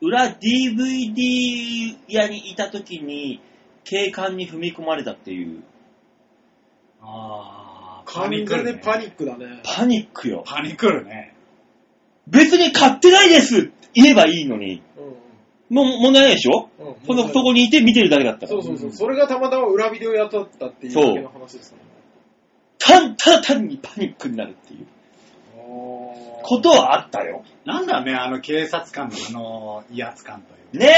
Speaker 2: 裏 DVD 屋にいた時に、警官に踏み込まれたっていう、
Speaker 4: あー、
Speaker 3: 完全にパニ
Speaker 4: ック
Speaker 3: ック
Speaker 4: るね。
Speaker 3: だね。
Speaker 2: パニックよ。
Speaker 4: パニックるね。
Speaker 2: 別に買ってないですって言えばいいのに、
Speaker 3: う
Speaker 2: もう問題ないでしょ
Speaker 3: んうん。
Speaker 2: その
Speaker 3: う
Speaker 2: そこにいて見てるだけだったか
Speaker 3: そう
Speaker 2: ら。
Speaker 3: そうそう。それがたまたま裏ビデオ屋だったっていうだけの話ですからね。
Speaker 2: たんただ単にパニックになるっていう
Speaker 3: あー
Speaker 2: ことはあったよ。
Speaker 4: なんだろうね、あの警察官のあの、威圧感というか
Speaker 2: ねえ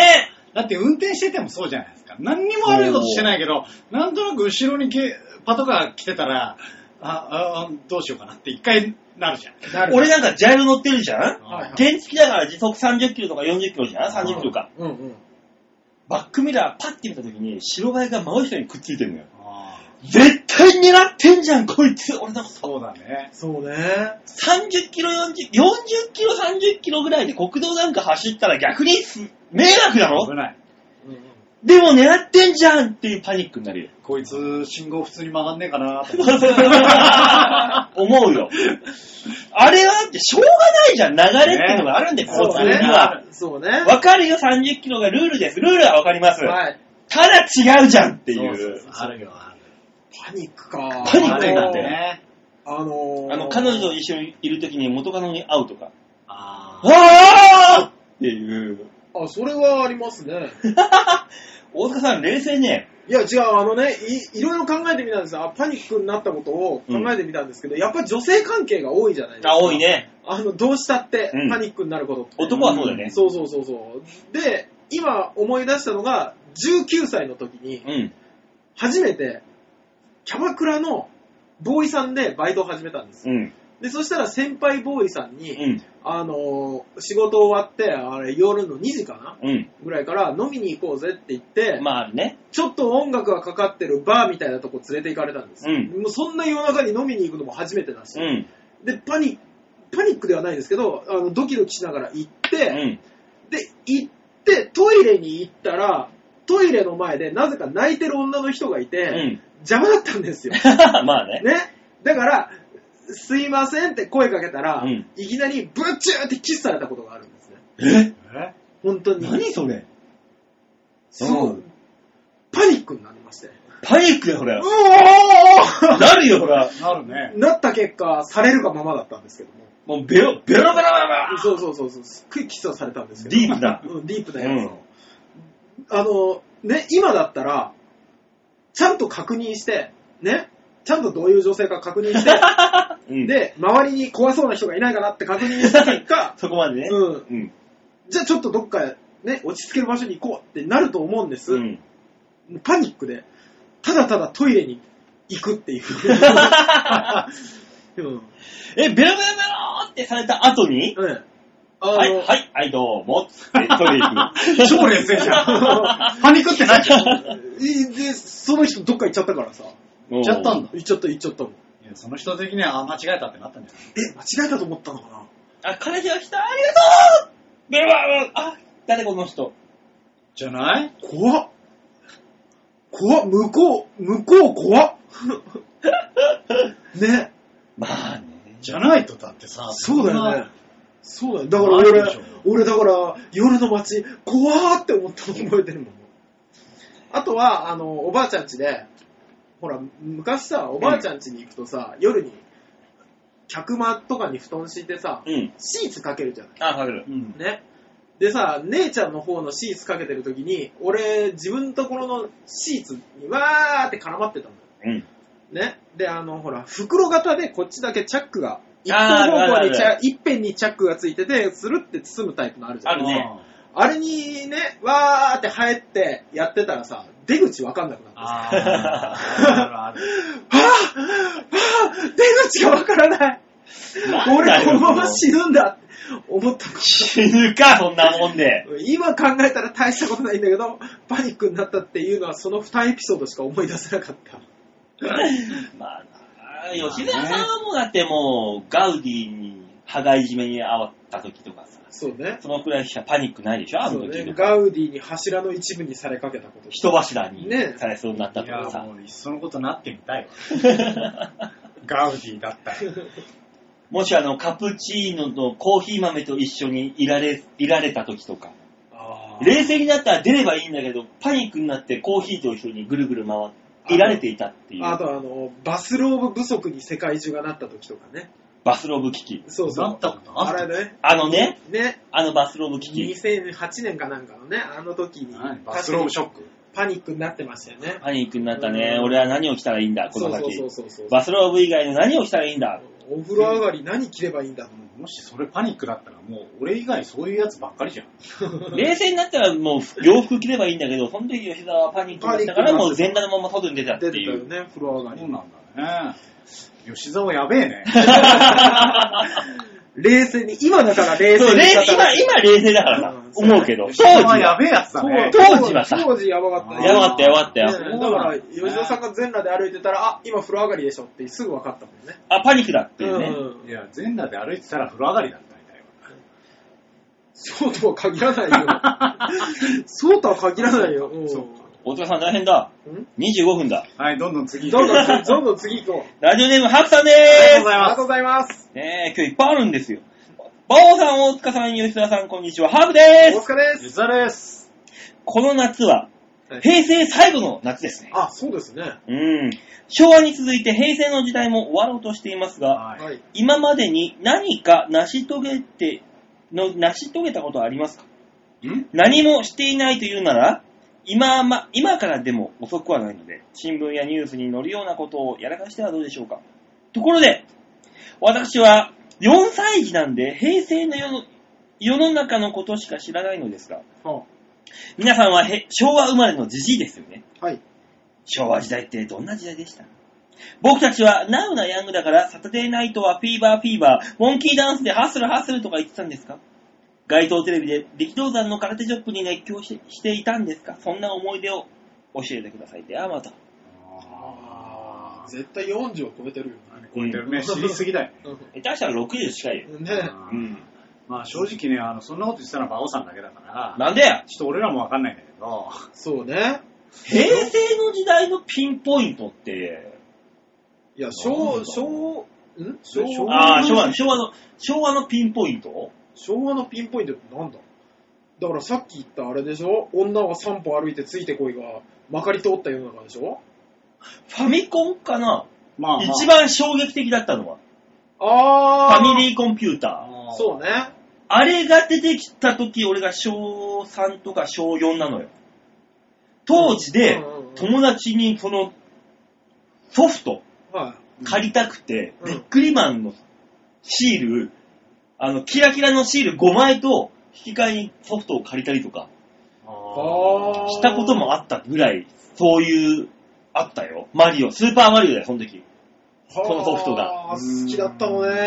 Speaker 4: だって運転しててもそうじゃないですか。何にも悪いことしてないけど、なんとなく後ろにけパトカー来てたら、ああ、どうしようかなって一回なるじゃん。
Speaker 3: なる
Speaker 2: 俺なんかジャイロ乗ってるじゃん
Speaker 3: はいはい
Speaker 2: 原付きだから時速30キロとか40キロじゃん ?30 キロか。
Speaker 3: うんうん。
Speaker 2: バックミラーパッて見た時に白バイが真後ろにくっついてるのよ。
Speaker 4: あ
Speaker 2: 絶対狙ってんじゃん、こいつ俺の
Speaker 4: ーそうだね。
Speaker 3: そうね。
Speaker 2: 30キロ40、40キロ30キロぐらいで国道なんか走ったら逆にす迷惑だろ
Speaker 4: 危ない。
Speaker 3: うんうん
Speaker 2: でも狙ってんじゃんっていうパニックにな るよ。
Speaker 4: こいつ、信号普通に曲がんねえかなと
Speaker 2: 思うよ。あれは、しょうがないじゃん。流れっていうのがあるんで、交通
Speaker 3: そう
Speaker 2: に
Speaker 3: ね
Speaker 2: は。。
Speaker 3: そうね。
Speaker 2: わかるよ、30キロがルールです。ルールはわかります。
Speaker 3: はい。
Speaker 2: ただ違うじゃんっていう。
Speaker 4: あるよ、ある。
Speaker 3: パニックか。
Speaker 2: パニックなんだよ
Speaker 4: ね。
Speaker 3: あのー、
Speaker 2: あの、彼女と一緒にいるときに元カノに会うとか。
Speaker 4: あー
Speaker 2: ああっていう。
Speaker 3: あ、それはあります ね。
Speaker 2: 大塚さん、冷静ね。
Speaker 3: いや、違う、あのね、いいろいろ考えてみたんですよ。あパニックになったことを考えてみたんですけど、やっぱり女性関係が多いじゃないですか。
Speaker 2: あ、多い。ね。
Speaker 3: あの、どうしたって
Speaker 2: うん
Speaker 3: パニックになることって。
Speaker 2: 男はそうだよね。
Speaker 3: そうそうそうそう。で、今思い出したのが、19歳の時に、
Speaker 2: うん。
Speaker 3: 初めて、キャバクラのボーイさんでバイトを始めたんです。
Speaker 2: うん。
Speaker 3: で、そしたら先輩ボーイさんに、
Speaker 2: うん。
Speaker 3: あのー仕事終わって、あれ、夜の2時かな
Speaker 2: うん。
Speaker 3: ぐらいから飲みに行こうぜって言って、
Speaker 2: まあ、あるね。
Speaker 3: ちょっと音楽がかかってるバーみたいなとこ連れて行かれたんです。
Speaker 2: うん
Speaker 3: もうそんな夜中に飲みに行くのも初めてだし、
Speaker 2: うん。
Speaker 3: で、パニック、パニックではないですけど、あのドキドキしながら行って、
Speaker 2: うん。
Speaker 3: で、行って、トイレに行ったら、トイレの前でなぜか泣いてる女の人がいて、
Speaker 2: うん。
Speaker 3: 邪魔だったんですよ。ね。
Speaker 2: まあね。
Speaker 3: だから、すいませんって声かけたら、
Speaker 2: うん
Speaker 3: いきなりブッチューってキスされたことがあるんですね。
Speaker 4: え
Speaker 3: 本当に。
Speaker 2: それ
Speaker 3: そう
Speaker 2: うん
Speaker 3: パニックになりまして。
Speaker 2: パニックよ、ほら
Speaker 3: う。おー
Speaker 2: なるよ、ほら。
Speaker 4: なるね。
Speaker 3: なった結果、されるがままだったんですけども。
Speaker 2: もうベロ、ベロベロベロベロ
Speaker 3: そうそうそうそう。すっごいキスはされたんですけど。
Speaker 2: ディープだ。
Speaker 3: うん、ディープなやつを。あの、ね、今だったら、ちゃんと確認して、ね、ちゃんとどういう女性か確認 して、
Speaker 2: うん、、
Speaker 3: で、周りに怖そうな人がいないかなって確認した結果
Speaker 2: そこまでね。
Speaker 3: うん、
Speaker 2: うん。
Speaker 3: じゃあちょっとどっか、ね、落ち着ける場所に行こうってなると思うんです。
Speaker 2: うん。
Speaker 3: パニックで、ただただトイレに行 くっていう。うん
Speaker 2: え、ベロベロベロってされた後に、
Speaker 3: うんあの
Speaker 2: はい、はい、はい、どうも、つってトイレ行 く。
Speaker 4: 超冷静じゃん。パニックってないじゃん。
Speaker 3: いで、その人どっか行っちゃったからさ。
Speaker 2: 行
Speaker 4: っちゃったんだ
Speaker 3: 行っちゃった、行っちゃったの。
Speaker 4: いやその人的には、あ、間違えたってなったんじゃない
Speaker 3: え、間違えたと思ったのかな
Speaker 2: あ、彼氏が来た、ありがとうベロベロベロあ、誰この人。
Speaker 4: じゃない
Speaker 3: 怖っ。怖っ、向こう、向こう怖 っ。ね、
Speaker 2: まあね。
Speaker 4: じゃないと、だってさ、
Speaker 3: そうだ
Speaker 4: ん
Speaker 3: よ
Speaker 4: な
Speaker 3: ね。。そうだよ。だから俺
Speaker 4: ないでしょ、
Speaker 3: 俺だから夜の街、怖ーって思ったの覚えてるもん。あとは、あの、おばあちゃん家で、ほら、昔さ、おばあちゃん家に行くとさ、夜に、客間とかに布団敷いてさ、
Speaker 2: うん。
Speaker 3: シーツかけるじゃない
Speaker 2: あ、かける。
Speaker 4: うん。
Speaker 3: ね。でさ、姉ちゃんの方のシーツかけてる時に、俺、自分のところのシーツにわーって絡まってたのよ。
Speaker 2: うん。
Speaker 3: ね。で、あの、ほら、袋型でこっちだけチャックが、一
Speaker 2: あー
Speaker 3: 方方向にチ
Speaker 2: あるあ
Speaker 3: ャ、一辺にチャックがついてて、スルって包むタイプのあるじゃん。
Speaker 2: あるね
Speaker 3: あれにね、わーって入ってやってたらさ、出口わかんなくなった。は
Speaker 4: あー。あーあるある
Speaker 3: ぁはぁ出口がわからない
Speaker 2: なんだよ
Speaker 3: 俺このまま死ぬんだって思ったの
Speaker 2: 死ぬか、そんなもんで。
Speaker 3: 今考えたら大したことないんだけど、パニックになったっていうのはその2エピソードしか思い出せなかった。
Speaker 2: まあな、吉沢さんはもうだってもう、ガウディに、羽交い締めに遭った時とかさ、
Speaker 3: そうね。
Speaker 2: そのくらいしかパニックないでしょ、あの
Speaker 3: そう
Speaker 2: 時
Speaker 3: ね
Speaker 2: と。か。
Speaker 3: ガウディに柱の一部にされかけたこと。
Speaker 2: 人柱に
Speaker 3: ね
Speaker 2: されそうになった
Speaker 4: い
Speaker 2: と
Speaker 4: や
Speaker 2: かさ、
Speaker 4: もういっそのことなってみたいわガウディだったよ
Speaker 2: もしあのカプチーノとコーヒー豆と一緒にいられいられた時とか、
Speaker 3: あ
Speaker 2: 冷静になったら出ればいいんだけど、パニックになってコーヒーと一緒にぐるぐる回って、いられていたってい
Speaker 3: あ
Speaker 2: う、
Speaker 3: とあの、バスローブ不足に世界中がなった時とかね。
Speaker 2: バスローブ危機。
Speaker 3: そうそう。
Speaker 4: なったことあ
Speaker 3: あ
Speaker 4: った
Speaker 3: れね。
Speaker 2: あのね、
Speaker 3: ね。
Speaker 2: あのバスローブ危機、
Speaker 3: 2008年かなんかのね、あの時に、
Speaker 4: バスローブショック
Speaker 3: パニックになってましたよね。
Speaker 2: パニックになったね、
Speaker 3: うん
Speaker 2: 俺は何を着たらいいんだ、こ
Speaker 3: そ
Speaker 2: の
Speaker 3: うそう
Speaker 2: 先
Speaker 3: そう。そうそう。
Speaker 2: バスローブ以外の何を着たらいいんだ。
Speaker 3: お風呂上がり何着ればいいんだ
Speaker 4: もしそれパニックだったらもう俺以外そういうやつばっかりじゃん
Speaker 2: 冷静になったらもう洋服着ればいいんだけど、その時吉沢はパニックだったからもう全裸のまま外に出たって
Speaker 3: 出てた
Speaker 2: い
Speaker 3: よ
Speaker 2: う。
Speaker 3: ね、風呂上が
Speaker 4: そ
Speaker 3: り
Speaker 4: う。なんだね吉沢やべえね
Speaker 3: 冷静に、今だから冷
Speaker 2: そ
Speaker 3: 静
Speaker 2: う、
Speaker 3: に
Speaker 2: 冷
Speaker 3: 語る。
Speaker 2: 静今、今冷静だからさ
Speaker 3: うん、
Speaker 2: 思うけど。
Speaker 4: 吉
Speaker 2: 当時
Speaker 4: 沢や
Speaker 2: は、
Speaker 4: べえやつだね
Speaker 2: 当時はさ
Speaker 3: 当時やばかったね。
Speaker 2: やばかったよ、やばかったよ。
Speaker 3: ねだから、吉田さんが全裸で歩いてたら、あ、今風呂上がりでしょってすぐ分かったもんね。
Speaker 2: あ、パニックだっていうね。
Speaker 3: うん
Speaker 4: いや全裸で歩いてたら風呂上がりだったみたいない
Speaker 3: そうとは限ら ないよ。そうとは限らないよ。うん。
Speaker 4: そうか
Speaker 2: 大塚さん大変だ。
Speaker 3: うん
Speaker 2: 25分だ。
Speaker 4: はい、どんどん次。
Speaker 3: どんどん、どんどん次行 こう。
Speaker 2: ラジオネーム、ハクさんで
Speaker 4: ありがとう
Speaker 2: ー
Speaker 4: ご
Speaker 3: あ
Speaker 4: ざい
Speaker 3: りが
Speaker 4: ま。
Speaker 3: とうございます。
Speaker 2: す。ねえ、今日いっぱいあるんですよ。バオさん、大塚さん、吉田さん、こんにちは。ハブで
Speaker 3: 大
Speaker 2: す。
Speaker 3: 塚です
Speaker 4: ゆ。ざです。
Speaker 2: この夏は
Speaker 3: はい、
Speaker 2: 平成最後の夏ですね。
Speaker 3: あ、そうですね。
Speaker 2: うん。昭和に続いて平成の時代も終わろうとしていますが、
Speaker 4: は。
Speaker 3: はいい。
Speaker 2: 今までに何か成し遂げて、の、成し遂げたことはありますか
Speaker 4: ん
Speaker 2: 何もしていないというなら、今ま、今からでも遅くはないので、新聞やニュースに載るようなことをやらかしてはどうでしょうか。ところで、私は4歳児なんで、平成の世の世の中のことしか知らないのですが、
Speaker 3: は
Speaker 2: 皆さんはへ昭和生まれのじじいですよね。
Speaker 3: あはい。
Speaker 2: 昭和時代ってどんな時代でした僕たちはナウなヤングだからサタデーナイトはフィーバーフィーバー、モンキーダンスでハッスルハッスルとか言ってたんですか街頭テレビで力道山の空手チョップに熱狂ししていたんですかそんな思い出を教えてください。ではまた。
Speaker 3: あー絶対40を超えてるよ
Speaker 4: これね、知りすぎだよ。
Speaker 2: 下手したら60近いよ。
Speaker 3: ね。ね
Speaker 2: うん。
Speaker 4: まあ正直ね、あの、そんなこと言ってたのは馬王さんだけだから、
Speaker 2: なんでや
Speaker 4: ちょっと俺らもわかんないんだけど、
Speaker 3: そうね。
Speaker 2: 平成の時代のピンポイントって、
Speaker 3: いや、昭、昭、ん昭
Speaker 4: 昭
Speaker 3: 和
Speaker 2: ああ、昭和の、昭和の、昭和のピンポイント
Speaker 3: 昭和のピンポイントってなんだだからさっき言ったあれでしょ女は3歩歩いてついてこいが、まかり通った世の中でしょ
Speaker 2: ファミコンかな、
Speaker 4: まあ、まあ、
Speaker 2: 一番衝撃的だったのは、フ
Speaker 3: あー。
Speaker 2: ァミリーコンピューター。
Speaker 3: そうね。
Speaker 2: あれが出てきた時、俺が小3とか小4なのよ。当時で
Speaker 3: うんうんうん、
Speaker 2: 友達にその、ソフト
Speaker 3: は
Speaker 2: 借りたくて、
Speaker 3: うん
Speaker 2: ビックリマンのシール、あの、キラキラのシール5枚と、引き換えにソフトを借りたりとか、
Speaker 3: い。
Speaker 4: あ
Speaker 3: あー。
Speaker 2: したこともあったぐらい、そういう、あったよ。マリオ、スーパーマリオだよ、その時。このソフトが
Speaker 3: あー好きだったのね。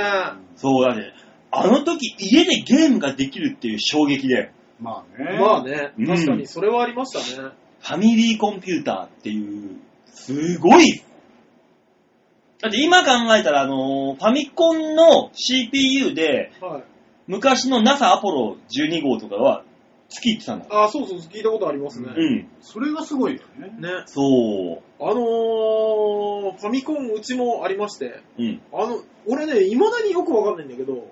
Speaker 2: そうだね。あの時、家でゲームができるっていう衝撃だよ。
Speaker 4: まあね。
Speaker 3: まあね
Speaker 2: う、ん
Speaker 3: 確かにそれはありましたね。
Speaker 2: ファミリーコンピューターっていう、すごい。だって今考えたら、あのーファミコンの CPU で、
Speaker 3: はい。
Speaker 2: 昔の NASA アポロ12号とかは、月行ってたんだ。
Speaker 3: あー、そうそう、聞いたことありますね。
Speaker 4: う
Speaker 2: うん。
Speaker 4: それがすごいよね。
Speaker 3: ね。
Speaker 2: そう。
Speaker 3: あのー、ファミコンうちもありまして、
Speaker 2: うん。
Speaker 3: あの、俺ね、未だによくわかんないんだけど、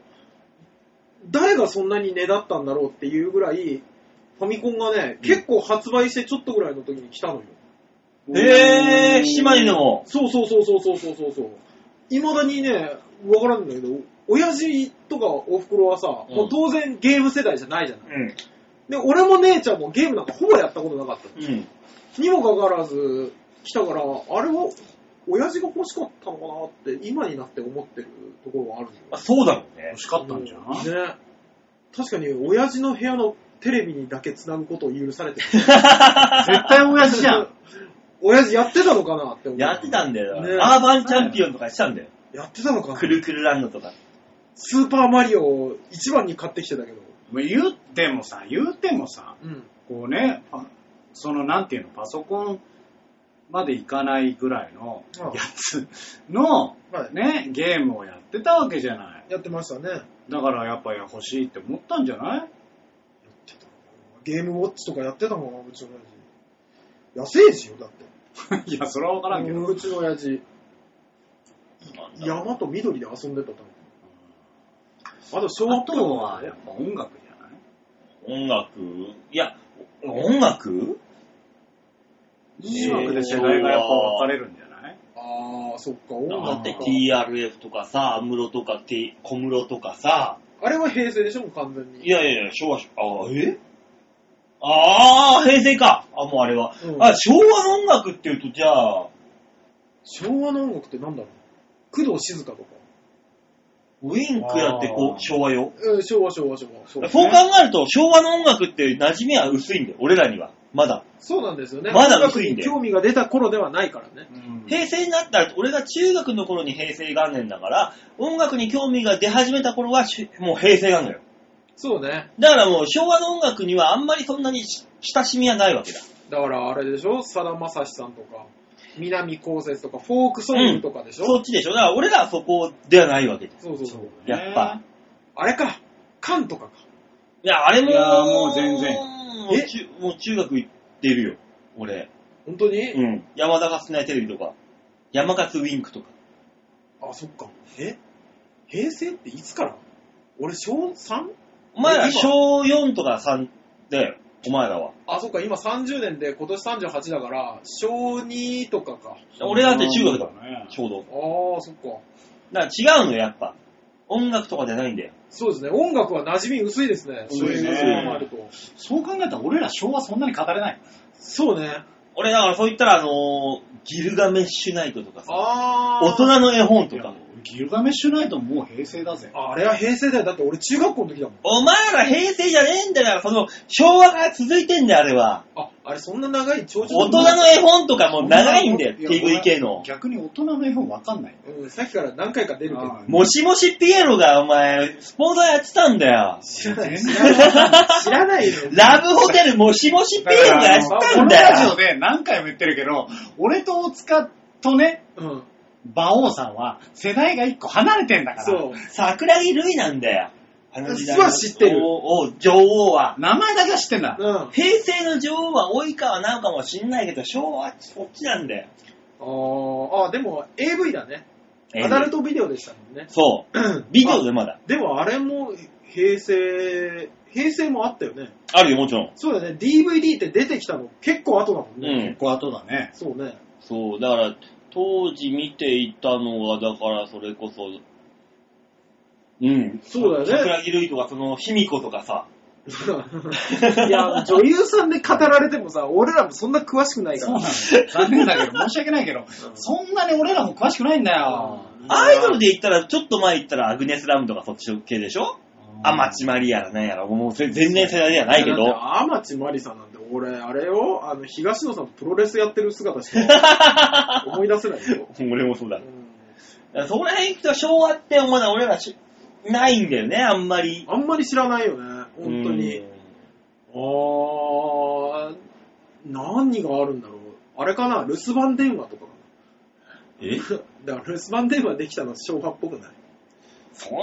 Speaker 3: 誰がそんなにねだったんだろうっていうぐらい、ファミコンがね、結構発売してちょっとぐらいの時に来たのよ。
Speaker 2: えー、島根でも。
Speaker 3: そうそうそうそうそうそうそうそう。いまだにね、わからんんだけど、親父とかおふくろはさ、
Speaker 2: うん
Speaker 3: もう当然ゲーム世代じゃないじゃない。
Speaker 2: うん。
Speaker 3: で、俺も姉ちゃんもゲームなんかほぼやったことなかった。
Speaker 2: うん。
Speaker 3: にもかかわらず来たから、あれは親父が欲しかったのかなって今になって思ってるところはあるんだよ。
Speaker 2: あそうだろうね
Speaker 4: 欲。しかったんじゃん、
Speaker 3: ね。確かに親父の部屋のテレビにだけ繋ぐことを許されてる。
Speaker 4: 絶対親父じゃん。
Speaker 3: 親父やってたのかなって思う。
Speaker 2: やってたんだよ。
Speaker 3: ね
Speaker 2: アーバンチャンピオンとかしたんだよ。
Speaker 3: やってたのかな
Speaker 2: くるくるランドとか。
Speaker 3: スーパーマリオを一番に買ってきてたけど。
Speaker 4: もう言ってもさ、言ってもさ、
Speaker 3: うん。
Speaker 4: こうね、あそのなんていうの、パソコンまでいかないぐらいの
Speaker 3: ああ
Speaker 4: やつの、
Speaker 3: はい
Speaker 4: ね、ゲームをやってたわけじゃない。
Speaker 3: やってましたね。
Speaker 4: だからやっぱり欲しいって思ったんじゃない
Speaker 3: ゲームウォッチとかやってたもん、うちの親父。野生児よ、だって。
Speaker 4: いや、それはわからんけど。
Speaker 3: うちの親父、山と緑で遊んでたと思う。あと、小
Speaker 4: あ
Speaker 3: 学校
Speaker 4: とはやっぱ音楽じゃない
Speaker 2: 音楽いや、音楽
Speaker 4: 音楽で世代がやっぱ分かれるんじゃない
Speaker 3: ああ、そっか、音
Speaker 2: だっ
Speaker 3: 楽
Speaker 2: て
Speaker 3: か。
Speaker 2: TRF とかさ、安室とか、T、小室とかさ、
Speaker 3: あれは平成でしょ、もう完全に。
Speaker 2: いやいやいや、昭和、あ、えああ、平成か。あ、もうあれは。
Speaker 3: うん
Speaker 2: あ、昭和の音楽っていうと、じゃあ、
Speaker 3: 昭和の音楽ってなんだろう工藤静香とか。
Speaker 2: ウィンクだってこ
Speaker 4: あ
Speaker 2: う、
Speaker 4: ー
Speaker 2: 昭和よ。
Speaker 3: うん、昭和、昭和、昭和。そ,、
Speaker 2: そうう考えると、昭和の音楽って馴染みは薄いんだよ、俺らには。まだ。
Speaker 3: そうなんですよね。
Speaker 2: まだ
Speaker 3: 音楽
Speaker 2: 薄いん
Speaker 3: に
Speaker 2: で
Speaker 3: 興味が出た頃ではないからね。
Speaker 4: へ
Speaker 2: 平成になったら、俺が中学の頃に平成元年だから、音楽に興味が出始めた頃は、しもう平成なのよ。
Speaker 3: そうね。
Speaker 2: だからもう昭和の音楽にはあんまりそんなにし親しみはないわけだ。
Speaker 3: だからあれでしょ、さだまさしさんとか、南こうせつとか、フォークソングとかでしょ、
Speaker 2: そっちでしょだから俺らはそこではないわけです。
Speaker 3: そうそうそう。
Speaker 2: やっぱ。
Speaker 3: あれか、カンとかか。
Speaker 2: ういや、あれも、
Speaker 4: いやもう全然
Speaker 2: もう中もう中学行ってるよ、俺。
Speaker 3: 本当に、
Speaker 2: うん。山田がつないテレビとか、山勝ウィンクとか。
Speaker 3: あ、そっか。え平成っていつから俺、小 3?
Speaker 2: お前
Speaker 3: え
Speaker 2: ら
Speaker 3: 今
Speaker 2: 小4とか3で、お前らは。
Speaker 3: あ、そっか、今30年で今年38だから、小2とかか。
Speaker 2: 俺だって中学だ
Speaker 4: そうだね
Speaker 2: ちょうど。
Speaker 3: ああ、そっか。
Speaker 2: だから違うのよ、やっぱ。音楽とかじゃないんだよ。
Speaker 3: そうですね、音楽は馴染み薄いですね。
Speaker 4: 薄いね
Speaker 3: そういうのもあると。
Speaker 4: そう考えたら俺ら昭和そんなに語れない。
Speaker 3: そうね。
Speaker 2: 俺、だからそう言ったら、あのーギルガメッシュナイトとかさ、
Speaker 3: ああ。
Speaker 2: 大人の絵本と
Speaker 4: いや
Speaker 2: か。
Speaker 4: ギルガメッシュナイトももう平成だぜ。
Speaker 3: ああれは平成だよ。だって俺中学校の時だもん。
Speaker 2: お前ら平成じゃねえんだから、その、昭和が続いてんだよ、あれは。
Speaker 3: あ、あれそんな長い長寿
Speaker 2: 大人の絵本とかもう長いんだよ、
Speaker 4: や俺
Speaker 2: TV 系の。
Speaker 4: 逆に大人の絵本わ かんない。
Speaker 3: うん、さっきから何回か出るけど
Speaker 4: あ。ー
Speaker 2: もしもしピエロが、お前、スポンサーやってたんだ よ。
Speaker 3: 知らない。知
Speaker 4: 全然
Speaker 3: らないよ。
Speaker 2: ラブホテルもしもしピエロがやってた
Speaker 4: こ
Speaker 2: ん
Speaker 4: の
Speaker 2: だ
Speaker 4: ラジ オ
Speaker 2: よ。
Speaker 4: で何回も言ってるけど、俺と大塚とね、
Speaker 3: うん。
Speaker 4: 馬王さんは世代が一個離れてんだから。
Speaker 3: そう。
Speaker 2: 桜木瑠衣なんだよ。あの時代の。
Speaker 3: は知ってる
Speaker 2: おお女王は。
Speaker 4: 名前だけは知ってんだ。
Speaker 3: うん。あ
Speaker 2: 平成の女王は及川なおかもしんないけど、昭和はそっちなんだよ。
Speaker 3: ーあ、でも AV だね。アダルトビデオでしたもんね。
Speaker 2: そう。ビデオでまだ。
Speaker 3: でもあれも平成、平成もあったよね。
Speaker 2: あるよ、もちろん。
Speaker 3: そうだね、DVD って出てきたの結構後だもんね。
Speaker 2: うん。
Speaker 4: 構後だね。
Speaker 3: そうね。
Speaker 2: そう、だから、当時見ていたのは、だから、それこそ、うん。
Speaker 3: そうだよね。
Speaker 2: 桜木瑠衣とか、その、卑弥呼とかさ、
Speaker 3: いや、女優さんで語られてもさ、俺らもそんな詳しくないか
Speaker 4: そう
Speaker 3: ら。
Speaker 4: なんだよ。残念だけど、申し訳ないけど、そんなに俺らも詳しくないんだよ。
Speaker 2: アイドルで言ったら、ちょっと前言ったら、アグネス・ラムとかそっち系でしょあ、マチマリやらなんやら、もう全然世代ではないけ
Speaker 3: だって
Speaker 2: ど、
Speaker 3: 天地真理さんなんて、俺、あれよ、あの、東野さんとプロレスやってる姿しか思い出せないよ。
Speaker 2: 俺もそうだ
Speaker 3: う。ん
Speaker 2: だからそこら辺行くと、昭和って、まだ俺らし、ないんだよね、あんまり。
Speaker 3: あんまり知らないよね、本当に。
Speaker 2: うん。
Speaker 3: あー、何があるんだろう。あれかな、留守番電話とか。
Speaker 2: え
Speaker 3: だから留守番電話できたの昭和っぽくない
Speaker 2: そんな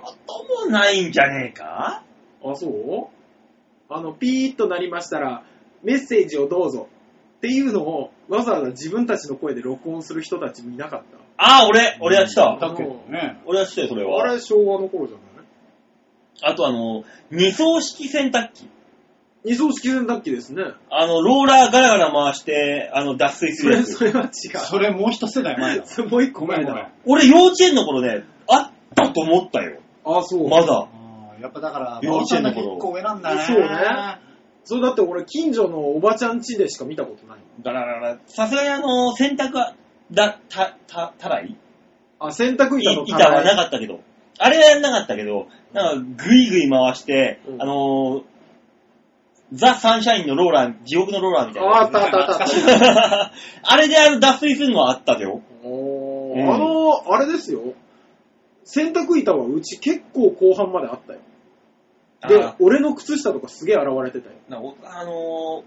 Speaker 2: こともないんじゃねえか
Speaker 3: あ、そうあの、ピーッとなりましたら、メッセージをどうぞっていうのを、わざわざ自分たちの声で録音する人たちもいなかった。
Speaker 2: ああ、俺、俺やってた。
Speaker 4: だけどね。
Speaker 2: 俺やってたよ、それは。
Speaker 3: あれ、昭和の頃じゃない
Speaker 2: あとあの、二層式洗濯機。
Speaker 3: 二層式洗濯機ですね。
Speaker 2: あの、ローラーガラガラ回して、あの、脱水す
Speaker 3: そ
Speaker 2: る
Speaker 3: れ、
Speaker 2: やつ
Speaker 3: そ。れは違う。
Speaker 4: それもう一世代前 だ。
Speaker 3: それもう一個
Speaker 4: ごめ
Speaker 3: 前
Speaker 4: んごめ
Speaker 3: だ
Speaker 4: ん。。
Speaker 2: 俺、幼稚園の頃ね、あったと思ったよ。
Speaker 3: あ、そう。
Speaker 2: まだ。
Speaker 4: あーやっぱだから、
Speaker 2: 幼
Speaker 4: 馬王
Speaker 2: 稚
Speaker 4: さ
Speaker 2: 園
Speaker 4: ん
Speaker 2: の
Speaker 4: だ
Speaker 2: 頃
Speaker 4: け一個上なんだね。
Speaker 3: そうねそれだって俺、近所のおばちゃん家でしか見たことない。
Speaker 2: ガラガラ。さすがにあの、洗濯は、だ、た、た、たらい
Speaker 3: あ、洗濯
Speaker 2: い
Speaker 3: 板の
Speaker 2: 板はな
Speaker 3: か
Speaker 2: かったけど。あれはやんなかったけど、なんか、ぐいぐい回して、
Speaker 3: うん
Speaker 2: あのーザ・サンシャインのローラー、地獄のローラーみたい
Speaker 3: ああ
Speaker 2: な。
Speaker 3: ったあったあったあった。
Speaker 2: あれ であの脱水するのはあったよ。
Speaker 3: お
Speaker 2: うん
Speaker 3: ーあの、あれですよ。洗濯板はうち結構後半まであったよ。で
Speaker 2: あ、
Speaker 3: 俺の靴下とかすげえ現れてたよ。
Speaker 2: なおあのー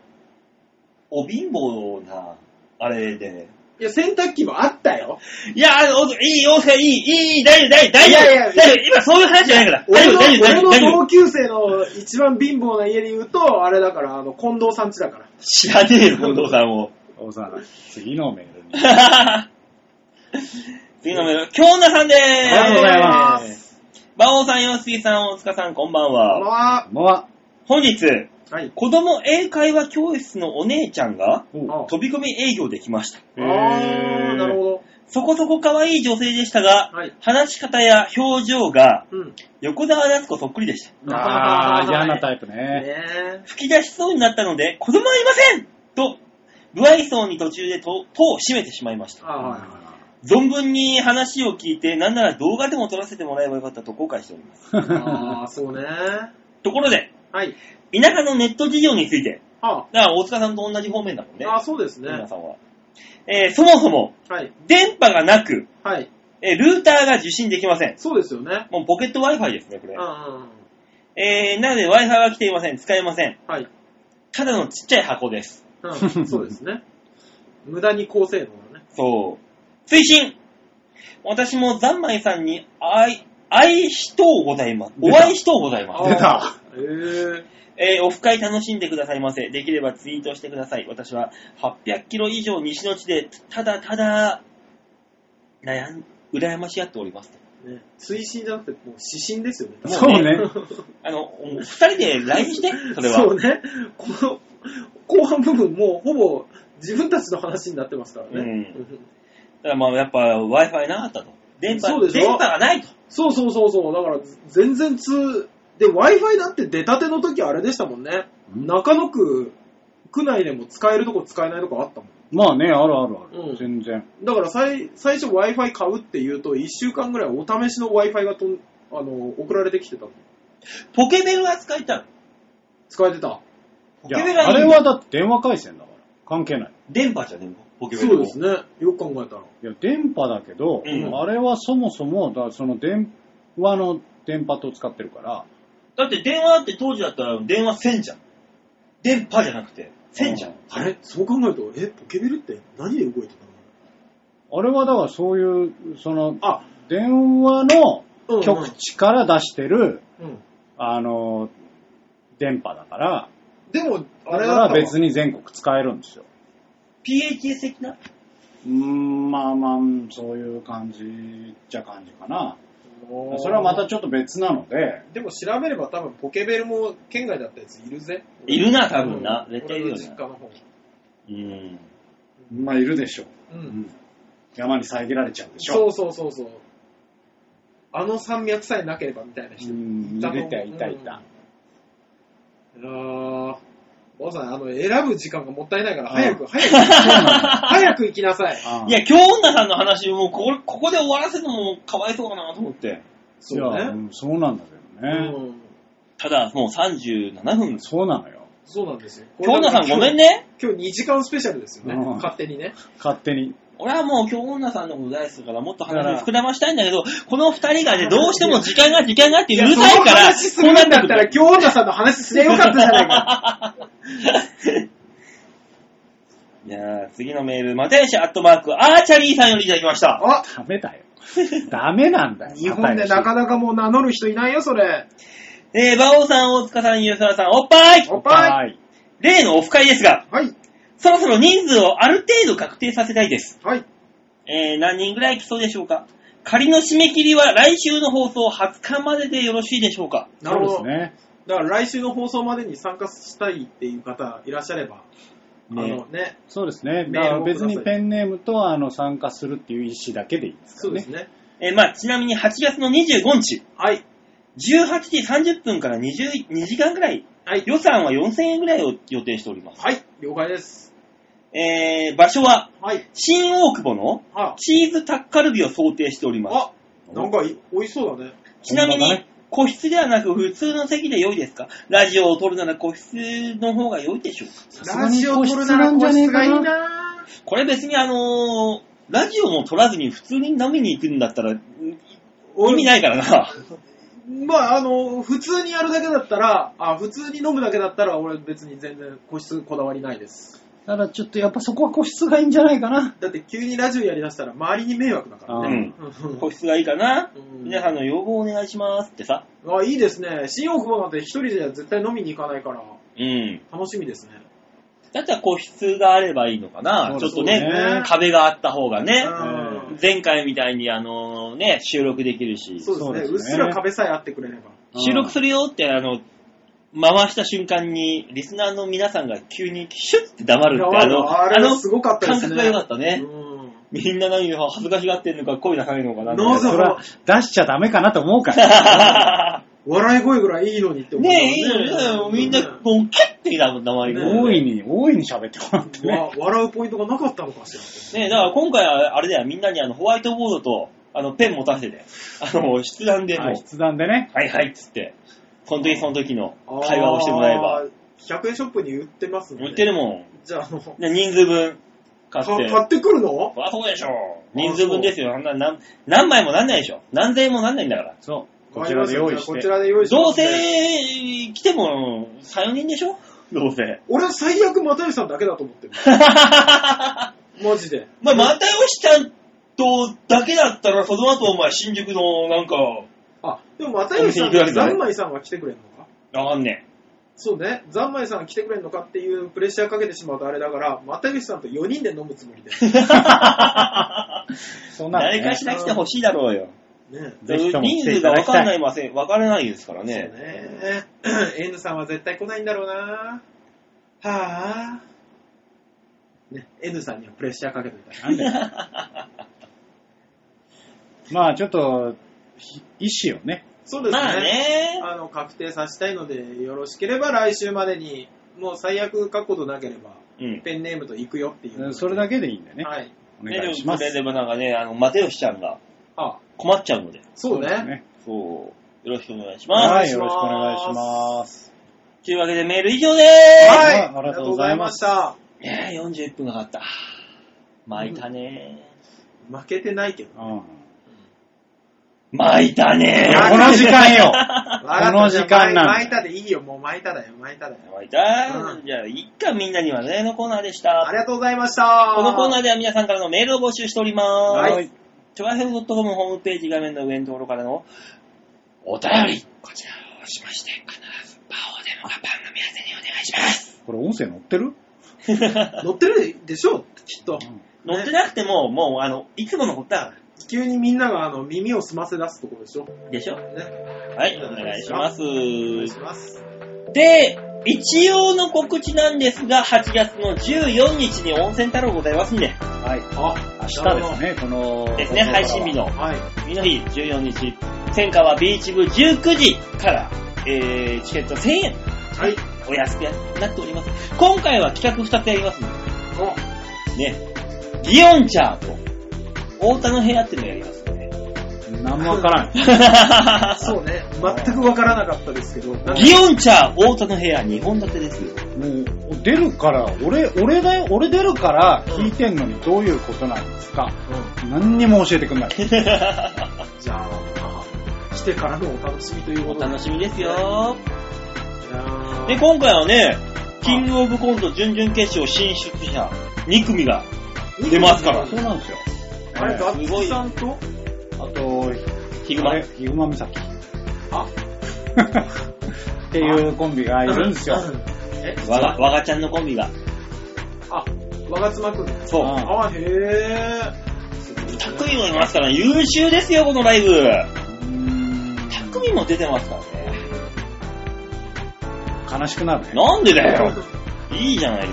Speaker 2: お貧乏な、あれで。
Speaker 3: いや、洗濯機もあったよ。
Speaker 2: いや、あのおいい、大塚、いい、いい、いい、大丈夫、大丈夫、大
Speaker 3: いやいやい
Speaker 2: 丈夫、
Speaker 3: や
Speaker 2: 大丈夫、今そういう話じゃないから。 大
Speaker 3: 俺
Speaker 2: 丈夫、
Speaker 3: の
Speaker 2: 大丈夫、大丈夫、
Speaker 3: 俺
Speaker 2: 大
Speaker 3: の
Speaker 2: 丈夫
Speaker 3: 同。級生の一番貧乏な家で言うと、あれだから、あの、近藤さん家だから。
Speaker 2: 知らねえよ、近藤さんを。
Speaker 4: 王さん。
Speaker 6: 次のメー ルに。
Speaker 2: 次のメール、京奈さんでーす。。
Speaker 6: ありがとうございます
Speaker 2: 馬王さん、洋杉さん、大塚さん、こんばんは。
Speaker 3: あ
Speaker 6: こんばんは。
Speaker 2: 本日、
Speaker 3: あ、はい。
Speaker 2: 子供英会話教室のお姉ちゃんが
Speaker 3: あ
Speaker 2: 飛び込み営業できました。
Speaker 3: あー、なるほど。
Speaker 2: そこそこ可愛い女性でしたが、
Speaker 3: はい
Speaker 2: 話し方や表情が
Speaker 3: うん。
Speaker 2: 横澤夏子そっくりでした。
Speaker 6: ああ、嫌な
Speaker 3: イ
Speaker 6: タイプね。
Speaker 3: ね
Speaker 2: 吹き出しそうになったので、子供はいませんと、不愛想に途中で戸戸を閉めてしまいました。
Speaker 3: あはい
Speaker 2: 存分に話を聞いて、なんなら動画でも撮らせてもらえばよかったと後悔しております。
Speaker 3: ああ、そうね。
Speaker 2: ところで、
Speaker 3: はい。
Speaker 2: 田舎のネット事情について、
Speaker 3: あ
Speaker 2: だから大塚さんと同じ方面だもんね。
Speaker 3: あ、そうですね。
Speaker 2: 皆さんは。えーそもそも、
Speaker 3: はい。
Speaker 2: 電波がなく、
Speaker 3: はい。
Speaker 2: えールーターが受信できません。
Speaker 3: そうですよね。
Speaker 2: もうポケット Wi-Fi ですね、こ
Speaker 3: う
Speaker 2: れ
Speaker 3: んう。んうん。
Speaker 2: えー、なので Wi-Fi は来ていません。使えません。
Speaker 3: はい。
Speaker 2: ただのちっちゃい箱です。
Speaker 3: うん、そうですね。無駄に高性能だね。
Speaker 2: そう。推進私もザンマイさんに愛、愛しとうございます。お会いしとうございます。
Speaker 3: 出た。えー、
Speaker 2: えーオフ会楽しんでくださいませ。できればツイートしてください。私は800キロ以上西の地で、ただただ、悩ん、羨ましがっております。
Speaker 3: ね、推進じゃなくて、もう指針ですよね。
Speaker 4: そうね。
Speaker 2: あの、お二人で LINE して、それは。
Speaker 3: そうね。この、後半部分もうほぼ自分たちの話になってますからね。
Speaker 2: うんだからまあ、やっぱ Wi-Fi なかったと。電
Speaker 3: そう
Speaker 2: 波、
Speaker 3: でしょ
Speaker 2: 電波がないと。
Speaker 3: そうそうそうそう。だから、全然通、で、Wi-Fi だって出たての時あれでしたもんね。
Speaker 4: うん
Speaker 3: 中野区、区内でも使えるとこ使えないとこあったも
Speaker 4: まあね、あるあるある。
Speaker 3: うん
Speaker 4: 全然。
Speaker 3: ん。だから最、最初 Wi-Fi 買うっていうと、1週間ぐらいお試しの Wi-Fi がとんあの送られてきてたの。
Speaker 2: ポケベルは使いたい。
Speaker 3: 使えてた。
Speaker 4: い
Speaker 2: ケ
Speaker 4: や
Speaker 2: ベルはいい
Speaker 4: あれはだって電話回線だから。関係ない。
Speaker 2: 電波じゃねえポケベル
Speaker 3: そう
Speaker 2: も
Speaker 3: ですね。よく考えたら。
Speaker 4: いや、電波だけど、
Speaker 2: うん
Speaker 4: あれはそもそも、だその電話の電波と使ってるから、
Speaker 2: だって電話だって当時だったら電話線じゃん。電波じゃなくて、線じゃん
Speaker 4: う。ん
Speaker 3: あれそう考えると、え、ポケベルって何で動いて
Speaker 4: あれはだからそういう、その、
Speaker 3: たのあ、
Speaker 4: 電話の
Speaker 3: うんうん
Speaker 4: 局地から出してる、
Speaker 3: うん。
Speaker 4: あの、電波だから、
Speaker 3: でも、あ
Speaker 4: あ
Speaker 3: れ
Speaker 4: れ
Speaker 3: だっ
Speaker 4: は
Speaker 3: た
Speaker 4: 別
Speaker 3: に。
Speaker 4: に全国使えるんですよ。
Speaker 2: PHS 的な
Speaker 4: うーん、まあまあ、そういう感じじゃ感じかな。それはまたちょっと別なので、
Speaker 3: でも調べれば多分ポケベルも県外だったやついるぜ。
Speaker 2: いるな、多分な。
Speaker 3: うん
Speaker 2: 絶対いるよ
Speaker 3: 俺の
Speaker 2: ね
Speaker 3: 実。家の方。
Speaker 2: うん。
Speaker 4: まあいるでしょう。
Speaker 3: う。
Speaker 4: うんん山に遮られちゃうでし
Speaker 3: そ
Speaker 4: ょ。
Speaker 3: うそうそうそう。あの山脈さえなければみたいな人。
Speaker 4: ん、い
Speaker 3: いたと思う
Speaker 4: たいたいた。
Speaker 3: あー。おさん、あの、選ぶ時間がもったいないから、
Speaker 4: ああ
Speaker 3: 早く、早く、早く行きなさい。
Speaker 4: あ
Speaker 2: いや、今日女さんの話をもうここここで終わらせるのもかわいそうかなと思って。
Speaker 4: い
Speaker 3: そう
Speaker 4: や、う
Speaker 3: ね。
Speaker 4: んそうなんだけ
Speaker 3: う
Speaker 4: どね。
Speaker 3: ん。
Speaker 2: ただ、もう37分です。
Speaker 4: そうなのよ。
Speaker 3: そうなんですよ。
Speaker 2: 今日女さんごめん
Speaker 3: ね。
Speaker 2: ね。
Speaker 3: 今日2時間スペシャルですよね。
Speaker 4: うん
Speaker 3: 勝手にね。
Speaker 4: 勝手に。
Speaker 2: 俺はもう今日女さんのこと大好きだからもっと話を膨らましたいんだけど、この二人がね、どうしても時間が時間がってうるさい
Speaker 3: その
Speaker 2: から、
Speaker 3: 話するんだったら、今日女さんの話すりゃよかったじゃないか。
Speaker 2: いやー、次のメール、マテンシアットマーク、アーチャリーさんよりいただきました。
Speaker 3: あ
Speaker 4: ダメだよ。ダメなんだよ。
Speaker 3: 日本でなかなかもう名乗る人いないよ、それ。
Speaker 2: えー、馬王さん、大塚さん、ゆうさらさん、おっぱい
Speaker 3: お
Speaker 4: お
Speaker 3: っ
Speaker 4: っぱ
Speaker 3: ぱ
Speaker 4: い。
Speaker 2: 例のオフ会ですが、
Speaker 3: い。はい。
Speaker 2: そろそろ人数をある程度確定させたいです。
Speaker 3: はい。
Speaker 2: えー、何人ぐらい来そうでしょうか仮の締め切りは来週の放送20日まででよろしいでしょうか
Speaker 3: なるほど
Speaker 4: そうですね。
Speaker 3: だから来週の放送までに参加したいっていう方いらっしゃれば、あのね、
Speaker 4: そうですね。
Speaker 3: メールを
Speaker 4: だから別
Speaker 3: く
Speaker 4: に
Speaker 3: ださい
Speaker 4: ペンネームとあの参加するっていう意思だけでいいですか
Speaker 3: そう
Speaker 4: ら
Speaker 3: で
Speaker 4: ね
Speaker 3: す。ね。
Speaker 2: えー、まあ、ちなみに8月の25日、
Speaker 3: はい。
Speaker 2: 18時30分から20 2時間ぐらい、
Speaker 3: はい。
Speaker 2: 予算は4000円ぐらいを予定しております。
Speaker 3: はい。了解です。
Speaker 2: えー、場所は、
Speaker 3: はい。
Speaker 2: 新大久保の
Speaker 3: あ、
Speaker 2: チーズタッカルビを想定しております。
Speaker 3: あ、なんかい美味しそうだね。
Speaker 2: ちなみ
Speaker 4: 本場
Speaker 2: に
Speaker 4: だね、
Speaker 2: 個室ではなく普通の席で良いですかラジオを撮るなら個室の方が良いでしょうか
Speaker 4: さすが
Speaker 3: ラ
Speaker 4: に
Speaker 3: ジオ撮るなら
Speaker 4: 個
Speaker 3: 個
Speaker 4: 室
Speaker 3: 室がいい
Speaker 4: なんじゃね
Speaker 3: な
Speaker 2: これ別にあのーラジオも撮らずに普通に飲みに行くんだったら、ん意味ないからな。
Speaker 3: まあ、あの、普通にやるだけだったら、あ、普通に飲むだけだったら、俺別に全然個室こだわりないです。
Speaker 4: えかなただちょっとやっぱそこは個室がいいんじゃないかな。
Speaker 3: だって急にラジオやりだしたら周りに迷惑だから
Speaker 4: う
Speaker 2: う
Speaker 3: ね。
Speaker 2: ん。
Speaker 3: うん
Speaker 2: 個室がいいかな
Speaker 3: うん
Speaker 2: 皆さんの要望をお願いしますってさ。
Speaker 3: あ、いいですね。新大久保なんて一人じゃ絶対飲みに行かないから、
Speaker 2: うん。
Speaker 3: 楽しみですね。
Speaker 2: だったら個室があればいいのかな、ちょ
Speaker 4: そう
Speaker 2: っと
Speaker 4: そう
Speaker 2: ね
Speaker 4: ね
Speaker 2: 壁があった方がね。
Speaker 3: うん
Speaker 2: 前回みたいにあのーね、収録できるし。
Speaker 3: そうですね。
Speaker 4: そう
Speaker 3: う
Speaker 4: で
Speaker 3: っ
Speaker 4: すね
Speaker 3: すら壁さえあってくれれば。
Speaker 2: 収録するよって、あの、回した瞬間に、リスナーの皆さんが急にシュッて黙るって、あの、
Speaker 3: あ
Speaker 2: あ
Speaker 3: れ
Speaker 2: の
Speaker 3: すごかったで
Speaker 2: 感
Speaker 3: すね。
Speaker 2: 覚が良かったね。
Speaker 3: うん
Speaker 2: みんな何を恥ずかしがってんのか、声出さないのかな。
Speaker 3: なぜ
Speaker 4: それは出しちゃダメかなと思うから。
Speaker 3: 笑い声ぐらいいいのにって思った
Speaker 2: ねえ、いいよね。みんな、
Speaker 3: ね
Speaker 2: もう、キュッて黙り
Speaker 3: ね
Speaker 2: が。
Speaker 4: 大いに、大いに喋ってもらってね。
Speaker 3: わ笑うポイントがなかったのかしら。
Speaker 2: ねえ、だから今回は、あれだよ、みんなにあの、ホワイトボードと、あの、ペン持たせて、あの、筆談でもう、
Speaker 4: はい筆談でね。
Speaker 2: はいはいっつって、その時その時の会話をしてもらえば
Speaker 3: あ、ー。100円ショップに売ってますね。
Speaker 2: 売ってるも
Speaker 3: じゃあ、あの、か
Speaker 2: ん。ね人数分、買って。
Speaker 3: 買ってくるの
Speaker 2: そりゃそうでしょ人数分ですよ。あんな何何枚もなんないでしょ。何千円もなんないんだから。
Speaker 4: そう。こちらで用意し
Speaker 3: こ
Speaker 4: て
Speaker 3: ち。らで用意して。
Speaker 2: どうせ、来ても、3、4人でしょどうせ。
Speaker 3: 俺は最悪又吉さんだけだと思っ てる。マジで。
Speaker 2: まあ、またよしちゃんとだけだったら、その後お前、新宿のなんか、
Speaker 3: あ、でも又吉さん
Speaker 2: お店に行くわけ
Speaker 3: と
Speaker 2: じゃない
Speaker 3: 三枚さんは来てくれるのか
Speaker 2: あん ね。
Speaker 3: そうね、ざんまいさん来てくれんのかっていうプレッシャーかけてしまうとあれだから、又吉さんと4人で飲むつも りです。ね
Speaker 4: そんなの
Speaker 2: 誰
Speaker 4: ね
Speaker 2: かしら来てほしいだろうよ。
Speaker 4: ぜひとも来
Speaker 2: 人
Speaker 4: て
Speaker 2: 数
Speaker 4: いた
Speaker 2: が
Speaker 4: だ
Speaker 2: 分
Speaker 4: きた
Speaker 2: か
Speaker 4: い
Speaker 2: んないません、分からないですから
Speaker 3: そう
Speaker 2: ね。
Speaker 3: ね。N さんは絶対来ないんだろうなはぁ、ね、N さんにはプレッシャーかけてみたい
Speaker 4: なんでまあちょっと、ひ意思をね、
Speaker 3: そうですね。
Speaker 2: まあね。
Speaker 3: あの、確定させたいので、よろしければ来週までに、もう最悪書くことなければ、
Speaker 2: うん。
Speaker 3: ペンネームと行くよっていう
Speaker 4: それだけでいいんで
Speaker 3: け
Speaker 4: ね。
Speaker 3: はい。
Speaker 4: お願いし
Speaker 2: ね
Speaker 4: ま
Speaker 2: でも、
Speaker 4: す。
Speaker 2: でもなんかね、あの、マテヨシちゃんが
Speaker 3: あ、
Speaker 2: 困っちゃうので。
Speaker 3: そうね。
Speaker 4: ね
Speaker 2: そう。よろしくお願いします。
Speaker 4: はい、
Speaker 3: お願いします
Speaker 4: よろしくお願いします。
Speaker 2: というわけでメール以上で
Speaker 4: は
Speaker 2: ー
Speaker 4: い
Speaker 3: あ
Speaker 4: ありがとうございました
Speaker 3: ありがとうござ
Speaker 2: す、
Speaker 3: い
Speaker 2: ねえ、41分かかった。巻いたね
Speaker 3: ました負けてないけど。
Speaker 4: うん
Speaker 2: ー。巻いた
Speaker 4: い
Speaker 2: ね
Speaker 4: や
Speaker 2: ー。
Speaker 4: この時間よ。
Speaker 3: こ
Speaker 4: の時間なんだ
Speaker 3: 巻いたでいいよ、もう巻いただよ、巻いただよ。
Speaker 2: 巻いた、
Speaker 3: うん
Speaker 2: じゃあ、一回みんなにはねのコーナーでし
Speaker 3: あ
Speaker 2: た。
Speaker 3: りがとうございました。
Speaker 2: このコーナーでは皆さんからのメールを募集しております。
Speaker 3: はい
Speaker 4: はい。
Speaker 2: チョアヘルドットコムホームページ画面の上のところからのお便り、こちらを押しまして、必ずパオデモが番組宛てにお願いします。
Speaker 4: これ音声載ってる
Speaker 3: 乗ってるでしょきっと。
Speaker 2: 載ってなくても、もう、あの、いつものことだか
Speaker 3: 急にみんながあの耳を澄ませ出すところでしょ。
Speaker 2: らでしょ
Speaker 3: ね。
Speaker 2: はい、お願いします。
Speaker 3: お願いします。
Speaker 2: で、一応の告知なんですが、8月の14日に温泉太郎ございますんで、
Speaker 4: はい。
Speaker 3: あ、
Speaker 4: 明日ですね、この。
Speaker 2: ですね、配信日の。
Speaker 3: はい。
Speaker 2: 次の日、14日、戦火はビーチ部19時から、えー、チケット1000円、
Speaker 3: はい。
Speaker 2: お安くなっております。今回は企画2つやりますので、ね、ギオンチャーと、太田の部屋っていうのをやりますので、
Speaker 4: 何もわからん。
Speaker 3: あそうね。全くわからなかったですけど。なんか
Speaker 2: ギオンチャー太田の部屋2本立てですよ。
Speaker 4: もう、出るから、俺、俺だよ、俺出るから聞いてんのにどういうことなんですか何にも教えてくんない。
Speaker 3: うんじゃあ、まあ来てからのお楽しみというこ
Speaker 2: お
Speaker 3: とで。
Speaker 2: 楽しみですよ。
Speaker 3: いやー
Speaker 2: で、今回はね、キングオブコント準々決勝進出者2組が、出ますから
Speaker 4: そうなんですよ。
Speaker 3: あれ、
Speaker 4: え
Speaker 3: ガッツさんと
Speaker 4: ーあと、
Speaker 2: ヒグマ
Speaker 4: あれ。ヒグマ岬。
Speaker 3: あ
Speaker 4: っていうコンビがいるんですよ。
Speaker 3: え
Speaker 2: わが、わがちゃんのコンビが。
Speaker 3: あ、わが妻くんです。
Speaker 2: そうう。
Speaker 4: ん
Speaker 3: あ、へぇ
Speaker 2: 2組もいますから、優秀ですよ、このライブ。
Speaker 4: うーん
Speaker 2: 2組も出てますからね。
Speaker 4: 悲しくなるね。
Speaker 2: なんでだよ
Speaker 3: ね。
Speaker 2: いいじゃないよ。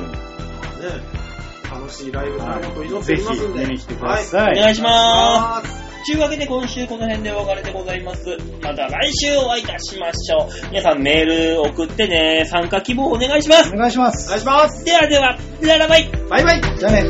Speaker 3: 楽しいライブになることを祈って
Speaker 4: ぜ
Speaker 3: おります
Speaker 4: ひ
Speaker 3: んで。
Speaker 4: 見に来てくだ
Speaker 2: お
Speaker 4: さい。
Speaker 2: 願いします。
Speaker 3: はい。
Speaker 2: というわけで今週この辺でお別れでございます。また来週お会いいたしましょう。皆さんメール送ってね。参加希望お願いします。
Speaker 4: お願いしま
Speaker 3: お
Speaker 4: す。
Speaker 3: 願いします。
Speaker 2: ではでは、ララバイ
Speaker 3: バイバイ
Speaker 4: じゃあね。